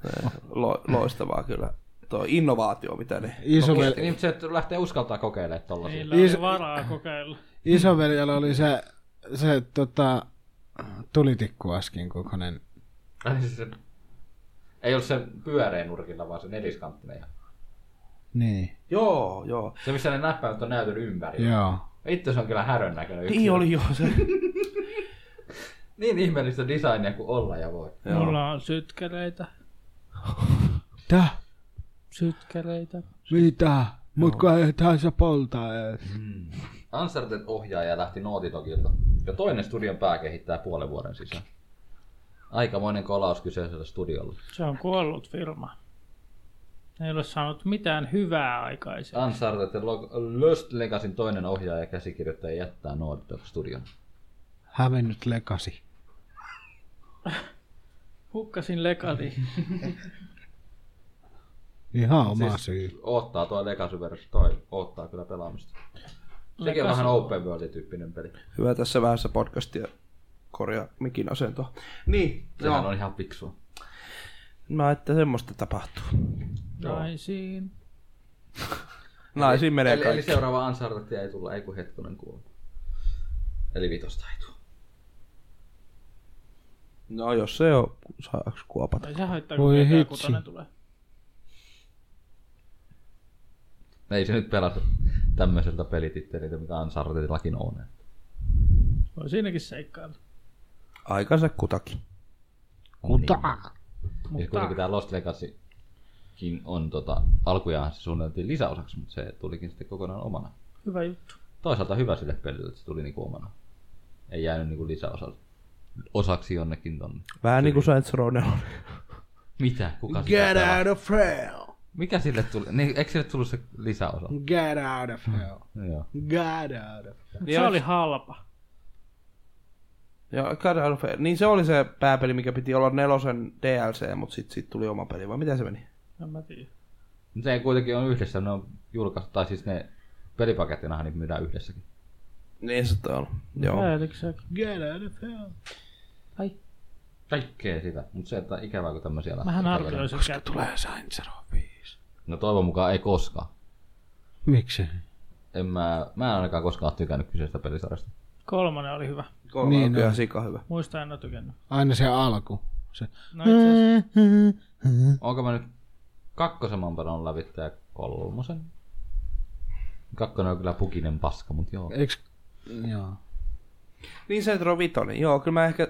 Speaker 4: Lo, loistavaa kyllä. Tuo innovaatio, mitä ne...
Speaker 2: Isoveli,
Speaker 5: Niin se, että lähtee uskaltaa kokeilemaan tollasia.
Speaker 3: Niillä oli varaa kokeilla.
Speaker 2: isoveljellä oli se, se tota, tulitikkuaskin kokoinen.
Speaker 5: Ai siis se- Ei ollut se pyöreä nurkilla, vaan se neliskanttinen. ihan.
Speaker 2: Niin.
Speaker 4: Joo, joo.
Speaker 5: Se, missä ne näppäimet on näytön ympäri.
Speaker 2: Joo.
Speaker 5: Itse se on kyllä härön näköinen.
Speaker 4: Niin oli joo se.
Speaker 5: niin ihmeellistä designia kuin olla ja voi.
Speaker 4: Joo.
Speaker 3: Mulla on sytkäreitä.
Speaker 2: Täh?
Speaker 3: Sytkäreitä.
Speaker 2: Mitä? Mut kun eihän se poltaa. ees.
Speaker 5: Uncharted ohjaaja lähti Nootitokilta. Ja toinen studion pääkehittää puolen vuoden sisään. Aikamoinen kolaus kyseisellä studiolla.
Speaker 3: Se on kuollut firma. Ei ole saanut mitään hyvää aikaisemmin.
Speaker 5: Uncharted ja Lo- Lost Legacyn toinen ohjaaja ja käsikirjoittaja jättää Naughty Dog studion.
Speaker 2: Hävinnyt lekasi.
Speaker 3: Hukkasin lekali.
Speaker 2: Ihan oma siis... syy.
Speaker 5: Oottaa toi Legacy versus toi, oottaa kyllä pelaamista. Sekin No on vähän open world tyyppinen peli.
Speaker 4: Hyvä tässä vähässä podcastia korjaa mikin asento. Niin,
Speaker 5: Sehän
Speaker 4: joo.
Speaker 5: on ihan fiksua.
Speaker 4: No, että semmoista tapahtuu.
Speaker 3: Naisiin.
Speaker 4: Naisiin menee
Speaker 5: eli, eli
Speaker 4: kaikki.
Speaker 5: seuraava Uncharted ei tulla, ei kun hetkonen kuolla. Eli vitosta ei tule.
Speaker 4: No, jos se on, saaks kuopata.
Speaker 3: Tai se haittaa,
Speaker 2: Voi
Speaker 3: kun
Speaker 2: hitsi.
Speaker 3: kutonen tulee.
Speaker 5: Ei se nyt pelasta tämmöiseltä pelititteliltä, mitä Unchartedillakin on. Siis
Speaker 3: Voi siinäkin seikkailla.
Speaker 4: Aikansa kutakin.
Speaker 5: Kuta! Niin,
Speaker 3: Mutta
Speaker 5: kuitenkin tämä Lost Legacykin on tota, alkujaan se suunniteltiin lisäosaksi, mutta se tulikin sitten kokonaan omana.
Speaker 3: hyvä juttu.
Speaker 5: toisaalta hyvä sille pelille, että se tuli niinku omana. Ei jäänyt niinku lisäosaksi osaksi jonnekin tonne.
Speaker 4: Vähän niinku Saints Row 4.
Speaker 5: Mitä? Kuka sitä
Speaker 2: Get
Speaker 5: pelaa?
Speaker 2: out of hell!
Speaker 5: Mikä sille tuli? Niin, eikö sille tullut se lisäosa?
Speaker 2: Get out of hell!
Speaker 4: Mm.
Speaker 5: No Joo.
Speaker 2: Get out of hell!
Speaker 3: Mut se oli halpa.
Speaker 4: Joo, God of War. Niin se oli se pääpeli, mikä piti olla nelosen DLC, mutta sitten sit tuli oma peli, vai mitä se meni?
Speaker 3: En mä tiedä.
Speaker 5: Mut Se kuitenkin on yhdessä, ne on julkaistu, tai siis ne pelipakettina niitä myydään yhdessäkin.
Speaker 4: Niin se on. Joo.
Speaker 3: Päälliksäkin.
Speaker 2: Get out of hell!
Speaker 3: Ai,
Speaker 5: Kaikkea sitä, mutta se, että ikävää kun tämmöisiä lähtee.
Speaker 3: mähän
Speaker 5: tekemään.
Speaker 3: arvioin sen käteen.
Speaker 2: Tulee Saints Row 5.
Speaker 5: No toivon mukaan ei koskaan.
Speaker 2: Miksi?
Speaker 5: en mä, mä en ainakaan koskaan ole tykännyt kyseisestä pelisarjasta.
Speaker 3: Kolmonen oli hyvä.
Speaker 4: Kolme
Speaker 2: Niin,
Speaker 4: niin, on
Speaker 2: no.
Speaker 4: kyllä sika hyvä.
Speaker 3: Muista en ole tykännyt.
Speaker 2: Aina se alku. Se.
Speaker 3: No itse asiassa
Speaker 4: Mm.
Speaker 5: Onko mä nyt kakkosen mä oon pelannut läpi ja kolmosen? Kakkonen on kyllä pukinen paska, mut joo.
Speaker 2: Eiks, joo.
Speaker 4: Niin se Retro Vitoinen, joo, kyllä mä ehkä...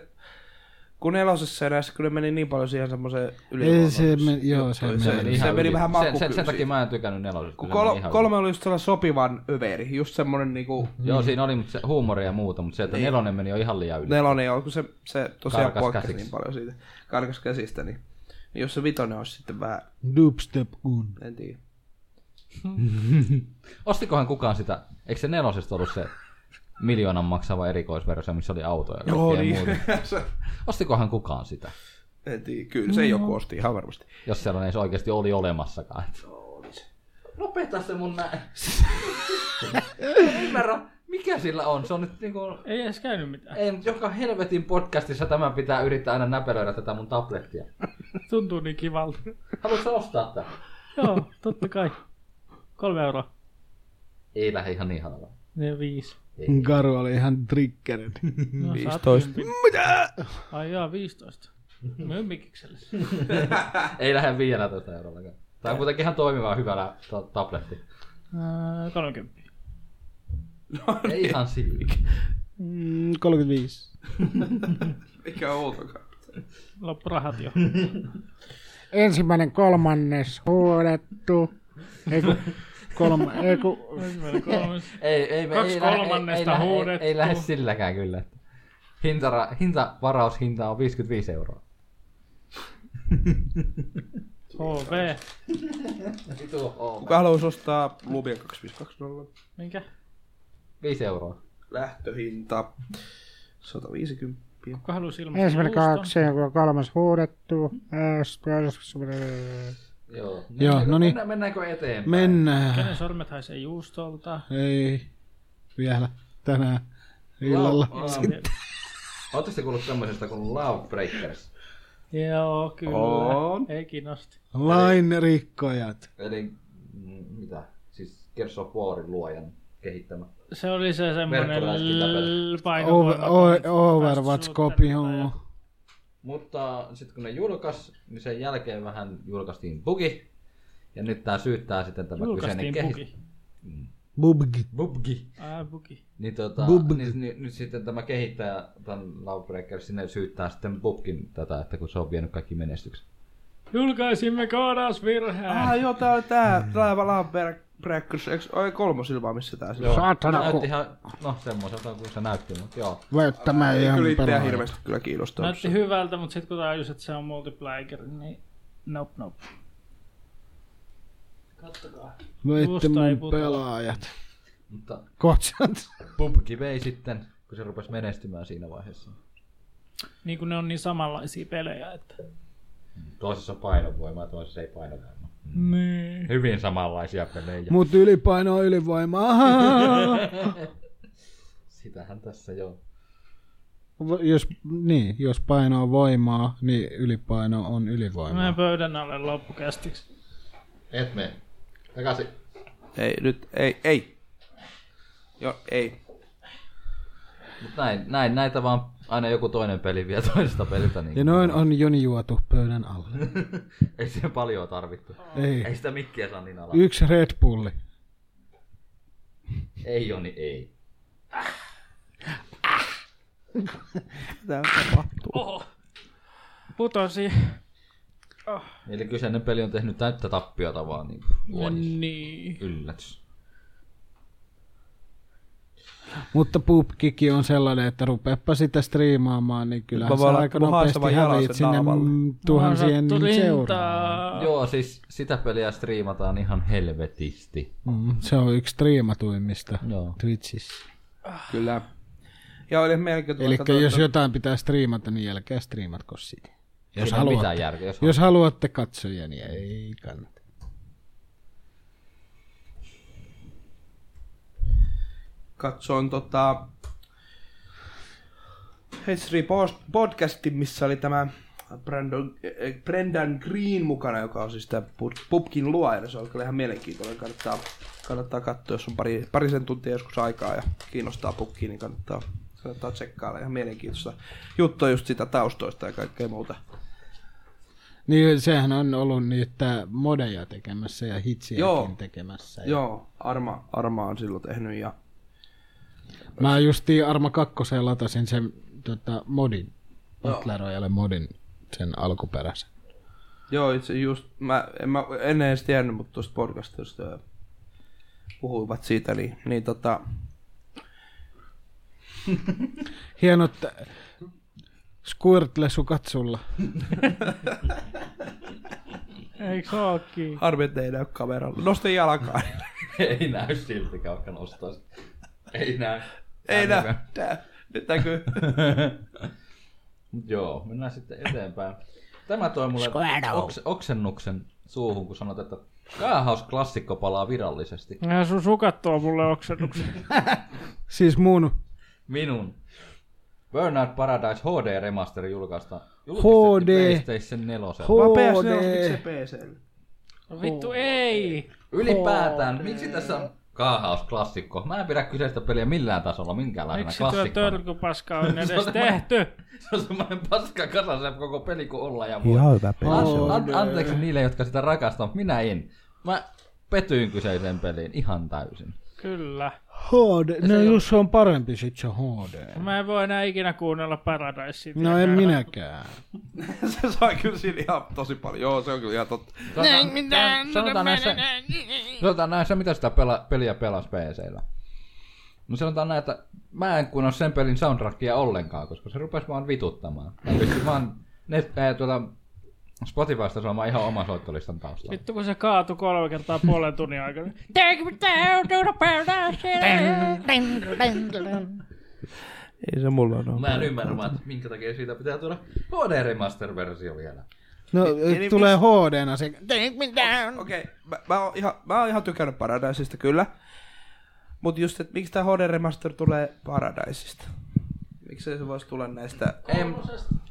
Speaker 4: Kun nelosessa erässä kyllä meni niin paljon siihen semmoiseen
Speaker 2: Ei,
Speaker 4: yliluonnollisuuteen.
Speaker 2: se, me, joo, se,
Speaker 4: se
Speaker 2: meni.
Speaker 4: meni- se meni
Speaker 5: yli.
Speaker 4: vähän
Speaker 5: sen, sen, sen
Speaker 4: makukyyn
Speaker 5: takia mä en tykännyt nelosesta.
Speaker 4: Kun
Speaker 5: se meni
Speaker 4: kol-
Speaker 5: ihan Mm-hmm.
Speaker 4: kolme oli just sellainen sopivan överi, just semmoinen niinku
Speaker 5: yli. Joo, siinä oli mut se, huumoria ja muuta, mutta se, että
Speaker 4: Niin.
Speaker 5: nelonen meni jo ihan liian yli.
Speaker 4: nelonen, joo, kun se, se tosiaan
Speaker 5: Karkas
Speaker 4: poikkesi
Speaker 5: käsiksi.
Speaker 4: niin paljon siitä karkas käsistä, niin, niin jos se vitonen olisi sitten vähän,
Speaker 2: Dubstep kun.
Speaker 4: en tiedä.
Speaker 5: Ostikohan kukaan sitä, eikö se nelosesta ollut se miljoonan maksava erikoisversio, missä oli autoja ja
Speaker 4: Joo,
Speaker 5: kaikkea
Speaker 4: niin.
Speaker 5: muuta.
Speaker 4: Se-
Speaker 5: Ostikohan kukaan sitä,
Speaker 4: en tiedä, kyllä se joku osti ihan varmasti.
Speaker 5: jos sellainen ei se oikeasti oli olemassakaan. Lopeta se mun näin. Ymmärrä, mikä sillä on? Se on nyt niinku...
Speaker 2: Mm.
Speaker 3: ei edes käynyt mitään.
Speaker 5: Ei, mutta joka helvetin podcastissa tämän pitää yrittää aina näpelöidä tätä mun tablettia.
Speaker 3: Tuntuu niin kivalta.
Speaker 5: Haluatko sä ostaa tää?
Speaker 3: Joo, totta kai. Kolme euroa.
Speaker 5: Ei lähde ihan niin halvaa.
Speaker 3: Ne viisi.
Speaker 2: Garu oli ihan triggered.
Speaker 3: No,
Speaker 4: 15.
Speaker 3: Mitä? Ai jaa, 15. Myy mikikselle.
Speaker 5: Ei lähde 15 eurollakaan. Tää on kuitenkin ihan toimiva ja hyvä lä- ta- tabletti.
Speaker 3: Ää, 30.
Speaker 5: Ei ihan silti.
Speaker 2: Mm, 35.
Speaker 4: Mikä on outokaan.
Speaker 3: Loppu rahat jo.
Speaker 2: Ensimmäinen kolmannes huudettu. Ei kun, kolma, ei kun,
Speaker 3: Ensimmäinen kolmas.
Speaker 5: Ei, ei,
Speaker 3: Kaksi
Speaker 5: ei, lähde-
Speaker 3: kolmannesta
Speaker 5: ei, ei, ei,
Speaker 3: huudettu.
Speaker 5: ei lähde silläkään kyllä. Hintara, hinta, varaushinta on 55 euroa.
Speaker 3: HV.
Speaker 4: Kuka haluaisi ostaa Lumia 2520?
Speaker 3: Minkä?
Speaker 5: 5 euroa.
Speaker 4: Lähtöhinta 150.
Speaker 3: Kuka halusi ilmaista
Speaker 2: ensimmäinen
Speaker 3: juuston?
Speaker 2: kaksi ja kun kolmas huudettu. Äs- äs-
Speaker 5: Joo,
Speaker 2: Joo, no niin.
Speaker 5: Mennään, mennäänkö eteenpäin?
Speaker 2: Mennään.
Speaker 3: Kenen sormet haisee juustolta?
Speaker 2: Ei, vielä tänään illalla.
Speaker 5: Oletteko te kuullut tämmöisestä kuin Love Breakers?
Speaker 3: Joo, kyllä.
Speaker 4: On.
Speaker 3: Ei kiinnosti.
Speaker 2: Lain rikkojat.
Speaker 5: Eli mm, mitä? Siis Gears of Warin luojan kehittämä.
Speaker 3: Se oli se semmonen
Speaker 5: Verkkoräiskintäpeli.
Speaker 3: l- painava-
Speaker 2: Over- o-
Speaker 3: Fast
Speaker 2: Overwatch kopi,
Speaker 3: shooter
Speaker 2: joo.
Speaker 5: Mutta sitten kun ne julkaisi, niin sen jälkeen vähän julkaistiin bugi. Ja nyt tää syyttää sitten tämä kyseinen
Speaker 3: Julkaistiin
Speaker 5: kehittäjä.
Speaker 3: bugi.
Speaker 2: Bubg.
Speaker 5: Bubgi.
Speaker 3: Ää, bugi.
Speaker 5: Niin, tota,
Speaker 2: Bubg.
Speaker 5: niin, niin, nyt sitten tämä kehittäjä, tämän Lovebreaker, sinne syyttää sitten Bubgin tätä, että kun se on vienyt kaikki menestykset.
Speaker 3: Julkaisimme koodasvirheen.
Speaker 4: Ah, joo, tää on tää, tää Lamberg Breakers, eikö ole kolmos ilmaa, missä tää on?
Speaker 2: Saatana,
Speaker 5: näytti
Speaker 2: kun-
Speaker 5: ihan, no semmoiselta kuin se näytti, mutta joo.
Speaker 2: Välttämään
Speaker 4: Ei
Speaker 2: ihan
Speaker 4: kyllä itseä
Speaker 2: pelaa.
Speaker 4: hirveästi kyllä kiinnostaa.
Speaker 3: Näytti hyvältä, mutta sitten kun tajus, että se on multiplayer, niin nope nope. Kattokaa.
Speaker 2: Veitte
Speaker 3: Tuosta ei
Speaker 2: mun
Speaker 3: putoa.
Speaker 2: pelaajat.
Speaker 5: Mutta
Speaker 2: Kotsat.
Speaker 5: Bubki vei sitten, kun se rupesi menestymään siinä vaiheessa.
Speaker 3: Niin kun ne on niin samanlaisia pelejä, että...
Speaker 5: Toisessa on painovoimaa ja toisessa ei painovoimaa.
Speaker 3: Niin.
Speaker 5: Hyvin samanlaisia pelejä.
Speaker 2: Mut ylipaino on ylivoimaa.
Speaker 5: Sitähän tässä jo.
Speaker 2: Vo- jos, niin, jos paino on voimaa, niin ylipaino on
Speaker 3: Mä
Speaker 2: ylivoimaa.
Speaker 3: pöydän alle loppukästiksi.
Speaker 5: Et me. Takaisin.
Speaker 4: Ei, nyt, ei, ei. Joo, ei.
Speaker 5: Mut näin, näin, näitä vaan aina joku toinen peli vie toisesta peliltä. Niin
Speaker 2: Ja no- noin on Joni juotu pöydän alle.
Speaker 5: Ei siihen paljon tarvittu.
Speaker 2: Ei.
Speaker 5: Ei sitä mikkiä saa niin alaa.
Speaker 2: Yksi Red Bulli.
Speaker 5: Ei Joni, ei.
Speaker 4: Mitä tapahtuu?
Speaker 3: Putosi.
Speaker 5: Eli kyseinen peli on tehnyt täyttä tappiota vaan niin vuodessa.
Speaker 3: Niin.
Speaker 5: Yllätys.
Speaker 2: Mutta pubkikin on sellainen, että rupeappa sitä striimaamaan, niin kyllä
Speaker 4: Mä
Speaker 2: sä
Speaker 4: voin laittaa
Speaker 2: aika
Speaker 4: mun
Speaker 2: nopeasti
Speaker 4: haastavan jalan
Speaker 2: häviit
Speaker 4: sen
Speaker 2: sinne
Speaker 4: naamalle.
Speaker 2: mm, tuhansien
Speaker 3: Mä oon sattu
Speaker 2: seuraan.
Speaker 3: rintaa.
Speaker 5: Joo, siis sitä peliä striimataan ihan helvetisti.
Speaker 2: Mm, se on yksi striimatuimmista
Speaker 5: Joo.
Speaker 2: Twitchissä.
Speaker 4: Kyllä. Ja oli mielenkiintoista.
Speaker 2: Eli
Speaker 4: katsoa,
Speaker 2: jos
Speaker 4: että-
Speaker 2: jotain pitää striimata, niin jälkeen striimatko sitä. Jos
Speaker 5: Siinä ei ole
Speaker 2: haluatte,
Speaker 5: mitään järkeä. Jos
Speaker 2: jos haluatte katsojia, niin ei kannata.
Speaker 4: katsoin tota... H3 Post- podcastin, missä oli tämä Brandon, eh, Brendan Green mukana, joka on siis tämä Pupkin luoja. Se on kyllä ihan mielenkiintoinen. Kannattaa Kannattaa katsoa, jos on pari, parisen tuntia joskus aikaa ja kiinnostaa pukkiin, niin kannattaa, kannattaa tsekkailla. Ihan mielenkiintoista juttua just sitä taustoista ja kaikkea muuta.
Speaker 2: Niin sehän on ollut niitä modeja tekemässä ja hitsiäkin
Speaker 4: Joo.
Speaker 2: tekemässä. Ja
Speaker 4: Joo, Arma, Arma on silloin tehnyt ja
Speaker 2: Mä justiin Arma 2 latasin sen tota, modin, Battle Royale modin, sen alkuperäisen.
Speaker 4: Joo, itse just, mä, en, mä, en edes tiennyt, mutta tuosta podcastista ö, puhuivat siitä, niin, niin tota,
Speaker 2: Hienot äh, squirtlesukat sulla.
Speaker 3: Eikö se ookin?
Speaker 4: harmi, että ei näy kameralla. Nosta jalkaa.
Speaker 5: Ei näy siltikään, vaikka nostaisi. Ei näy.
Speaker 4: ei
Speaker 5: Tää
Speaker 4: näy. Tää, nyt näkyy.
Speaker 5: Mut Joo, mennään sitten eteenpäin. Tämä toi mulle oks- oksennuksen suuhun, kun sanot, että kaahaus-klassikko palaa virallisesti.
Speaker 3: Nehän sun sukat tuo mulle oksennuksen.
Speaker 2: Siis mun
Speaker 5: Minun. Burnout Paradise HD Remaster julkaista
Speaker 2: HD.
Speaker 5: julkistettiin PlayStation 4.
Speaker 4: Vaan
Speaker 2: HD.
Speaker 4: PS4, miksi se PC?
Speaker 3: No Vittu ei!
Speaker 5: Ylipäätään, miksi tässä on kaahaus-klassikko? Mä en pidä kyseistä peliä millään tasolla, minkäänlaisena
Speaker 3: Miksi tuo
Speaker 5: klassikkona.
Speaker 3: törkypaska on edes
Speaker 5: Se on-
Speaker 3: tehty?
Speaker 5: Se on semmoinen paska kasa se koko peli kuin olla ja voi.
Speaker 4: hyvä
Speaker 5: An- an- anteeksi niille, jotka sitä rakastavat, minä en. Mä petyin kyseiseen peliin ihan täysin.
Speaker 3: Kyllä.
Speaker 2: HD. No jos se on parempi, sit se on HD.
Speaker 3: Mä en voi enää ikinä kuunnella Paradisea.
Speaker 2: No en minäkään.
Speaker 4: se sai kyllä siinä ihan tosi paljon. Joo, se on kyllä ihan totta.
Speaker 5: Sanotaan, näin, sanotaan, näin Tuota, se, sanotaan näin se, mitä sitä pela, peliä pelasi PCllä. No sanotaan näin, että mä en kuunnellut sen pelin soundtrackia ollenkaan, koska se rupesi vaan vituttamaan. Mä pistin vaan net, ää, tuota, Spotifysta soimaan ihan oman soittolistan taustalla.
Speaker 3: Vittu kun se kaatui kolme kertaa puolen tunnin aikana. Take me down to the paradise.
Speaker 4: Ei se mulla ole.
Speaker 5: Mä en ymmärrä vaan, että minkä takia siitä pitää tuoda HD Remaster-versio vielä.
Speaker 2: No
Speaker 4: Eli
Speaker 2: tulee HD-na se.
Speaker 4: Okei, okay. mä, mä, oon ihan, mä oon ihan tykännyt Paradiseista kyllä. Mut just, että miksi tää HD Remaster tulee Paradiseista? Miksei se voisi tulla näistä...
Speaker 5: Ei,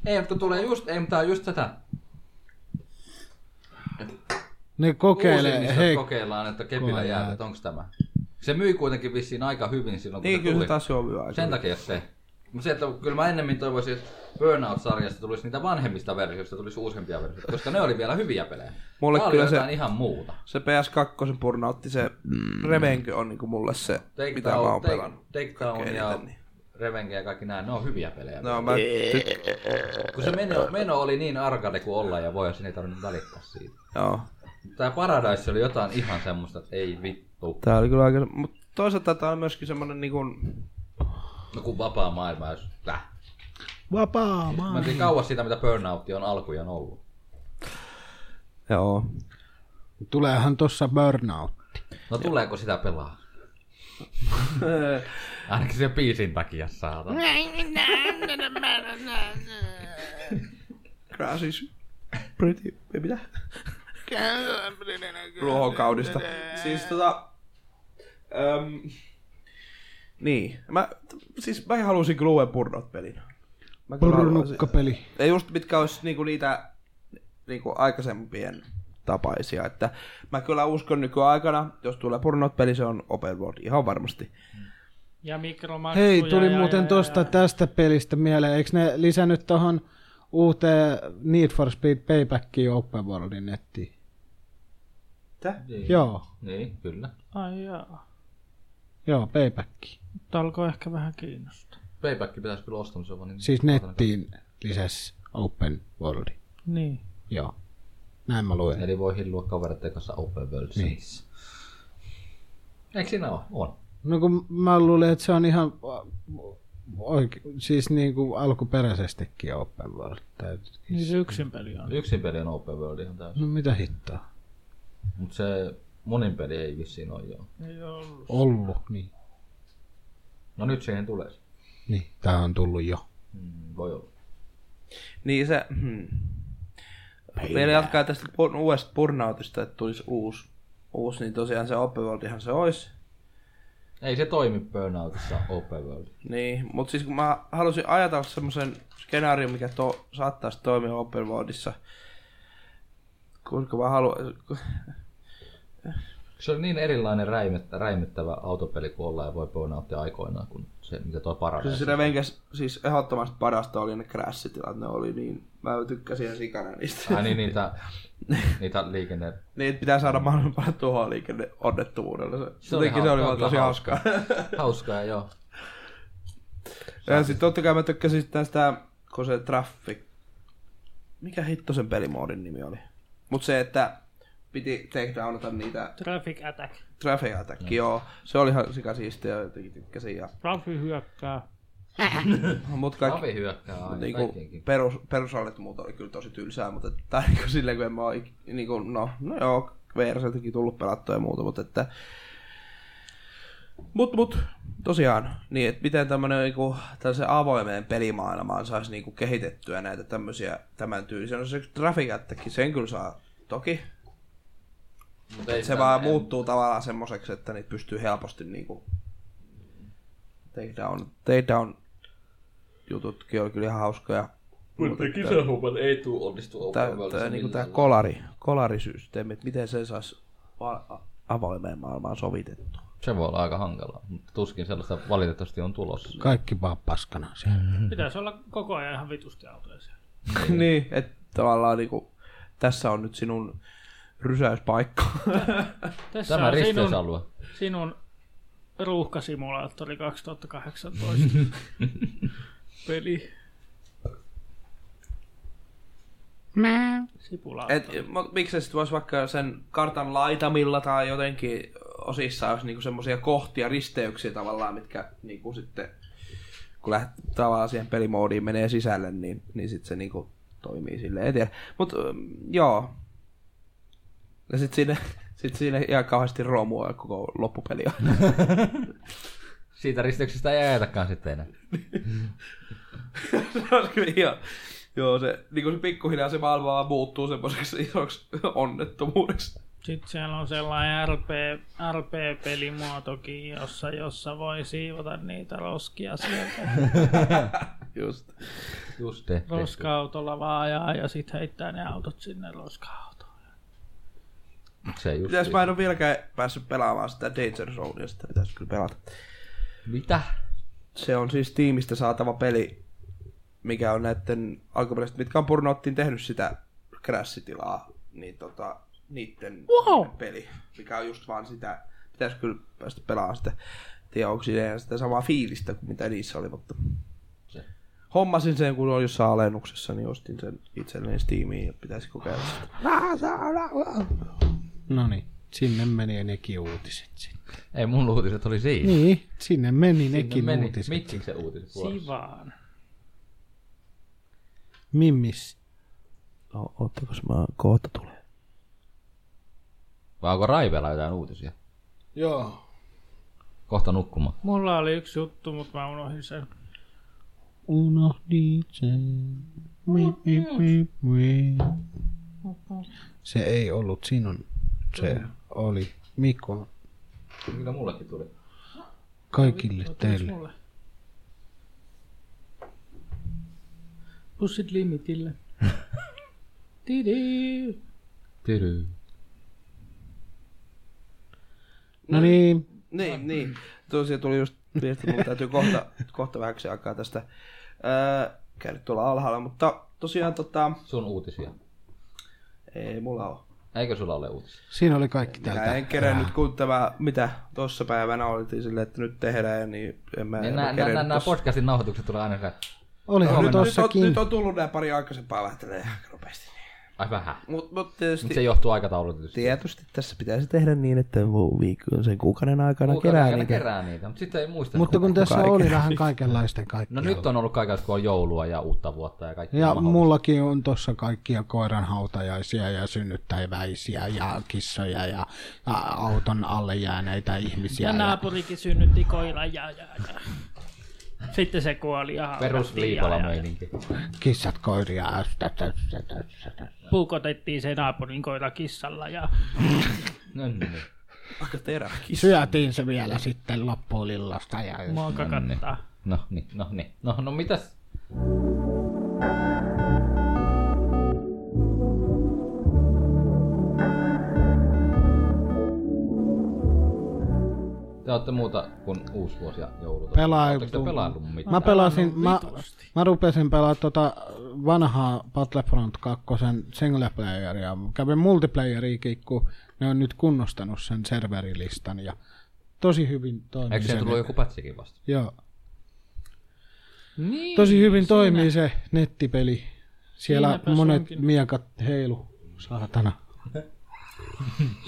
Speaker 5: ei, mutta tulee just, ei, mutta tää on just tätä.
Speaker 2: Ne kokeilee.
Speaker 5: Uusimmista
Speaker 2: Hei,
Speaker 5: kokeillaan, että
Speaker 2: Koe
Speaker 5: kepillä jää,
Speaker 2: jää.
Speaker 5: että onks tämä. Se myi kuitenkin vissiin aika hyvin silloin, kun
Speaker 4: Niin,
Speaker 5: se
Speaker 4: kyllä se
Speaker 5: tuli.
Speaker 4: taas on hyvä aika.
Speaker 5: Sen takia se. Mutta se, että kyllä mä ennemmin toivoisin, että Burnout-sarjasta tulisi niitä vanhemmista versioista, tulisi uusimpia versioita, koska ne oli vielä hyviä pelejä.
Speaker 4: Mulle
Speaker 5: Tää oli
Speaker 4: kyllä se-
Speaker 5: jotain ihan muuta.
Speaker 4: Se PS2 purnautti se mm. Revenkö on niinku mulle se,
Speaker 5: Take
Speaker 4: mitä
Speaker 5: Down-
Speaker 4: mä oon
Speaker 5: Take-
Speaker 4: pelannut.
Speaker 5: Take Down
Speaker 4: Kaikkein
Speaker 5: ja
Speaker 4: eniten, niin.
Speaker 5: Revenge ja kaikki nämä, ne on hyviä pelejä.
Speaker 4: No mä tyk-
Speaker 5: Kun se meno, meno oli niin arkade kuin olla ja voi, sinne ei tarvinnut välittää siitä.
Speaker 4: joo.
Speaker 5: Tämä Paradise oli jotain ihan semmoista, että ei vittu.
Speaker 4: Tää oli kyllä aika... Mut toisaalta tää on myöskin semmonen niinku...
Speaker 5: No kun vapaa maailma, jos läh.
Speaker 2: vapaa
Speaker 5: Mä
Speaker 2: maa.
Speaker 5: en tiedä kauas siitä, mitä Burnout on alkujaan ollut.
Speaker 4: Joo.
Speaker 2: Tuleehan tossa burnout.
Speaker 5: No tuleeko sitä pelaa? Ainakin se biisin takia saatana.
Speaker 4: Grass is pretty... Ei mitä? Ruohonkaudista. Siis tota... Öm, niin. Mä, siis mä halusin Glue Burnout pelin. Mä kyllä haluaisin-
Speaker 2: Purnukkapeli.
Speaker 4: Ja just mitkä olisi niinku niitä niinku aikaisempien tapaisia. Että mä kyllä uskon nykyaikana, jos tulee Burnout-peli, se on open world ihan varmasti.
Speaker 3: Ja mikromaksuja.
Speaker 2: Hei, tuli
Speaker 3: ja,
Speaker 2: muuten
Speaker 3: ja,
Speaker 2: tosta
Speaker 3: ja.
Speaker 2: tästä pelistä mieleen. Eikö ne lisännyt tohon uuteen Need for Speed Paybackiin Open Worldin nettiin?
Speaker 4: Mitä?
Speaker 5: Niin.
Speaker 2: Joo,
Speaker 5: Niin, kyllä.
Speaker 3: Ai jaa.
Speaker 2: joo, Payback.
Speaker 3: Nyt alkoi ehkä vähän kiinnostaa.
Speaker 5: Payback pitäisi kyllä ostaa, mutta se on vaan niin...
Speaker 2: Siis nettiin lisäs Open Worldin.
Speaker 3: Niin.
Speaker 2: Joo. Näin mä luen.
Speaker 5: Eli voi hillua kavereiden kanssa Open World niin. Eikö siinä ole? On.
Speaker 2: No kun mä luulin, että se on ihan äh, oike, siis niin kuin alkuperäisestikin Open World. Tai-
Speaker 3: Niin se yksin peli on.
Speaker 5: Yksin peli on Open World ihan täysin.
Speaker 2: No mitä hittoa?
Speaker 5: Mutta se monin peli ei vissiin ole joo.
Speaker 3: Ei oo ollut.
Speaker 2: Ollut, niin.
Speaker 5: No nyt siihen tulee. se.
Speaker 2: niin. Tää on tullut jo.
Speaker 5: Mm, voi olla.
Speaker 4: Niin se... Hmm. Vielä jatkaa tästä pur- uudesta Burnoutista, että tulisi uusi. Uusi, niin tosiaan se open worldihan se olisi.
Speaker 5: Ei se toimi Burnoutissa Open World.
Speaker 4: Niin, mutta siis kun mä halusin ajatella semmoisen skenaarion, mikä to, saattaisi toimia open worldissa. Koska mä haluan...
Speaker 5: Se on niin erilainen räimettä, räimettävä autopeli kuin ollaan ja voi Burnoutti aikoinaan, kun se, mitä tuo paranee.
Speaker 4: Siis siinä venkes, siis ehdottomasti parasta oli ne crash-tilat, ne oli niin, mä tykkäsin ihan sikana niistä.
Speaker 5: Ai niin, niitä, niitä liikenne...
Speaker 4: Niitä pitää saada mahdollisimman paljon tuhoa liikenne onnettomuudella. Se,
Speaker 5: Se
Speaker 4: se
Speaker 5: oli
Speaker 4: oli, se oli
Speaker 5: hauskaa,
Speaker 4: vaan tosi
Speaker 5: kyllä
Speaker 4: hauskaa.
Speaker 5: Hauskaa, joo.
Speaker 4: ja sitten totta kai mä tykkäsin sit tästä, kun se Traffic... Mikä hitto sen pelimoodin nimi oli? Mut se, että piti takedownata niitä
Speaker 3: Traffic attack.
Speaker 4: Traffic
Speaker 5: Mm.
Speaker 4: Attack, joo. Se oli ihan sikasiistiä, jotenkin tykkäsin. Ja,
Speaker 3: Traffic hyökkää.
Speaker 4: mut kaikki,
Speaker 5: Kavi hyökkää aina,
Speaker 4: niin
Speaker 5: niin
Speaker 4: kuin
Speaker 5: kaikkiinkin.
Speaker 4: perus, perusallit muut oli kyllä tosi tylsää, mutta että, niin kuin silleen, kun en mä oo ik- niin kuin, no, no joo, VR-seltäkin tullut pelattua ja muuta, mutta että, mut, mut, tosiaan, niin, että miten tämmönen niin kuin, tällaisen avoimeen pelimaailmaan saisi niin kuin, kehitettyä näitä tämmöisiä tämän tyylisiä, no se Traffic Attackin, sen kyllä saa toki,
Speaker 5: Mut ei
Speaker 4: se
Speaker 5: sitä-
Speaker 4: vaan
Speaker 5: en-
Speaker 4: muuttuu tavallaan semmoiseksi, että niitä pystyy helposti niinku takedown, takedown jututkin oli kyllä ihan hauskoja.
Speaker 5: Mutta kisahommat ei tuu onnistu
Speaker 4: Tää,
Speaker 5: open
Speaker 4: tää,
Speaker 5: worldissa
Speaker 4: niinku tää
Speaker 5: millään.
Speaker 4: kolari, kolarisysteemi, että miten se saisi avoimeen maailmaan sovitettu.
Speaker 5: Se voi olla aika hankalaa, mutta tuskin sellaista valitettavasti on tulossa.
Speaker 2: Kaikki vaan paskana siellä.
Speaker 3: Pitäisi olla koko ajan ihan vitusti autoja siellä.
Speaker 4: niin, että tavallaan niinku, tässä on nyt sinun rysäyspaikka.
Speaker 3: Tässä
Speaker 5: Tämä
Speaker 3: on sinun,
Speaker 5: risteysalue.
Speaker 3: sinun ruuhkasimulaattori 2018 peli. Mä. Sipulaattori.
Speaker 4: Et, mo- miksei sit vois vaikka sen kartan laitamilla tai jotenkin osissa olisi niinku semmoisia kohtia, risteyksiä tavallaan, mitkä niinku sitten kun läht, tavallaan siihen pelimoodiin menee sisälle, niin, niin sitten se niinku toimii sille eteen. Mut mm, joo. Ja sit siinä, sit siinä ihan kauheasti romua koko loppupeli on.
Speaker 5: Siitä risteyksestä ei ajetakaan sitten enää.
Speaker 4: se on kyllä ihan, joo, se, niinku se pikkuhiljaa se maailma vaan muuttuu semmoiseksi isoksi onnettomuudeksi.
Speaker 3: Sitten siellä on sellainen RP, RP-pelimuotokin, jossa, jossa voi siivota niitä roskia sieltä.
Speaker 4: Just.
Speaker 5: Just tehty.
Speaker 3: Roska-autolla vaan ajaa ja sitten heittää ne autot sinne roska-autoon.
Speaker 5: Se just
Speaker 4: Pitäis mä en ole vieläkään päässyt pelaamaan sitä Danger Zonea, sitä pitäis kyllä pelata.
Speaker 5: Mitä?
Speaker 4: Se on siis tiimistä saatava peli, mikä on näiden alkuperäiset, mitkä on Burnouttiin tehnyt sitä crash-tilaa, niin tota, niitten wow. peli, mikä on just vaan sitä, pitäis kyllä päästä pelaamaan sitä. Tiedä, onko siinä enää sitä samaa fiilistä kuin mitä niissä oli, mutta
Speaker 5: Se.
Speaker 4: hommasin sen, kun oli jossain alennuksessa, niin ostin sen itselleni Steamiin ja pitäisi kokeilla sitä.
Speaker 2: No niin, sinne meni nekin uutiset sitten.
Speaker 5: Ei mun uutiset oli siinä.
Speaker 2: Niin, sinne meni
Speaker 5: Sinne
Speaker 2: nekin
Speaker 5: meni.
Speaker 2: uutiset.
Speaker 5: Mitsin se uutiset vuorossa?
Speaker 3: Sivaan.
Speaker 2: Mimmis.
Speaker 4: No, ootteko mä kohta tulee?
Speaker 5: Vai onko Raiveella jotain uutisia?
Speaker 2: Joo.
Speaker 5: Kohta nukkumaan.
Speaker 3: Mulla oli yksi juttu, mutta mä unohdin sen.
Speaker 2: Unohdin sen. Mi, mi, mi, mi. Se ei ollut sinun. Se oli Mikon
Speaker 5: Kyllä mullekin tuli.
Speaker 2: kaikille teille.
Speaker 3: Mulle. Pussit limitille. Tidi.
Speaker 5: Tyry.
Speaker 2: No niin,
Speaker 4: Niin, niin. Tosiaan tuli just viesti, mutta täytyy kohta, kohta vähäksi aikaa tästä ää, käydä tuolla alhaalla, mutta tosiaan tota,
Speaker 5: Sun uutisia.
Speaker 4: ei mulla ole.
Speaker 5: Eikö sulla ole uutisia?
Speaker 2: siinä oli kaikki
Speaker 4: Minä
Speaker 2: tältä.
Speaker 4: en kerännyt, kun tämä, mitä tuossa päivänä oltiin silleen, että nyt tehdään, niin en mä en
Speaker 5: Nämä,
Speaker 4: ole
Speaker 5: nämä, nämä,
Speaker 4: kerännyt
Speaker 5: nämä
Speaker 4: tossa.
Speaker 5: podcastin nauhoitukset tulee aina sillä-
Speaker 2: Olihan no,
Speaker 4: nyt, on,
Speaker 2: tossakin.
Speaker 4: nyt on tullut nämä pari aikaisempaa lähtelee aika nopeasti.
Speaker 5: Ai vähän.
Speaker 4: Mutta mut tietysti,
Speaker 5: Mutta se johtuu aikataulusta.
Speaker 4: tietysti tässä pitäisi tehdä niin, että muu- viikon sen kuukauden aikana
Speaker 5: Kuukauden
Speaker 4: no kerää
Speaker 5: aikana
Speaker 4: niitä.
Speaker 5: kerää niitä, mutta sitten ei muista.
Speaker 2: Mutta kun tässä
Speaker 4: kaiken.
Speaker 2: oli vähän kaikenlaista kaikkea.
Speaker 5: No nyt on ollut kaikenlaista, kun on joulua ja uutta vuotta ja kaikki.
Speaker 2: Ja
Speaker 5: mahdollista.
Speaker 2: mullakin on tuossa kaikkia koiran hautajaisia ja synnyttäiväisiä ja kissoja ja, ja auton alle jääneitä ihmisiä.
Speaker 3: Ja naapurikin synnytti koiran ja, ja, ja. Sitten se kuoli ja
Speaker 5: Perus
Speaker 3: haudattiin ja,
Speaker 5: liipola
Speaker 3: ja, ja.
Speaker 5: meininki.
Speaker 2: kissat koiria. ästä, tässä, tässä, tässä.
Speaker 3: Puukotettiin se naapurin koira kissalla ja
Speaker 5: No niin.
Speaker 4: Aika teräkin.
Speaker 2: Syötiin se vielä sitten loppuillasta. Ja...
Speaker 3: mua kakattaa.
Speaker 5: No niin, no niin. No, no mitäs? olette muuta kuin uusi vuosi ja joulu?
Speaker 2: Pelailtu.
Speaker 5: Oletteko te pelaillut mitään?
Speaker 2: Mä pelasin, mä,
Speaker 3: vitusti.
Speaker 2: mä rupesin pelaamaan tota vanhaa Battlefront 2 single playeria. Kävin multiplayeriikin, kun ne on nyt kunnostanut sen serverilistan ja tosi hyvin toimii
Speaker 5: Eikö
Speaker 2: se
Speaker 5: siihen tullut
Speaker 2: net-
Speaker 5: joku pätsikin vasta?
Speaker 2: Joo.
Speaker 5: Niin.
Speaker 2: Tosi hyvin toimii se nettipeli. Siellä
Speaker 3: Siinäpä
Speaker 2: monet
Speaker 3: sunkin.
Speaker 2: miekat heilu. Saatana.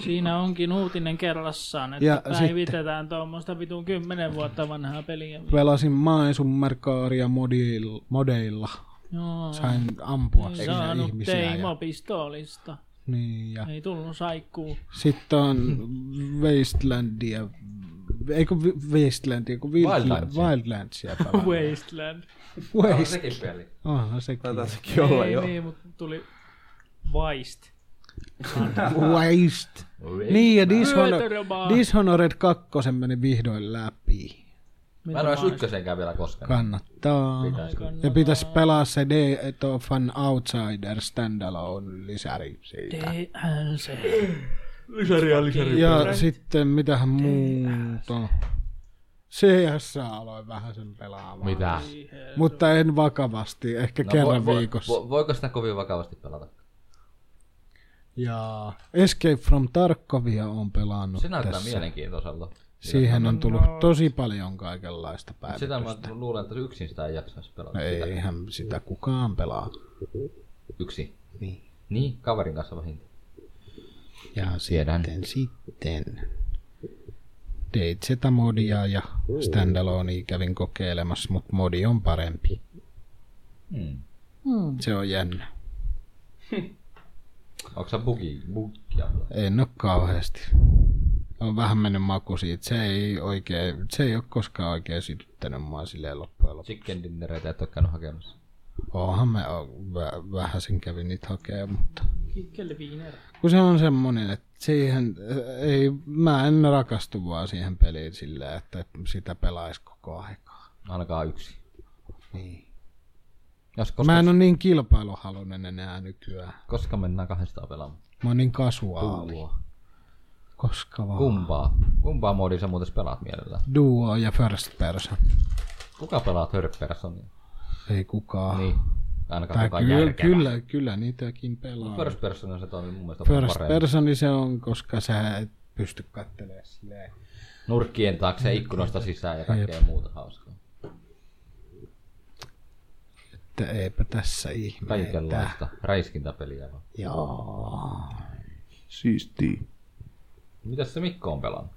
Speaker 3: Siinä onkin uutinen kerrassaan, että
Speaker 2: Ja
Speaker 3: ja päivitetään tuommoista vitun kymmenen vuotta vanhaa peliä.
Speaker 2: Pelasin Maesummerkaaria modil, modeilla.
Speaker 3: Joo.
Speaker 2: Sain ampua siinä
Speaker 3: Saanut
Speaker 2: ihmisiä.
Speaker 3: Teimo
Speaker 2: Ja,
Speaker 3: pistoolista.
Speaker 2: niin, ja
Speaker 3: Ei tullut saikkuu.
Speaker 2: Sitten on Wastelandia, eikö Wastelandia, kun Wildlandsia,
Speaker 5: Wildlandsia.
Speaker 2: Wildlandsia pelaa.
Speaker 3: Wasteland.
Speaker 2: Waste.
Speaker 5: Sekin peli.
Speaker 2: Onhan sekin.
Speaker 4: Taitaa sekin olla
Speaker 3: Ei
Speaker 4: joo.
Speaker 3: niin, mutta tuli Vaist.
Speaker 2: Waste. Niin ja Dishonor,
Speaker 3: Vyötärömaa.
Speaker 2: Dishonored 2 meni vihdoin läpi.
Speaker 5: Mä en ole edes ykkösenkään vielä koskaan.
Speaker 2: Kannattaa. Ja pitäisi pelaa se De to Fan Outsider standalone lisäri siitä.
Speaker 3: DLC.
Speaker 5: Lisäriä, lisäriä.
Speaker 2: Ja sitten mitähän muuta. CS aloin vähän sen pelaamaan.
Speaker 5: Mitä?
Speaker 2: Mutta en vakavasti, ehkä no, kerran
Speaker 5: vo-
Speaker 2: viikossa.
Speaker 5: Vo, voiko sitä kovin vakavasti pelata?
Speaker 2: Ja Escape from Tarkovia on pelannut
Speaker 5: Se näyttää
Speaker 2: No, tässä.
Speaker 5: mielenkiintoiselta.
Speaker 2: Siihen on tullut tosi paljon kaikenlaista
Speaker 5: Sitä mä
Speaker 2: päivitystä.
Speaker 5: luulen, että yksin sitä ei jaksaisi pelata.
Speaker 2: No eihän sitä kukaan pelaa.
Speaker 5: Yksi. Niin. Niin, kaverin kanssa vähintään.
Speaker 2: Ja
Speaker 5: Tiedän.
Speaker 2: sitten, sitten. DZ-modia ja standalonea kävin kokeilemassa, mutta modi on parempi.
Speaker 5: Hmm.
Speaker 2: Se on jännä.
Speaker 5: Onko sä bugi, bugia?
Speaker 2: En ole kauheasti. On vähän mennyt maku siitä. Se ei, oikein, se ei ole koskaan oikein sytyttänyt mua silleen loppujen lopuksi.
Speaker 5: Chicken dinnereitä et oo käynyt hakemassa.
Speaker 2: Onhan mä vä, vähän sen kävin niitä hakemaan, mutta...
Speaker 3: Kikkelviiner.
Speaker 2: Kun se on semmoinen, että siihen, äh, ei, mä en rakastu vaan siihen peliin sillä, että sitä pelaisi koko aikaa.
Speaker 5: Alkaa yksi.
Speaker 2: Niin.
Speaker 5: Jos koska,
Speaker 2: Mä en ole niin kilpailuhalunen enää nykyään.
Speaker 5: koska mennään kahdestaan pelaamaan.
Speaker 2: Mä oon niin kasuaali. Duo. Koska vaan. Kum.
Speaker 5: Kumpaa? Kumpaa moodia sä muuten pelaat mielellään?
Speaker 2: Duo ja first person.
Speaker 5: Kuka pelaa Third-personia?
Speaker 2: Ei kukaan.
Speaker 5: Niin.
Speaker 2: Niin.
Speaker 5: Ainakaan
Speaker 2: Tai
Speaker 5: kukaan
Speaker 2: kyllä,
Speaker 5: järkevä.
Speaker 2: kyllä, kyllä niitäkin pelaa.
Speaker 5: First person se toimii mun mielestä
Speaker 2: Mm. First
Speaker 5: paremmin.
Speaker 2: personi se on, koska sä et pysty kattelemaan silleen.
Speaker 5: Nurkkien taakse ikkunoista sisään ja kaikkea muuta hauskaa.
Speaker 2: Että eipä tässä ihmeitä.
Speaker 5: Kaikenlaista räiskintäpeliä vaan.
Speaker 2: Joo.
Speaker 4: Siistii.
Speaker 5: Mitäs se Mikko on pelannut?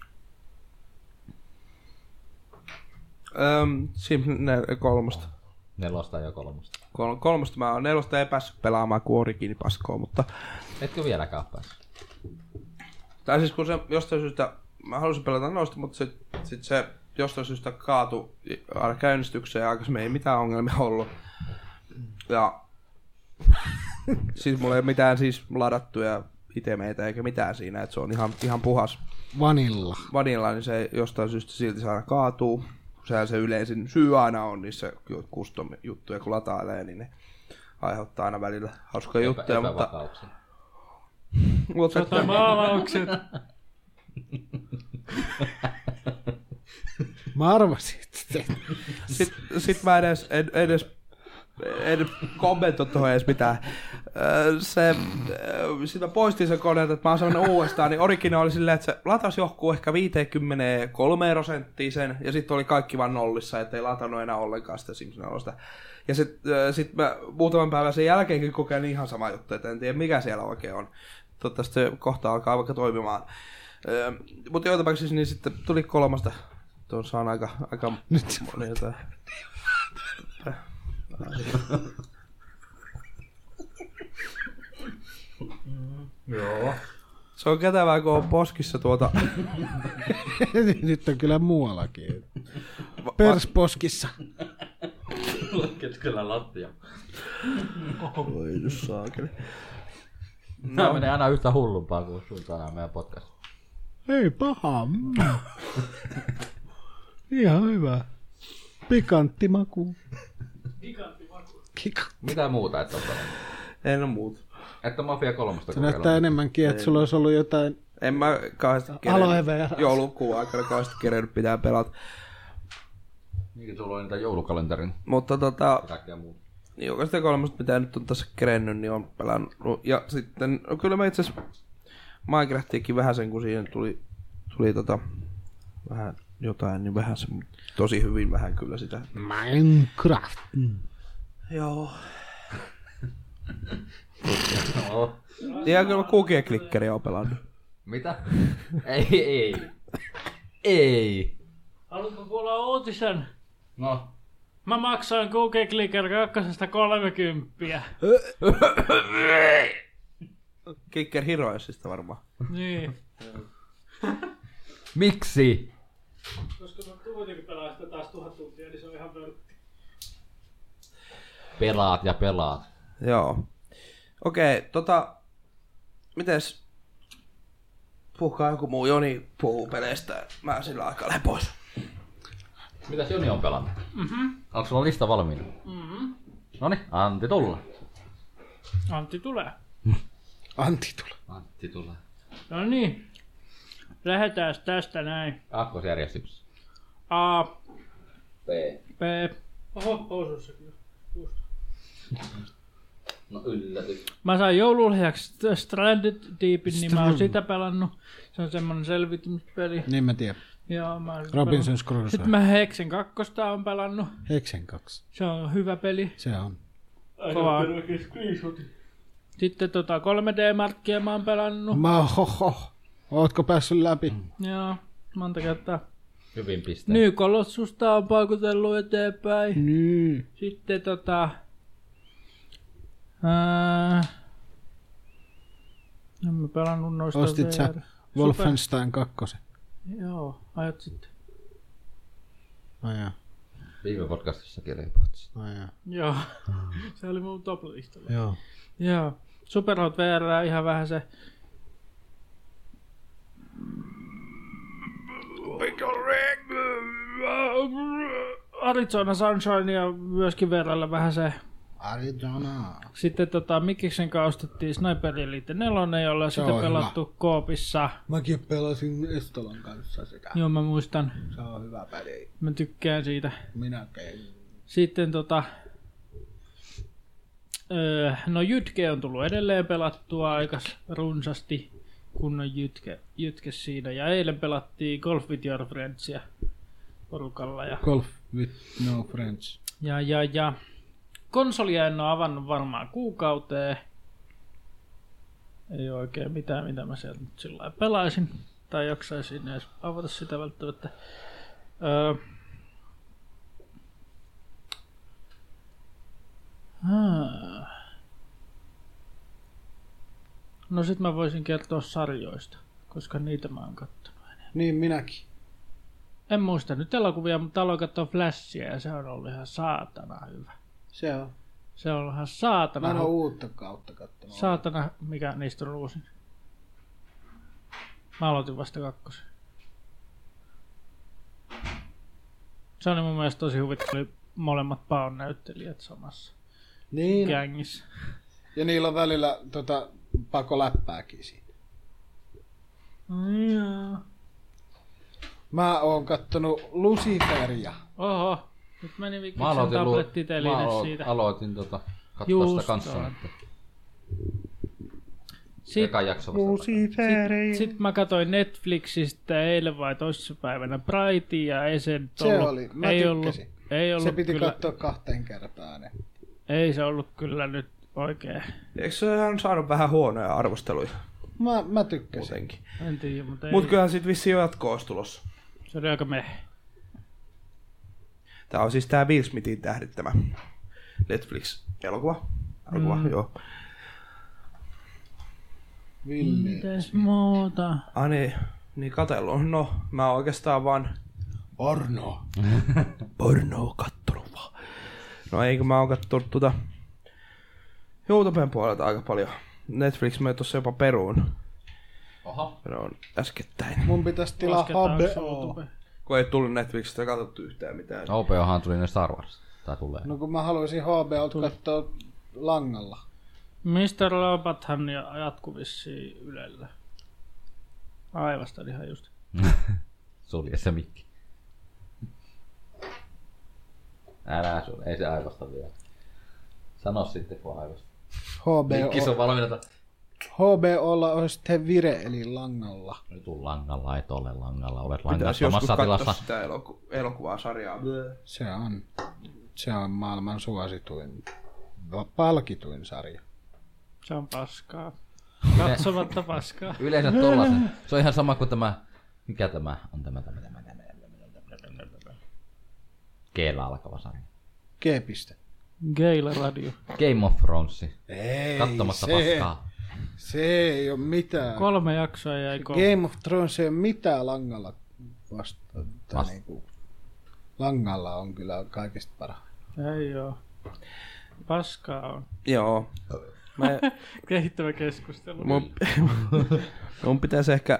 Speaker 4: Öm, Sims nel- kolmosta.
Speaker 5: Nelosta ja kolmosta.
Speaker 4: Kol- kolmosta mä oon nelosta ei päässyt pelaamaan kuin Origini paskoa, mutta...
Speaker 5: Etkö vieläkään päässyt?
Speaker 4: Tai siis kun se jostain syystä... Mä halusin pelata noista, mutta sit, sit se jostain syystä kaatu aina käynnistykseen ja aikaisemmin ei mitään ongelmia ollut. Ja... siis mulla ei ole mitään siis ladattuja itemeitä eikä mitään siinä, että se on ihan, ihan puhas.
Speaker 2: Vanilla.
Speaker 4: vanilla, niin se jostain syystä silti se aina kaatuu. Sehän se yleisin syy aina on niin niissä custom-juttuja, kun latailee, niin ne aiheuttaa aina välillä hauskoja
Speaker 5: Epä,
Speaker 4: juttuja, mutta...
Speaker 5: epävakauksia.
Speaker 4: mutta
Speaker 3: Tai maalaukset.
Speaker 2: Mä arvasin, että
Speaker 4: sitten sit mä edes, en, edes, en kommentoi tuohon edes mitään. Öö, Se, sitten mä poistin sen koneen, että mä oon sellainen uudestaan, niin Origina oli silleen, että se latasi johku ehkä 53 prosenttia sen, ja sitten oli kaikki vaan nollissa, ettei latannut enää ollenkaan sitä Sims 4. Ja sitten sit mä muutaman päivän sen jälkeenkin kokeilin ihan sama juttu, että en tiedä mikä siellä oikein on. Toivottavasti se kohta alkaa vaikka toimimaan. Öö, mutta joka tapauksessa niin sitten tuli kolmasta. Tuossa on aika, aika moni jotain.
Speaker 5: Joo.
Speaker 4: Se on kätevää, kun on poskissa tuota...
Speaker 2: nyt on kyllä muuallakin. Persposkissa.
Speaker 5: Keskellä lattia.
Speaker 4: Voi nyt saakeli.
Speaker 5: Nää menee aina yhtä hullumpaa kuin sun tänään meidän podcast.
Speaker 2: Ei paha. Ihan hyvä. Pikantti maku. Pikantti maku.
Speaker 5: Mitä muuta et oo pelannut?
Speaker 4: En muuta.
Speaker 5: Että Mafia 3
Speaker 2: Se näyttää
Speaker 5: kokeillaan.
Speaker 2: enemmänkin, että sulla olisi ollut jotain
Speaker 4: En mä kauheasti
Speaker 2: Aloe vera.
Speaker 4: joulukuun aikana kauheasti kerennyt pitää pelata.
Speaker 5: Niin sulla oli niitä joulukalenterin
Speaker 4: Mutta tota,
Speaker 5: ja kaikkea muuta.
Speaker 4: jokaista ja Niin kolmesta, mitä nyt on tässä kerennyt, niin on pelannut. Ja sitten, no kyllä mä itse asiassa Minecraftiakin vähän sen, kun siihen tuli, tuli tota, vähän jotain, niin vähän se, mut tosi hyvin vähän kyllä sitä.
Speaker 2: Minecraft.
Speaker 4: Joo.
Speaker 5: No.
Speaker 4: Ja kyllä mä kuukien klikkeriä on pelannut.
Speaker 5: Mitä? ei, ei. Ei.
Speaker 3: Haluatko kuulla uutisen?
Speaker 5: No.
Speaker 3: Mä maksoin Google Clicker 2 30.
Speaker 4: Kicker Heroesista varmaan.
Speaker 3: Niin.
Speaker 5: Miksi?
Speaker 3: Koska mä kuitenkin pelaan sitä taas tuhat tuntia, niin se on ihan vörtti.
Speaker 5: Pelaat ja pelaat.
Speaker 4: Joo. Okei, tota... Mites... Puhukaa joku muu Joni puhuu peleistä. Mä sillä aikaa lähden pois.
Speaker 5: Mitäs Joni on pelannut? Mm-hmm. Onko sulla lista valmiina? Mm-hmm. Noni, Antti tulla.
Speaker 3: Antti tulee.
Speaker 2: Antti tulee.
Speaker 5: Antti tulla.
Speaker 3: No niin. Lähetään tästä näin.
Speaker 5: Aakkosjärjestyksessä.
Speaker 3: A,
Speaker 5: B.
Speaker 3: B. Oho, housussakin. Just.
Speaker 5: No yllätys.
Speaker 3: Mä sain joululahjaksi The Stranded Deepin, niin mä oon sitä pelannut. Se on semmonen selvityspeli.
Speaker 2: Niin mä tiedän.
Speaker 3: Joo, mä oon sitä pelannut.
Speaker 2: Robinson's Crusoe.
Speaker 3: Sitten mä Hexen kakkosta on pelannut.
Speaker 2: Hexen kaksi.
Speaker 3: Se on hyvä peli.
Speaker 2: Se on.
Speaker 3: Kova. Sitten tota 3D-markkia mä oon pelannut.
Speaker 2: Mä hoho. Ootko päässyt läpi?
Speaker 3: Joo, monta kertaa.
Speaker 5: Hyvin piste.
Speaker 3: New Colossusta on paukutellut eteenpäin.
Speaker 2: Niin.
Speaker 3: Sitten tota... Ää, en mä pelannut noista
Speaker 2: Ostit sä
Speaker 3: VR.
Speaker 2: Wolfenstein kakkosen?
Speaker 3: Joo, ajat sitten.
Speaker 2: No joo,
Speaker 5: Viime podcastissakin reipahtis.
Speaker 2: no joo.
Speaker 3: Joo, se oli mun toplatistalla.
Speaker 2: Joo.
Speaker 3: Joo, Superhot VR ihan vähän se... Arizona Sunshine ja myöskin verralla vähän se.
Speaker 2: Arizona.
Speaker 3: Sitten tota, Mikiksen kanssa ostettiin Sniper Elite 4, jolla on sitä
Speaker 2: on
Speaker 3: pelattu koopissa.
Speaker 2: Mäkin pelasin Estolan kanssa sitä.
Speaker 3: Joo, mä muistan.
Speaker 2: Se on hyvä peli.
Speaker 3: Mä tykkään siitä.
Speaker 2: Minä tein.
Speaker 3: Sitten tota... Öö, no Jytke on tullut edelleen pelattua aika runsasti. Kunnon Jytke, Jytke siinä. Ja eilen pelattiin Golf with your friendsia porukalla. Ja,
Speaker 2: Golf with no friends.
Speaker 3: ja, ja, ja. Konsolia en ole avannut varmaan kuukauteen. Ei oo oikein mitään, mitä mä sieltä nyt sillä lailla pelaisin. Tai jaksaisin edes avata sitä välttämättä. Öö, Ah. No sit mä voisin kertoa sarjoista, koska niitä mä oon kattonut.
Speaker 2: Niin minäkin.
Speaker 3: En muista nyt elokuvia, mutta aloin katsoa Flashia ja se on ollut ihan saatana hyvä.
Speaker 2: Se on.
Speaker 3: Se on ollut ihan saatana,
Speaker 2: Mä en oo
Speaker 3: hu-
Speaker 2: uutta kautta kattonut.
Speaker 3: saatana mikä niistä on uusin. Mä aloitin vasta kakkosen. Se oli mun mielestä tosi huvittava, molemmat paon näyttelijät samassa
Speaker 2: Niin.
Speaker 3: gängissä.
Speaker 2: Ja niillä on välillä tota, pakoläppääkin siinä.
Speaker 3: Joo.
Speaker 2: Mä oon kattonut Luciferia.
Speaker 3: Oho, nyt meni Vikiksen
Speaker 5: Mä aloitin, lu-
Speaker 3: tablettiteline
Speaker 5: mä alo-
Speaker 3: siitä.
Speaker 5: aloitin tota, katsoa
Speaker 3: Just
Speaker 5: sitä kanssa.
Speaker 3: on.
Speaker 5: Että
Speaker 3: Sit,
Speaker 5: eka jakso vasta.
Speaker 3: sit, sit mä katsoin Netflixistä eilen vai toissapäivänä Brightia ja ei se nyt
Speaker 2: Se
Speaker 3: ollut,
Speaker 2: oli, mä
Speaker 3: ei ollut,
Speaker 2: tykkäsin.
Speaker 3: ei ollut
Speaker 2: Se piti
Speaker 3: kyllä,
Speaker 2: katsoa kahteen kertaan. Ne.
Speaker 3: ei se ollut kyllä nyt oikein,
Speaker 4: Eikö se ihan saanut vähän huonoja arvosteluja
Speaker 2: Mä, mä tykkäsin.
Speaker 4: muutenkin?
Speaker 3: en tiedä, mutta ei,
Speaker 4: Mut kyllähän sit vissiin on jatko olisi tulossa.
Speaker 3: se oli aika meh.
Speaker 4: Tää on siis tää Will Smithin tähdittämä Netflix-elokuva. Elokuva, mm. joo.
Speaker 2: Villi.
Speaker 3: Mitäs muuta?
Speaker 4: Ah niin, niin katellut. No, mä oon oikeastaan vaan
Speaker 2: Mm. Porno.
Speaker 4: pornoa kattonut vaan. No eikö mä oon kattonut tuota YouTuben puolelta aika paljon. Netflix mä tuossa jopa peruun.
Speaker 5: Oho.
Speaker 4: Ne on äskettäin.
Speaker 2: Mun pitäisi tilaa
Speaker 3: Lasketaanko se
Speaker 2: HBO.
Speaker 3: YouTube?
Speaker 4: Kun ei tullut Netflixistä katsottu yhtään mitään. No.
Speaker 5: OPOhan tuli ne Star Wars. Tää tulee.
Speaker 2: No kun mä haluaisin HBO katsoa langalla.
Speaker 3: Mr. Lopathan ja- jatkuu vissiin Ylellä. Aivastan ihan just.
Speaker 5: Sulje se mikki. Älä sun, ei se aivasta vielä. Sano sitten, kun aivasta. Mikki
Speaker 2: HBO,
Speaker 5: on valmiina, että
Speaker 2: HBOlla on sitten vire, eli langalla.
Speaker 5: nyt on langalla, et ole langalla, olet
Speaker 4: Pitäisi joskus
Speaker 5: langattomassa
Speaker 4: katsoa
Speaker 5: tilassa.
Speaker 4: sitä eloku- elokuvaa sarjaa.
Speaker 2: Se on, se on maailman suosituin, va- palkituin sarja.
Speaker 3: Se on paskaa. Katsomatta paskaa.
Speaker 5: Yleensä tollasen. Se on ihan sama kuin tämä, mikä tämä on tämä, tämä, tämä, tämä, tämä, tämä, tämä, tämä. Keellä alkava sarja.
Speaker 2: G-piste.
Speaker 3: Geila Radio.
Speaker 5: Game of Thrones.
Speaker 2: Ei,
Speaker 5: Kattomassa
Speaker 2: se,
Speaker 5: paskaa.
Speaker 2: se ei ole mitään.
Speaker 3: Kolme jaksoa jäi kolme.
Speaker 2: Game of Thrones ei ole mitään langalla vastaan.
Speaker 5: Vas-
Speaker 2: Vast. Niin kuin, langalla on kyllä kaikista parhaa.
Speaker 3: Ei joo. Paskaa on.
Speaker 4: Joo. Mä,
Speaker 3: Kehittävä keskustelu.
Speaker 4: mun, mun pitäisi ehkä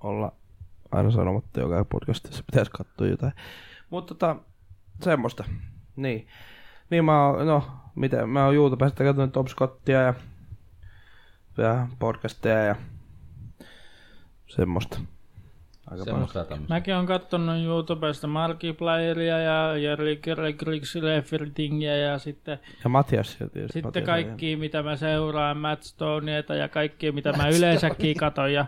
Speaker 4: olla aina sanomatta joka podcastissa. Pitäisi katsoa jotain. Mutta tota, semmoista. Niin. Niin mä oon, no, miten, mä oon YouTubesta katsonut Tom Scottia ja, ja podcasteja ja semmoista. Aika paljon.
Speaker 5: Semmoista tämmöistä.
Speaker 3: Mäkin on kattonut YouTubesta Markiplieria ja Jerry Grixleffertingia ja sitten,
Speaker 4: Ja Matias. Ja tietysti
Speaker 3: sitten
Speaker 4: Matias-
Speaker 3: kaikki mitä mä seuraan, Matt Stoneita ja kaikki mitä mä yleensäkin katon. Ja,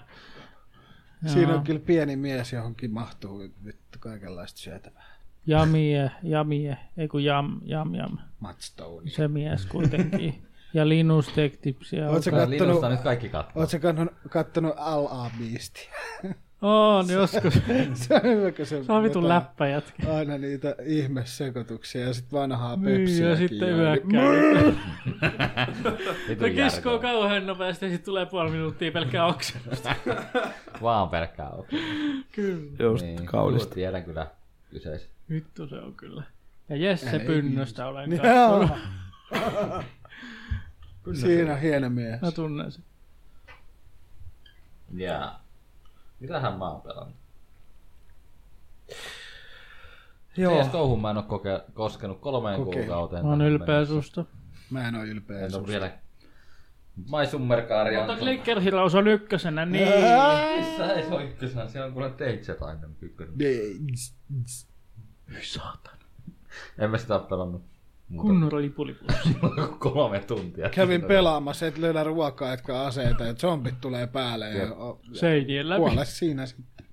Speaker 2: Siinä on kyllä pieni mies, johonkin mahtuu vittu kaikenlaista syötävää.
Speaker 3: Jamie, Jamie, ei kun Jam, Jam, Jam.
Speaker 2: Matt Stone.
Speaker 3: Se mies kuitenkin. ja Linus Tech Tipsia.
Speaker 2: Oot sä kattonut,
Speaker 5: Linnusta nyt kaikki katsoo.
Speaker 2: oot sä kattonut, kattonut LA Beastia?
Speaker 3: On joskus.
Speaker 2: se on hyvä, kun se
Speaker 3: Se on vitun
Speaker 2: vetää
Speaker 3: läppä jätkä.
Speaker 2: Aina niitä ihmesekoituksia ja sitten vanhaa
Speaker 3: Niin,
Speaker 2: pepsiä.
Speaker 3: ja sitten yökkää.
Speaker 5: Vitu
Speaker 3: Ne kiskoo
Speaker 5: järkyttävää.
Speaker 3: kauhean nopeasti ja sitten tulee puoli minuuttia pelkkää oksennusta.
Speaker 5: Vaan pelkkää okei.
Speaker 3: kyllä.
Speaker 4: Just
Speaker 5: Niin,
Speaker 4: kaunista.
Speaker 5: kyllä Tiedän kyllä kyseistä.
Speaker 3: Vittu se on kyllä. Ja Jesse Pynnöstä olen
Speaker 2: niin. Joo.
Speaker 3: katsonut.
Speaker 2: Siinä on hieno mies.
Speaker 3: Mä tunnen sen.
Speaker 5: Jaa. Mitähän mä oon pelannut?
Speaker 4: Joo.
Speaker 5: cs touhun mä en oo koke- koskenut kolmeen
Speaker 2: Kokeillut.
Speaker 5: kuukauteen.
Speaker 3: Mä oon
Speaker 5: Tähän
Speaker 3: ylpeä susta.
Speaker 2: Mä en oo ylpeä.
Speaker 5: En
Speaker 2: susta.
Speaker 5: oo vielä. My Summerkaari on...
Speaker 3: Mutta Clicker Heroes on ykkösenä, niin.
Speaker 5: Missä ei se ole ykkösenä? Se on kuule teitset aina ykkösenä.
Speaker 2: Ei, ts, ts.
Speaker 5: En mä sitä oo pelannut. Muuta
Speaker 3: Kunnon lipulipussi.
Speaker 5: kuin kolme tuntia.
Speaker 2: Kävin pelaamassa, et löydä ruokaa, etkä aseita, ja zombit tulee päälle ja o-
Speaker 3: Seinien läpi.
Speaker 2: kuole siinä sitten.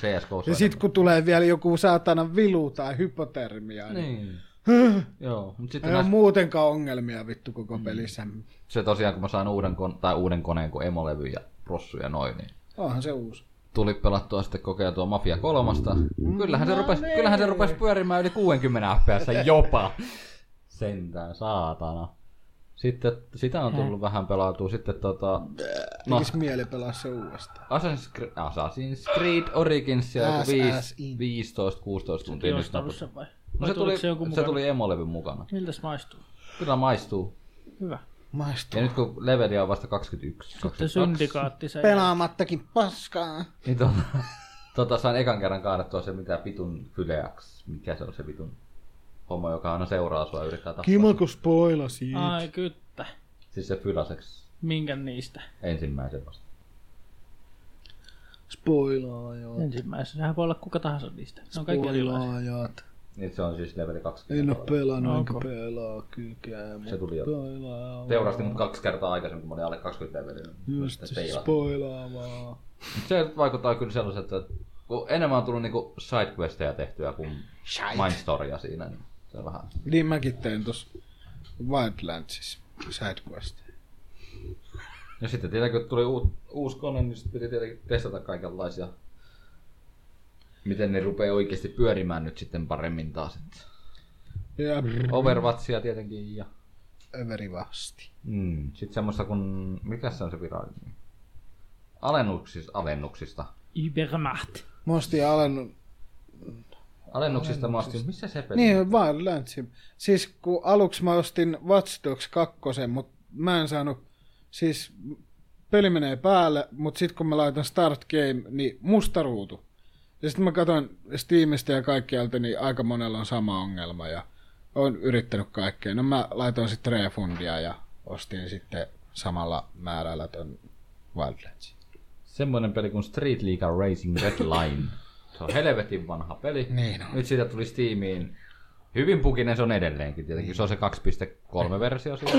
Speaker 5: CSK
Speaker 2: Ja sit kun tulee vielä joku saatana vilu tai hypotermia, niin
Speaker 5: Niin. Joo, mut sitten
Speaker 2: ei ole
Speaker 5: näistä,
Speaker 2: muutenkaan ongelmia vittu
Speaker 5: Mm.
Speaker 2: koko pelissä.
Speaker 5: se tosiaan kun mä sain uuden, kon- tai uuden koneen kuin emolevy ja prossu ja noin, niin
Speaker 2: Onhan se uusi.
Speaker 5: tuli pelattua sitten kokeiltua Mafia kolmasta. Kyllähän se, rupes, kyllähän se rupes pyörimään yli 60 fps jopa. Sentään, saatana. Sitten sitä on tullut vähän pelautua. Sitten tota... No,
Speaker 2: Tekis mieli pelaa se uudestaan.
Speaker 5: Assassin's Creed, Assassin's Creed Origins ja joku
Speaker 2: SSI.
Speaker 5: 5, 15-16 tuntia nyt
Speaker 3: Ostanut
Speaker 5: naputti.
Speaker 3: sen vai?
Speaker 5: No
Speaker 3: Vai
Speaker 5: se tuli,
Speaker 3: tuliko se jonkun
Speaker 5: se
Speaker 3: mukaan?
Speaker 5: tuli emolevyn mukana.
Speaker 3: Miltä se maistuu?
Speaker 5: Kyllä maistuu.
Speaker 3: Hyvä.
Speaker 2: Maistuu.
Speaker 5: Ja nyt kun leveliä on vasta 21,
Speaker 3: Sitten
Speaker 5: 22,
Speaker 3: syndikaatti se.
Speaker 2: Pelaamattakin paskaa.
Speaker 5: niin tota, tota, sain ekan kerran kaadettua se mitä vitun fyleaks, mikä se on se vitun homo, joka aina seuraa sua ja yrittää tappaa.
Speaker 2: Kimako spoilasi.
Speaker 3: Ai kyttä.
Speaker 5: Siis se fylaseks
Speaker 3: Minkä niistä?
Speaker 5: ensimmäisen vasta.
Speaker 2: Spoilaa joo.
Speaker 3: Ensimmäisenä voi olla kuka tahansa niistä. Ne on kaikki erilaisia.
Speaker 2: Spoilaajat.
Speaker 5: Niin se on siis leveli 20.
Speaker 2: En oo pelannut,
Speaker 3: Onko?
Speaker 2: enkä pelaa kykää,
Speaker 5: Se
Speaker 2: mutta
Speaker 5: tuli jo.
Speaker 2: spoilaa.
Speaker 5: Teurasti mut kaksi kertaa aikaisemmin, kun mä olin alle 20 levelillä.
Speaker 2: Just
Speaker 5: Sitten peilattiin.
Speaker 2: spoilaavaa.
Speaker 5: Se vaikuttaa kyllä sellaiselta, että kun enemmän on tullut niinku sidequesteja tehtyä kuin mindstoria siinä, niin se on vähän...
Speaker 2: Niin mäkin tein tossa Wildlandsissa sidequest.
Speaker 5: Ja sitten tietenkin kun tuli uut, uusi kone, niin sitten piti tietenkin testata kaikenlaisia. Miten ne rupeaa oikeasti pyörimään nyt sitten paremmin taas. Että
Speaker 2: Ja
Speaker 5: Overwatchia tietenkin ja...
Speaker 2: överivasti.
Speaker 5: Mm. Sitten semmoista kun... Mikä se on se virallinen? nimi? Alennuksis, alennuksista.
Speaker 3: Übermacht.
Speaker 2: Mä ostin alennut...
Speaker 5: Alennuksista mä ostin... Missä se peli?
Speaker 2: Niin, Wildlandsin. Siis kun aluksi mä ostin Watch Dogs 2, mutta mä en saanut... Siis peli menee päälle, mutta sitten kun mä laitan Start Game, niin musta ruutu. Ja sitten mä katson Steamista ja kaikkialta, niin aika monella on sama ongelma ja on yrittänyt kaikkea. No mä laitoin sitten refundia ja ostin sitten samalla määrällä ton Wildlandsin.
Speaker 5: semmoinen peli kuin Street League Racing Red Line. Se on helvetin vanha peli.
Speaker 2: Niin on.
Speaker 5: Nyt siitä tuli Steamiin. Hyvin pukinen se on edelleenkin tietenkin. Se on se 2.3 versio siitä,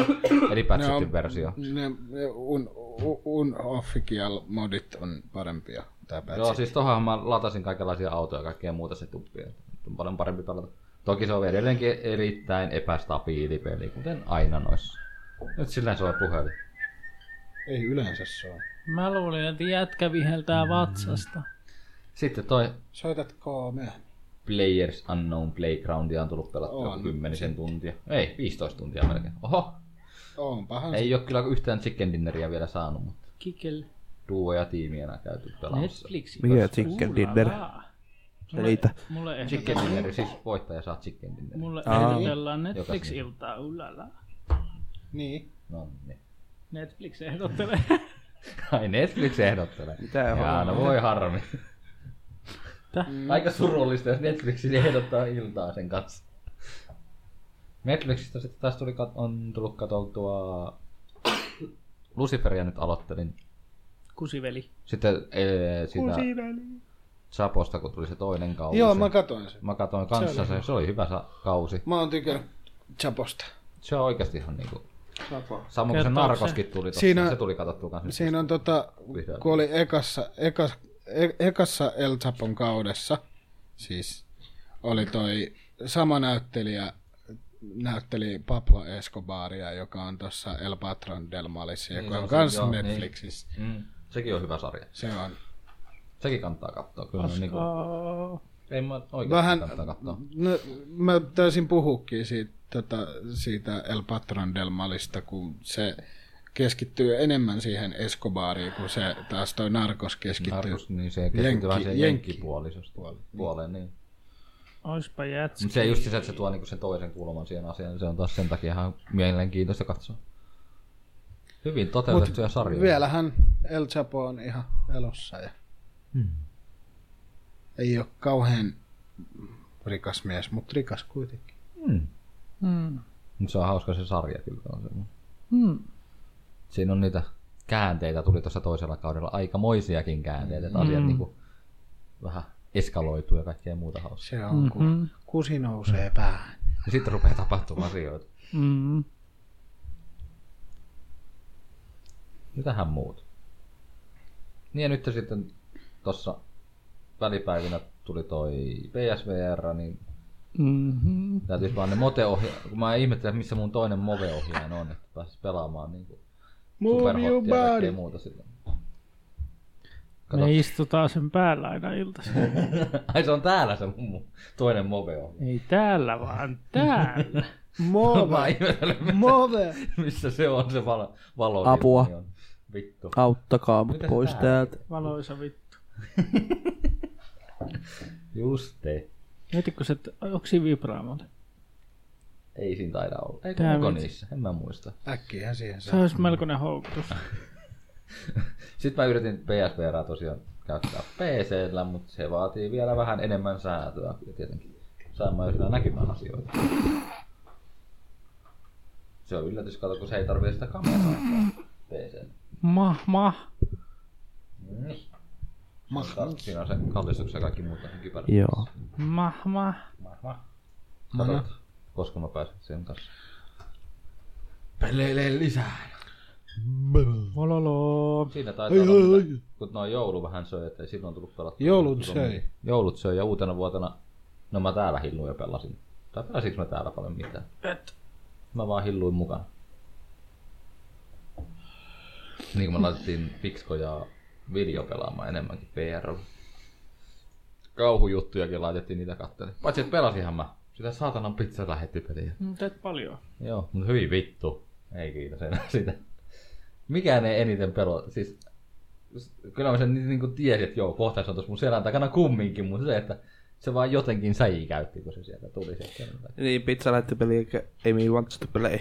Speaker 5: eli patchattu versio.
Speaker 2: Ne, ne un, un, unofficial modit on parempia. Tää
Speaker 5: Joo,
Speaker 2: patch.
Speaker 5: siis tohonhan mä latasin kaikenlaisia autoja ja kaikkea muuta se tuppia. On paljon parempi pelata. Toki se on edelleenkin erittäin epästabiili peli, kuten aina noissa. Nyt sillä se on puhelin.
Speaker 2: Ei yleensä se on.
Speaker 3: Mä luulin, että jätkä viheltää vatsasta.
Speaker 5: Sitten toi
Speaker 2: Soitat kolme.
Speaker 5: Players Unknown Playgroundia on tullut pelattua
Speaker 2: On.
Speaker 5: joku kymmenisen tuntia. Ei, 15 tuntia melkein. Oho,
Speaker 2: Onpahan
Speaker 5: ei ole kyllä yhtään chicken dinneriä vielä saanut, mutta
Speaker 3: Kikel.
Speaker 5: duo ja tiimiä nää käyty pelaamassa.
Speaker 3: Netflixi.
Speaker 4: Mikä chicken dinner?
Speaker 5: Niin.
Speaker 4: Riitä.
Speaker 3: Mulle,
Speaker 5: Chicken
Speaker 3: ehdotellaan,
Speaker 5: dinneri, siis voittaja saa chicken dinneri.
Speaker 3: mulle
Speaker 4: Aa.
Speaker 3: ehdotellaan
Speaker 5: Jokaisen.
Speaker 3: Netflix-iltaa ulala.
Speaker 2: Niin.
Speaker 5: No niin.
Speaker 3: Netflix ehdottelee.
Speaker 5: Ai Netflix ehdottelee.
Speaker 4: Mitä
Speaker 5: Jaa,
Speaker 4: hommaa?
Speaker 5: no voi harmi. Mm. Aika surullista, jos Netflix ehdottaa iltaa sen kanssa. Netflixistä sitten taas tuli, kat- on tullut katoltua... Luciferia nyt aloittelin.
Speaker 3: Kusiveli.
Speaker 5: Sitten ee, sitä Chaposta, kun tuli se toinen kausi.
Speaker 2: Joo, mä katoin sen.
Speaker 5: mä katsoin kanssa se, se oli hyvä sa- kausi.
Speaker 2: Mä oon tykännyt Chaposta.
Speaker 5: Se on oikeasti ihan niinku... Samoin kuin se
Speaker 3: Kertooko
Speaker 5: narkoskin tuli tossa,
Speaker 2: Siinä-
Speaker 5: niin se tuli katsottua kanssa.
Speaker 2: Siinä on tota,
Speaker 5: Vihdoin.
Speaker 2: kun oli ekassa, ekassa, e, ekassa El Chapon kaudessa, siis oli toi sama näyttelijä, näytteli Pablo Escobaria, joka on tuossa El Patron del Malissa,
Speaker 5: Niin
Speaker 2: joka
Speaker 5: on
Speaker 2: on
Speaker 5: se,
Speaker 2: kans
Speaker 5: joo, niin.
Speaker 2: Netflixissä.
Speaker 5: Mm, sekin on hyvä sarja.
Speaker 2: Se on.
Speaker 5: Sekin kannattaa katsoa. Kyllä ne niinku...
Speaker 3: Oh.
Speaker 5: Ei mä oikeesti
Speaker 2: Vähän-
Speaker 5: kannattaa katsoa.
Speaker 2: No, mä taisin puhukin siitä, tota, siitä El Patron del Malista, kun se keskittyy enemmän siihen Escobariin, kun se taas toi Narcos keskittyy.
Speaker 5: Narkos, niin se keskittyy vähän siihen
Speaker 2: Jenkki-
Speaker 5: jenkkipuolisosta.
Speaker 2: Puoli-
Speaker 5: Puoleen, niin.
Speaker 3: Oispa jätsi.
Speaker 5: Mutta se just se, että se tuo niinku sen toisen kulman siihen asiaan, niin se on taas sen takia ihan mielenkiintoista katsoa. Hyvin toteutettuja sarjoja.
Speaker 2: Vielähän El Chapo on ihan elossa. Ja...
Speaker 5: Hmm.
Speaker 2: Ei ole kauhean rikas mies, mutta rikas kuitenkin.
Speaker 5: Mm.
Speaker 3: Mm.
Speaker 5: Mut se on hauska se sarja kyllä. On se.
Speaker 3: Mm.
Speaker 5: Siinä on niitä käänteitä, tuli tuossa toisella kaudella aikamoisiakin käänteitä, että asiat
Speaker 3: Mm.
Speaker 5: niinku vähän eskaloituu ja kaikkea muuta hauskaa.
Speaker 2: Se on, mm-hmm. kun
Speaker 3: Mm.
Speaker 2: kusi
Speaker 5: Hmm.
Speaker 2: nousee päähän.
Speaker 5: Ja sitten rupeaa tapahtumaan asioita.
Speaker 3: Mm.
Speaker 5: Mitähän muut? Niin ja nyt sitten tuossa välipäivinä tuli toi PSVR, niin
Speaker 3: Mm-hmm.
Speaker 5: täytyisi vaan ne mote kun mä ihmettelen, missä mun toinen Move-ohjaaja on, että pääsis pelaamaan niinku
Speaker 2: Move your
Speaker 5: superhottia ja kaikkea
Speaker 2: body.
Speaker 5: muuta sitä. Kato,
Speaker 3: Me istutaan sen päällä aina iltaisin.
Speaker 5: ai se on täällä se mun mun toinen Move-ohjaaja.
Speaker 3: Ei täällä, vaan täällä.
Speaker 5: Mä oon ihmetellyt, missä,
Speaker 2: Move!
Speaker 5: missä se on se valo, valo
Speaker 4: Apua.
Speaker 5: Niin on. Vittu.
Speaker 4: Auttakaa mut
Speaker 5: Mitä se
Speaker 4: pois
Speaker 5: tää?
Speaker 4: täältä.
Speaker 3: Valoisa vittu.
Speaker 5: Just ei.
Speaker 3: Mieti, kun se, onko siinä vibraamalle?
Speaker 5: Ei siinä taida olla. Eikö
Speaker 3: Tää
Speaker 5: onko
Speaker 3: vitsi.
Speaker 5: niissä? En mä muista.
Speaker 2: Äkkiähän siihen
Speaker 3: Se
Speaker 2: saa.
Speaker 3: olisi melkoinen houkutus.
Speaker 5: Sitten mä yritin PSVRää tosiaan käyttää PCllä, mutta se vaatii vielä vähän enemmän säätöä kyllä tietenkin. Sain mä jo sillä näkymään asioita. Se on yllätys, kato, kun se ei tarvitse sitä kameraa PCllä.
Speaker 3: Mah, mah.
Speaker 5: Niin. Taas Siinä on se kallistuksen ja kaikki muuta kypärä.
Speaker 4: Joo.
Speaker 3: Mah, mah.
Speaker 5: Katsotaan, koska mä pääsen sen kanssa. Peleilee lisää.
Speaker 3: Ololo.
Speaker 5: Siinä taitaa olla, mitä, kun noin joulu vähän söi, ettei silloin tullut pelattua.
Speaker 2: Joulut
Speaker 5: Silloin-
Speaker 2: söi.
Speaker 5: Joulut söi ja uutena vuotena, no mä täällä hilluin ja pelasin. Tai pelasinko mä täällä paljon mitään?
Speaker 3: Et.
Speaker 5: Mä vaan hilluin mukana. Niin kuin me laitettiin Fixko ja video pelaamaan enemmänkin VR. Kauhujuttujakin laitettiin niitä kattelin. Paitsi että pelasinhan mä. Sitä saatanan pizza lähetti peliä.
Speaker 3: No, Teet paljon.
Speaker 5: Joo, mutta hyvin vittu. Ei kiitos enää sitä. Mikään ei eniten pelota. Siis, s- kyllä mä sen ni- niinku tiesin, että joo, kohta se on tuossa mun selän takana kumminkin, mutta se, että se vaan jotenkin säi käytti, kun se sieltä tuli. Se
Speaker 4: Niin, pizza lähti peli, eikä Amy wants to play.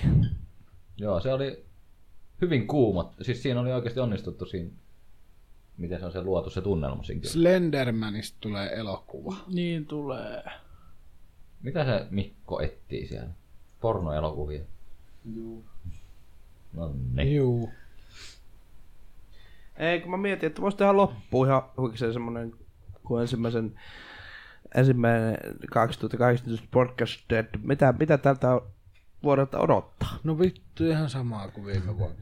Speaker 5: joo, se oli hyvin kuuma. Siis siinä oli oikeasti onnistuttu siinä, miten se on se luotu se tunnelma siinä kyllä.
Speaker 2: Slendermanista tulee elokuva.
Speaker 3: Niin tulee.
Speaker 5: Mitä se Mikko etsii siellä? Pornoelokuvia? Niin. Joo. No niin.
Speaker 2: Juu.
Speaker 4: Ei, kun mä mietin, että voisi tehdä loppuun ihan huikseen semmonen, kun ensimmäisen ensimmäinen 2018 podcast, että mitä, mitä tältä vuodelta odottaa?
Speaker 2: No vittu ihan samaa kuin viime vuonna.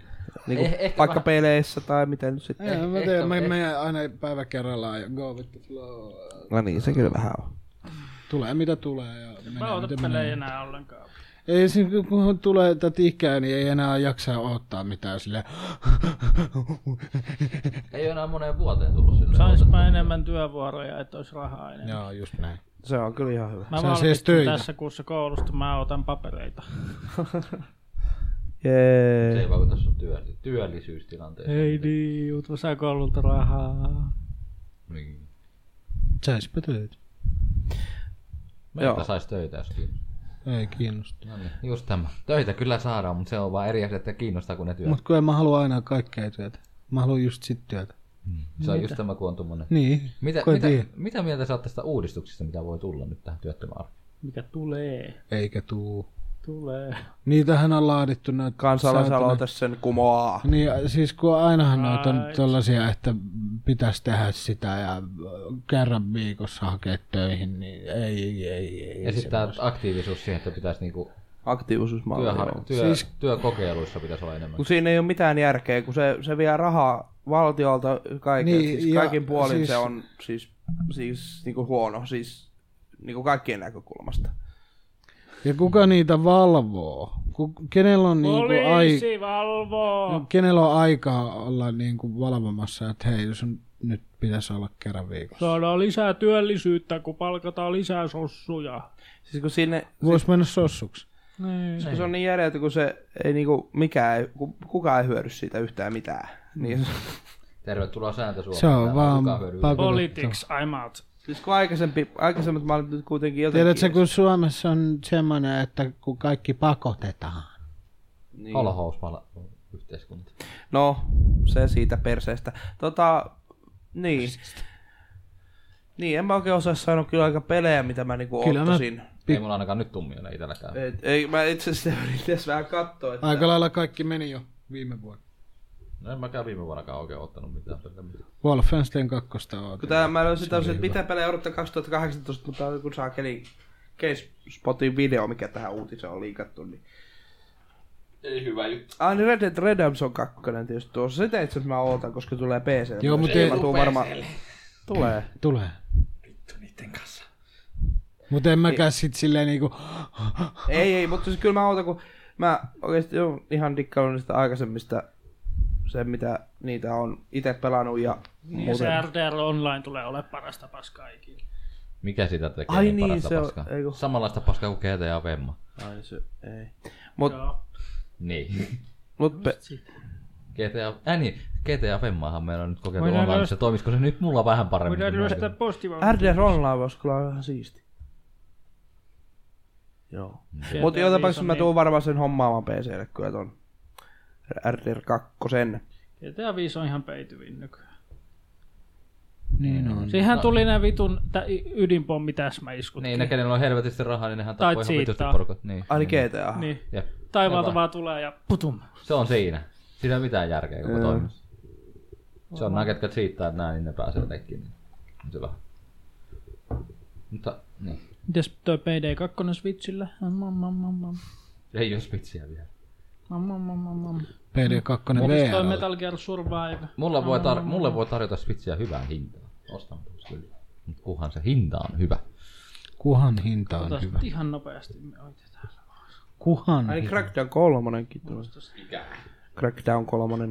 Speaker 4: Niin kuin
Speaker 5: Eh- ehkä
Speaker 4: vaikka
Speaker 5: vähän-
Speaker 4: peleissä tai mitä nyt sitten.
Speaker 2: Ei, mä
Speaker 5: ehkä-
Speaker 2: tiedän, me
Speaker 5: ehkä-
Speaker 2: menen aina päivä kerrallaan ja go with the flow.
Speaker 4: No niin, se kyllä vähän on.
Speaker 2: Tulee mitä tulee ja
Speaker 3: Mä
Speaker 2: menee
Speaker 3: otan
Speaker 2: mitä
Speaker 3: pelejä
Speaker 2: menee.
Speaker 3: enää ollenkaan.
Speaker 2: Ei se, kun tulee tätä ikää, niin ei enää jaksa ottaa mitään sille.
Speaker 5: Ei ole enää moneen vuoteen tullut silleen.
Speaker 3: Saispa enemmän työvuoroja, että olisi rahaa enemmän.
Speaker 2: Joo, just näin.
Speaker 4: Se on kyllä ihan hyvä.
Speaker 3: Mä
Speaker 2: Saa siis
Speaker 3: valmistun
Speaker 2: töitä.
Speaker 3: tässä kuussa koulusta, mä otan papereita.
Speaker 5: Se ei
Speaker 4: Jee.
Speaker 5: vaikuta sun työlli- työllisyystilanteeseen.
Speaker 3: Ei niin, Utva saa koululta rahaa.
Speaker 5: Niin.
Speaker 2: Saisipä töitä.
Speaker 5: Mä
Speaker 4: Joo.
Speaker 5: Joo. saisi töitä, jos kiinnostaa.
Speaker 2: Ei kiinnosta.
Speaker 5: No niin, just tämä. Töitä kyllä saadaan, mutta se on vaan eri asia, että kiinnostaa kuin ne työt.
Speaker 2: Mut kun en mä halua aina kaikkea työtä. Mä haluan just sit työtä.
Speaker 5: se on just tämä, kun on tuommoinen.
Speaker 2: Niin.
Speaker 5: Mitä,
Speaker 2: kun en
Speaker 5: mitä,
Speaker 2: tiedä.
Speaker 5: mitä mieltä sä oot tästä uudistuksesta, mitä voi tulla nyt tähän työttömään arkeen?
Speaker 3: Mikä tulee,
Speaker 2: Eikä tuu.
Speaker 3: tulee.
Speaker 2: Niinku Niitähän on laadittu noita
Speaker 4: Kansalaisaloite sen kumoaa.
Speaker 2: Niin, siis kun ainahan noita on
Speaker 3: Ai.
Speaker 2: tällaisia, että pitäisi tehdä sitä ja äh, kerran viikossa hakea töihin, niin ei, ei, ei.
Speaker 5: Ja sitten tämä aktiivisuus siihen, että pitäisi niinku
Speaker 4: Aktiivisuusmalli.
Speaker 5: työhar- työ, siis... työkokeiluissa pitäisi olla enemmän.
Speaker 4: Kun siinä ei ole mitään järkeä, kun se, se vie rahaa valtiolta kaiken,
Speaker 2: Niin,
Speaker 4: niin, siis
Speaker 2: ja
Speaker 4: kaikin puolin
Speaker 2: siis-
Speaker 4: siis... se on siis, siis niinku huono, siis niinku kaikkien näkökulmasta.
Speaker 2: Ja kuka niitä valvoo? Ku, kenellä on niinku ai, No,
Speaker 3: Poliisi valvoo.
Speaker 2: kenellä on aikaa olla niinku valvomassa, että hei, sun nyt pitäisi olla kerran viikossa?
Speaker 3: Saadaan lisää työllisyyttä, kun palkataan lisää sossuja.
Speaker 4: Siis kun sinne,
Speaker 2: Voisi mennä sossuksi.
Speaker 3: Niin.
Speaker 4: kun se on niin järjettä, kun se ei niinku, mikään, ei- ku- kukaan ei hyödy siitä yhtään mitään.
Speaker 2: Mm.
Speaker 4: Niin,
Speaker 5: Tervetuloa sääntö Suomeen.
Speaker 2: Se on
Speaker 5: Täällä
Speaker 2: vaan
Speaker 5: kukaan hyödy-
Speaker 2: pak-
Speaker 3: Politics, I'm out.
Speaker 4: siis kun aikaisempi, aikaisemmat mallit nyt kuitenkin jotenkin...
Speaker 2: Tiedätkö, kun Suomessa on semmoinen, että kun kaikki pakotetaan.
Speaker 4: niin.
Speaker 5: Holhouspala yhteiskunta.
Speaker 4: No, se siitä perseestä. Tota, niin. Niin, en mä oikein osaa sanoa kyllä aika pelejä, mitä mä niinku
Speaker 2: Kyllä mä-
Speaker 4: ottaisin.
Speaker 5: Ei mulla ainakaan nyt tummiona itselläkään.
Speaker 4: Et, ei, mä itse asiassa yritin edes vähän katsoa, että...
Speaker 2: Aika lailla kaikki meni jo viime vuonna.
Speaker 5: No en mäkään viime vuonnakaan oikein ottanut mitään.
Speaker 2: Wolfenstein 2 on.
Speaker 4: Kun tää, mä löysin tämmösen, että mitä pelejä odottaa 2018, mutta kun saa keli Spotin video, mikä tähän uutiseen on liikattu, niin...
Speaker 5: Ei hyvä juttu.
Speaker 4: Ah, niin Red Dead Redemption 2 tietysti tuossa. Sitä itse asiassa mä ootan, koska se tulee PC.
Speaker 2: Joo, mut ei-
Speaker 4: mä tuun varmaan... Tulee.
Speaker 2: Tulee. Vittu niiden kanssa. Mutta en mäkään sit silleen niinku...
Speaker 4: Ei, ei, mutta siis kyllä mä ootan, kun mä oikeesti oon ihan dikkaillut niistä aikaisemmista se, mitä niitä on itse pelannut ja
Speaker 3: Niin,
Speaker 4: muuten.
Speaker 3: se RTL Online tulee olemaan parasta paskaa ikinä.
Speaker 5: Mikä sitä tekee
Speaker 4: Ai
Speaker 5: niin
Speaker 4: niin,
Speaker 5: parasta
Speaker 4: se on-
Speaker 5: paskaa?
Speaker 4: ei kun-
Speaker 5: Samanlaista paskaa kuin GTA ja Vemma.
Speaker 4: Ai se, ei. Mut,
Speaker 3: Joo.
Speaker 5: Niin.
Speaker 4: mut pe-
Speaker 5: GTA... Äh niin, GTA Vemmaahan meillä on nyt kokeiltu
Speaker 3: Voidaan
Speaker 5: online,
Speaker 3: myös-
Speaker 5: se toimisiko se nyt mulla vähän paremmin?
Speaker 3: Voidaan
Speaker 5: kuin
Speaker 3: ryöstää
Speaker 5: mulla?
Speaker 3: postivaunuja.
Speaker 4: RDR Online voisi kyllä olla ihan siisti. Joo. Mutta joka tapauksessa
Speaker 3: niin.
Speaker 4: mä tuun varmaan sen hommaamaan PClle kyllä ton RDR 2.
Speaker 3: GTA 5 on ihan peityvin nykyään.
Speaker 2: Niin on.
Speaker 3: Siihen tuli nämä vitun tä- ydinpommitäsmäiskut.
Speaker 5: Niin, ne kenellä on helvetisti rahaa, niin nehän
Speaker 3: Tai
Speaker 5: tappoi ihan vitusti
Speaker 3: cheataa.
Speaker 5: porukat. Niin.
Speaker 4: Ai niin GTA. Niin.
Speaker 3: Niin.
Speaker 5: Jep.
Speaker 3: Taivaalta vaan tulee ja putum.
Speaker 5: Se on siinä. Siinä ei ole mitään järkeä koko toiminnassa. Se on nämä, ketkä cheattaa näin, niin ne pääsee jotenkin. niin on Se vähän. Mutta, niin.
Speaker 3: Mites toi PD2 Switchillä? Mam, mam, mam, mam.
Speaker 5: Ei ole spitsiä vielä.
Speaker 3: Mam, mam, mam, mam, mam.
Speaker 2: PD2
Speaker 3: Mites siis toi
Speaker 2: VR.
Speaker 3: Metal Gear Survive?
Speaker 5: Mulla voi, tar- mulle voi tarjota spitsiä hyvään hintaan. Ostan pois kyllä. Mut kunhan se hinta on hyvä.
Speaker 2: Kuhan hinta on
Speaker 3: Taas
Speaker 2: hyvä.
Speaker 3: ihan nopeasti me oitetaan.
Speaker 2: Kuhan
Speaker 4: Ai niin
Speaker 2: hinta.
Speaker 4: Crackdown 3 tuosta. Crackdown 3.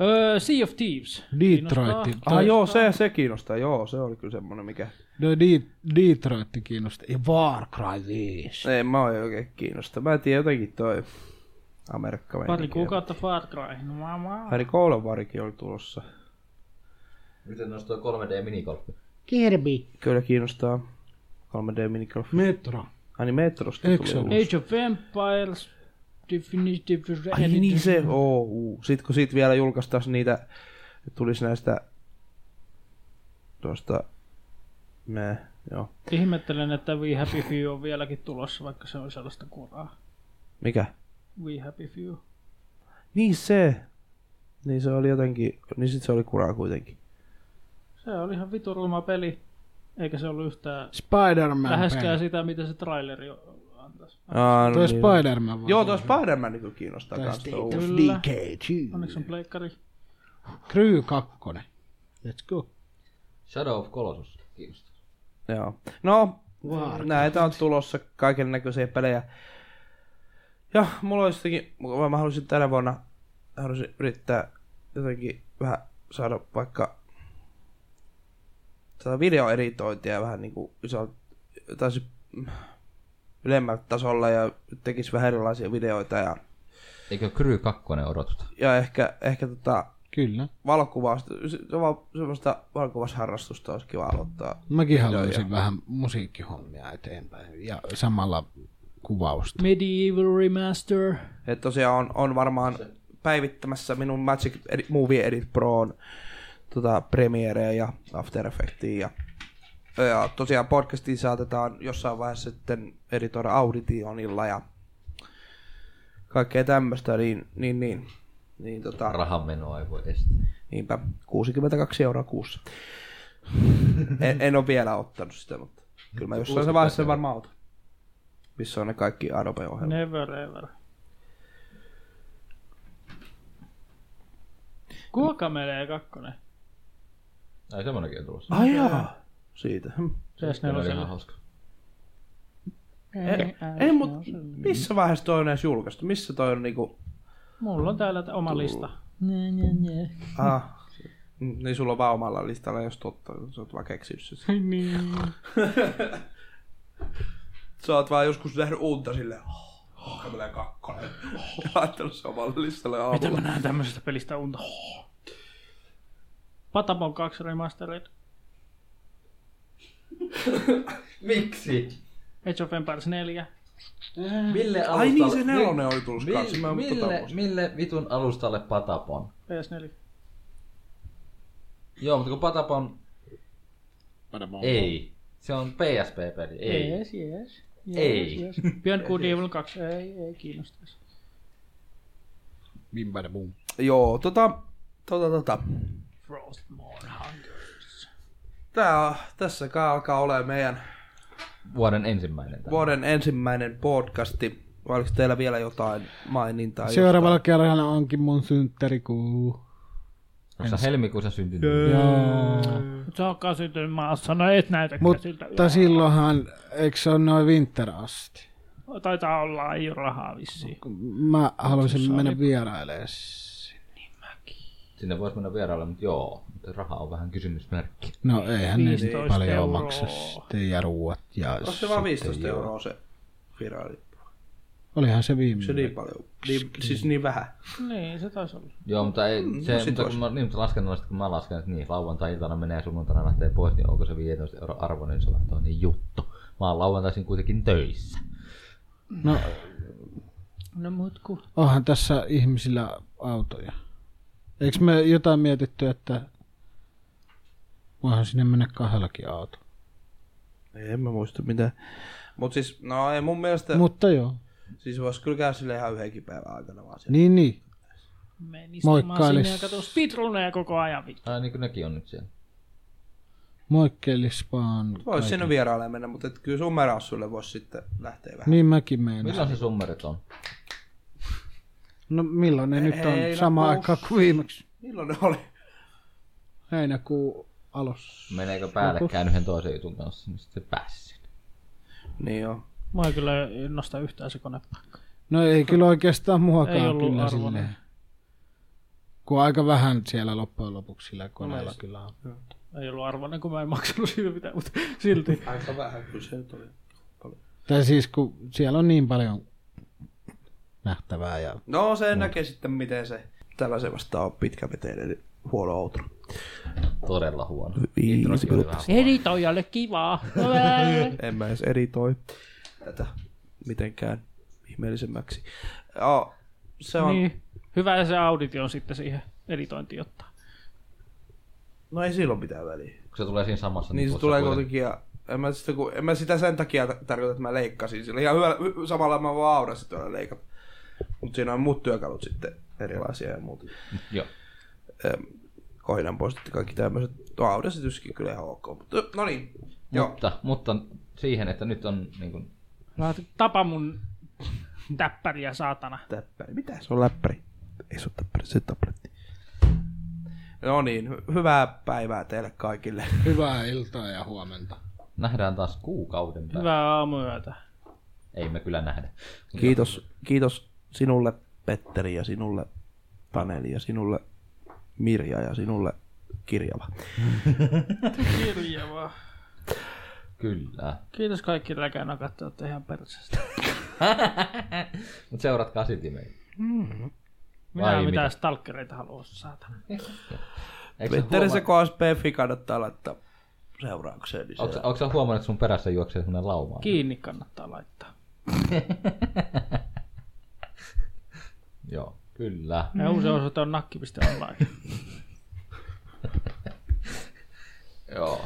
Speaker 3: Öö, Sea of Thieves.
Speaker 2: Detroit.
Speaker 4: Ah joo, se, se kiinnostaa. Joo, se oli kyllä semmonen mikä...
Speaker 2: No Di- Detroit kiinnostaa. Ja Far Cry 5.
Speaker 4: Ei mä oon oikein kiinnosta. Mä en tiedä jotenkin toi Amerikka
Speaker 3: Pari kuukautta Far Cry. No, mä, mä.
Speaker 4: Pari koulunvarikin oli tulossa.
Speaker 5: Miten noista toi 3D-minikolppi?
Speaker 2: Kirby.
Speaker 4: Kyllä kiinnostaa. 3D minicroft.
Speaker 2: Metro.
Speaker 4: Ai niin Metrosta
Speaker 2: Eikö se
Speaker 4: tuli. uusi.
Speaker 3: Age of Empires. Definitive
Speaker 4: Ai niin se, oo. uu. Sit kun sit vielä julkaistaan niitä, tulis näistä tuosta, me, joo.
Speaker 3: Ihmettelen, että We Happy Few on vieläkin tulossa, vaikka se on sellaista kuraa.
Speaker 4: Mikä?
Speaker 3: We Happy Few.
Speaker 4: Niin se. Niin se oli jotenkin, niin sit se oli kuraa kuitenkin.
Speaker 3: Se oli ihan vituruma peli. Eikä se ollut yhtään
Speaker 2: Spider-Man.
Speaker 3: läheskään
Speaker 2: peli.
Speaker 3: sitä, mitä se traileri o- antaisi.
Speaker 4: Aa,
Speaker 2: Toi Spider-Man. vaan.
Speaker 4: Joo, tuo Spider-Man niin kiinnostaa
Speaker 2: Tai
Speaker 4: kans
Speaker 2: State
Speaker 4: tuo
Speaker 2: of
Speaker 4: uusi.
Speaker 3: Kyllä.
Speaker 2: Decay 2.
Speaker 3: Onneksi on pleikkari.
Speaker 2: Crew 2. Let's go.
Speaker 6: Shadow of Colossus. Kiinnostaa.
Speaker 4: Joo. No, näitä on tulossa kaiken näköisiä pelejä. Ja mulla olisi jotenkin, mukavaa, mä haluaisin tänä vuonna haluaisin yrittää jotenkin vähän saada vaikka tätä videoeditointia vähän niinku iso, tai siis, mm, ylemmällä tasolla ja tekisi vähän erilaisia videoita ja,
Speaker 6: Eikö Kry 2 odotuta?
Speaker 4: ja ehkä, ehkä tota,
Speaker 2: Kyllä.
Speaker 4: valokuvausta, se- se vaan semmoista valokuvausharrastusta olisi kiva aloittaa.
Speaker 2: Mäkin haluaisin vähän musiikkihommia eteenpäin ja samalla kuvausta.
Speaker 3: Medieval Remaster.
Speaker 4: Et tosiaan on, on varmaan päivittämässä minun Magic Edit, Movie Edit Proon tota, Premiereä ja After Effectia. Ja, ja tosiaan podcastiin saatetaan jossain vaiheessa sitten editoida auditionilla ja kaikkea tämmöistä, niin, niin, niin. Niin, tota,
Speaker 6: Rahan menoa ei voi estää.
Speaker 4: niinpä, 62 euroa kuussa. en, en ole vielä ottanut sitä, mutta kyllä mä jossain vaiheessa sen varmaan otan. Missä on ne kaikki Adobe-ohjelmat.
Speaker 3: Never ever. Kuoka menee kakkonen.
Speaker 6: Ai semmonenkin on tulossa.
Speaker 4: Ai jaa. Siitä. Hm.
Speaker 6: Se oli
Speaker 3: PS4.
Speaker 6: ihan hauska.
Speaker 4: Ei, Eh, ei mut missä vaiheessa toi on edes julkaistu? Missä toi on niinku...
Speaker 3: Mulla on täällä t- oma lista.
Speaker 4: Ah, Mm, niin sulla on vaan omalla listalla, jos totta. Sä oot vaan keksinyt sen.
Speaker 3: niin.
Speaker 4: Sä oot vaan joskus nähnyt unta silleen. Oh, tämmönen kakkonen. Laittanut se omalle listalle
Speaker 3: Mitä
Speaker 4: aamulla.
Speaker 3: mä näen tämmöisestä pelistä unta? Patamon 2 Remastered.
Speaker 6: Miksi?
Speaker 3: Age of Empires 4.
Speaker 6: Mille alustalle...
Speaker 4: Ai niin, se nelonen oli tullut
Speaker 6: Mille,
Speaker 4: kanssa. Mä en tota
Speaker 6: mille,
Speaker 4: muista.
Speaker 6: mille vitun alustalle Patapon?
Speaker 3: PS4.
Speaker 6: Joo, mutta kun Patapon... Ei. Se on PSP-peli. Ei.
Speaker 3: Yes, yes. yes
Speaker 6: Ei.
Speaker 3: Yes. Beyond Good Evil 2. Ei, ei kiinnostaisi.
Speaker 2: Bim bada boom.
Speaker 4: Joo, tota... Tota, tota.
Speaker 3: Frostmourne Hunters.
Speaker 4: Tää on, tässä kai alkaa olemaan meidän
Speaker 6: Vuoden ensimmäinen. Tämä.
Speaker 4: vuoden ensimmäinen podcasti. Vai oliko teillä vielä jotain mainintaa?
Speaker 2: Seuraavalla kerralla onkin mun synttärikuu.
Speaker 6: Onko sä helmikuussa syntynyt?
Speaker 2: Joo.
Speaker 3: Mut sä ootkaan syntynyt maassa, no et näytä käsiltä.
Speaker 2: Mutta silloinhan, eikö se ole noin winter asti?
Speaker 3: Taitaa olla ei oo rahaa vissiin.
Speaker 2: Mä haluaisin mennä vierailemaan. sinne.
Speaker 6: Sinne voisi mennä vieraille, mutta joo. Mutta raha on vähän kysymysmerkki.
Speaker 2: No eihän ne
Speaker 3: 15
Speaker 2: nyt paljon
Speaker 3: euroa.
Speaker 2: maksa sitten ja ruuat. Ja
Speaker 4: Onko se vaan
Speaker 2: sitten
Speaker 4: 15
Speaker 2: jo-
Speaker 4: euroa se viraali?
Speaker 2: Olihan se viime.
Speaker 4: Se niin paljon. Niin, siis niin vähän.
Speaker 3: Niin, se taisi olla.
Speaker 6: Joo, mutta ei,
Speaker 4: Mm, no
Speaker 6: se, mutta kun mä, niin, mutta laskennallisesti kun mä lasken, että niin, lauantai-iltana menee ja sunnuntaina lähtee pois, niin onko se 15 euro arvo, niin se on vähän toinen juttu. Mä oon lauantaisin kuitenkin töissä.
Speaker 2: No
Speaker 3: No mut ku.
Speaker 2: onhan tässä ihmisillä autoja. Eikö me jotain mietitty, että voihan sinne mennä kahdellakin auto.
Speaker 4: En mä muista mitään. Mut siis, no ei mun mielestä, Mut.
Speaker 2: Mutta joo.
Speaker 4: siis vois kyllä käydä sille ihan yhdenkin päivän aikana vaan siellä.
Speaker 2: Niin, niin.
Speaker 3: Menin istumaan
Speaker 2: Moikkailis.
Speaker 3: sinne ja katon speedruneja koko ajan vittu.
Speaker 6: Ai niin kuin nekin on nyt siellä.
Speaker 2: Moikkelis vaan.
Speaker 4: Vois sinne vierailemaan mennä, mutta et kyllä summerassuille vois sitten lähteä vähän.
Speaker 2: Niin mäkin menen.
Speaker 6: Milloin se summerit on?
Speaker 2: No milloin ne nyt
Speaker 4: Heinäkuussa.
Speaker 2: on? Sama aikaan kuin viimeksi.
Speaker 4: Milloin ne oli?
Speaker 2: Heinäkuun alussa.
Speaker 6: Meneekö päällekkäin yhden toisen jutun kanssa, niin sitten päässin.
Speaker 4: Niin joo.
Speaker 3: Mua ei kyllä innosta yhtään se kone.
Speaker 2: No ei kyllä oikeastaan
Speaker 3: Ei
Speaker 2: muakaan
Speaker 3: ollut
Speaker 2: kyllä
Speaker 3: arvoinen.
Speaker 2: silleen. Kun aika vähän siellä loppujen lopuksi sillä koneella kyllä on.
Speaker 3: Ei ollut arvoinen, kun mä en maksanut siitä mitään, mutta silti.
Speaker 4: Aika vähän kyllä se nyt oli.
Speaker 2: Tai siis kun siellä on niin paljon nähtävää ja
Speaker 4: No se näkee sitten miten se, tällä se vastaa on pitkäveteinen eli huono outro.
Speaker 6: Todella huono.
Speaker 4: Viisi
Speaker 3: Editoijalle kivaa.
Speaker 4: En mä edes editoi tätä mitenkään ihmeellisemmäksi. Joo, se on,
Speaker 3: niin. Hyvä se auditio on sitten siihen editointiin ottaa.
Speaker 4: no ei silloin mitään väliä.
Speaker 6: Kun se tulee siinä samassa.
Speaker 4: Niin se
Speaker 6: tuossa
Speaker 4: tulee
Speaker 6: kuitenkin-
Speaker 4: kuitenkin ja en mä, sitä, kun, en mä sitä sen takia t- tarkoita, että mä leikkasin sillä. Ihan hyvä, hy- samalla mä vaan aurasin tuolla leikata. Mutta siinä on muut työkalut sitten erilaisia ja muuta.
Speaker 6: Joo.
Speaker 4: kohinan poistot ja kaikki tämmöiset. Tuo audesityskin kyllä ihan ok, mutta no niin. Joo.
Speaker 5: Mutta, mutta siihen, että nyt on niin kuin,
Speaker 3: Mä ajattelin, Tapa mun täppäriä, saatana.
Speaker 4: Täppäri. Mitä se on läppäri? Ei se ole täppäri, se on tabletti. No niin, hy- hyvää päivää teille kaikille.
Speaker 2: Hyvää iltaa ja huomenta.
Speaker 5: nähdään taas kuukauden päästä.
Speaker 3: Hyvää aamuyötä.
Speaker 5: Ei me kyllä nähdä.
Speaker 4: Kiitos, kiitos sinulle Petteri ja sinulle Taneli ja sinulle Mirja ja sinulle Kirjava.
Speaker 3: Kirja vaan.
Speaker 5: Kyllä.
Speaker 3: Kiitos kaikki läkänakat, te ootte ihan persestä.
Speaker 5: Mutta seuratkaa silti meitä.
Speaker 3: Minä
Speaker 5: Vai
Speaker 3: en
Speaker 5: mitä?
Speaker 3: mitään stalkereita halua, saatana.
Speaker 5: Eikö sä
Speaker 4: Petteri se
Speaker 5: huoma-
Speaker 4: KSPFi kannattaa laittaa seuraukseen. Niin
Speaker 5: Onko
Speaker 4: se...
Speaker 5: sä- onko sä huomannut, että sun perässä juoksee semmonen lauma?
Speaker 3: Kiinni kannattaa laittaa.
Speaker 5: Joo, kyllä.
Speaker 3: Ja uusi osoite on nakki.online.
Speaker 5: Joo.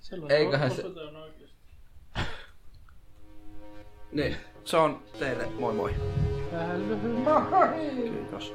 Speaker 3: Silloin
Speaker 5: Eiköhän se-
Speaker 3: osoite on oikeasti.
Speaker 4: Niin, se on teille. Moi moi. Kiitos.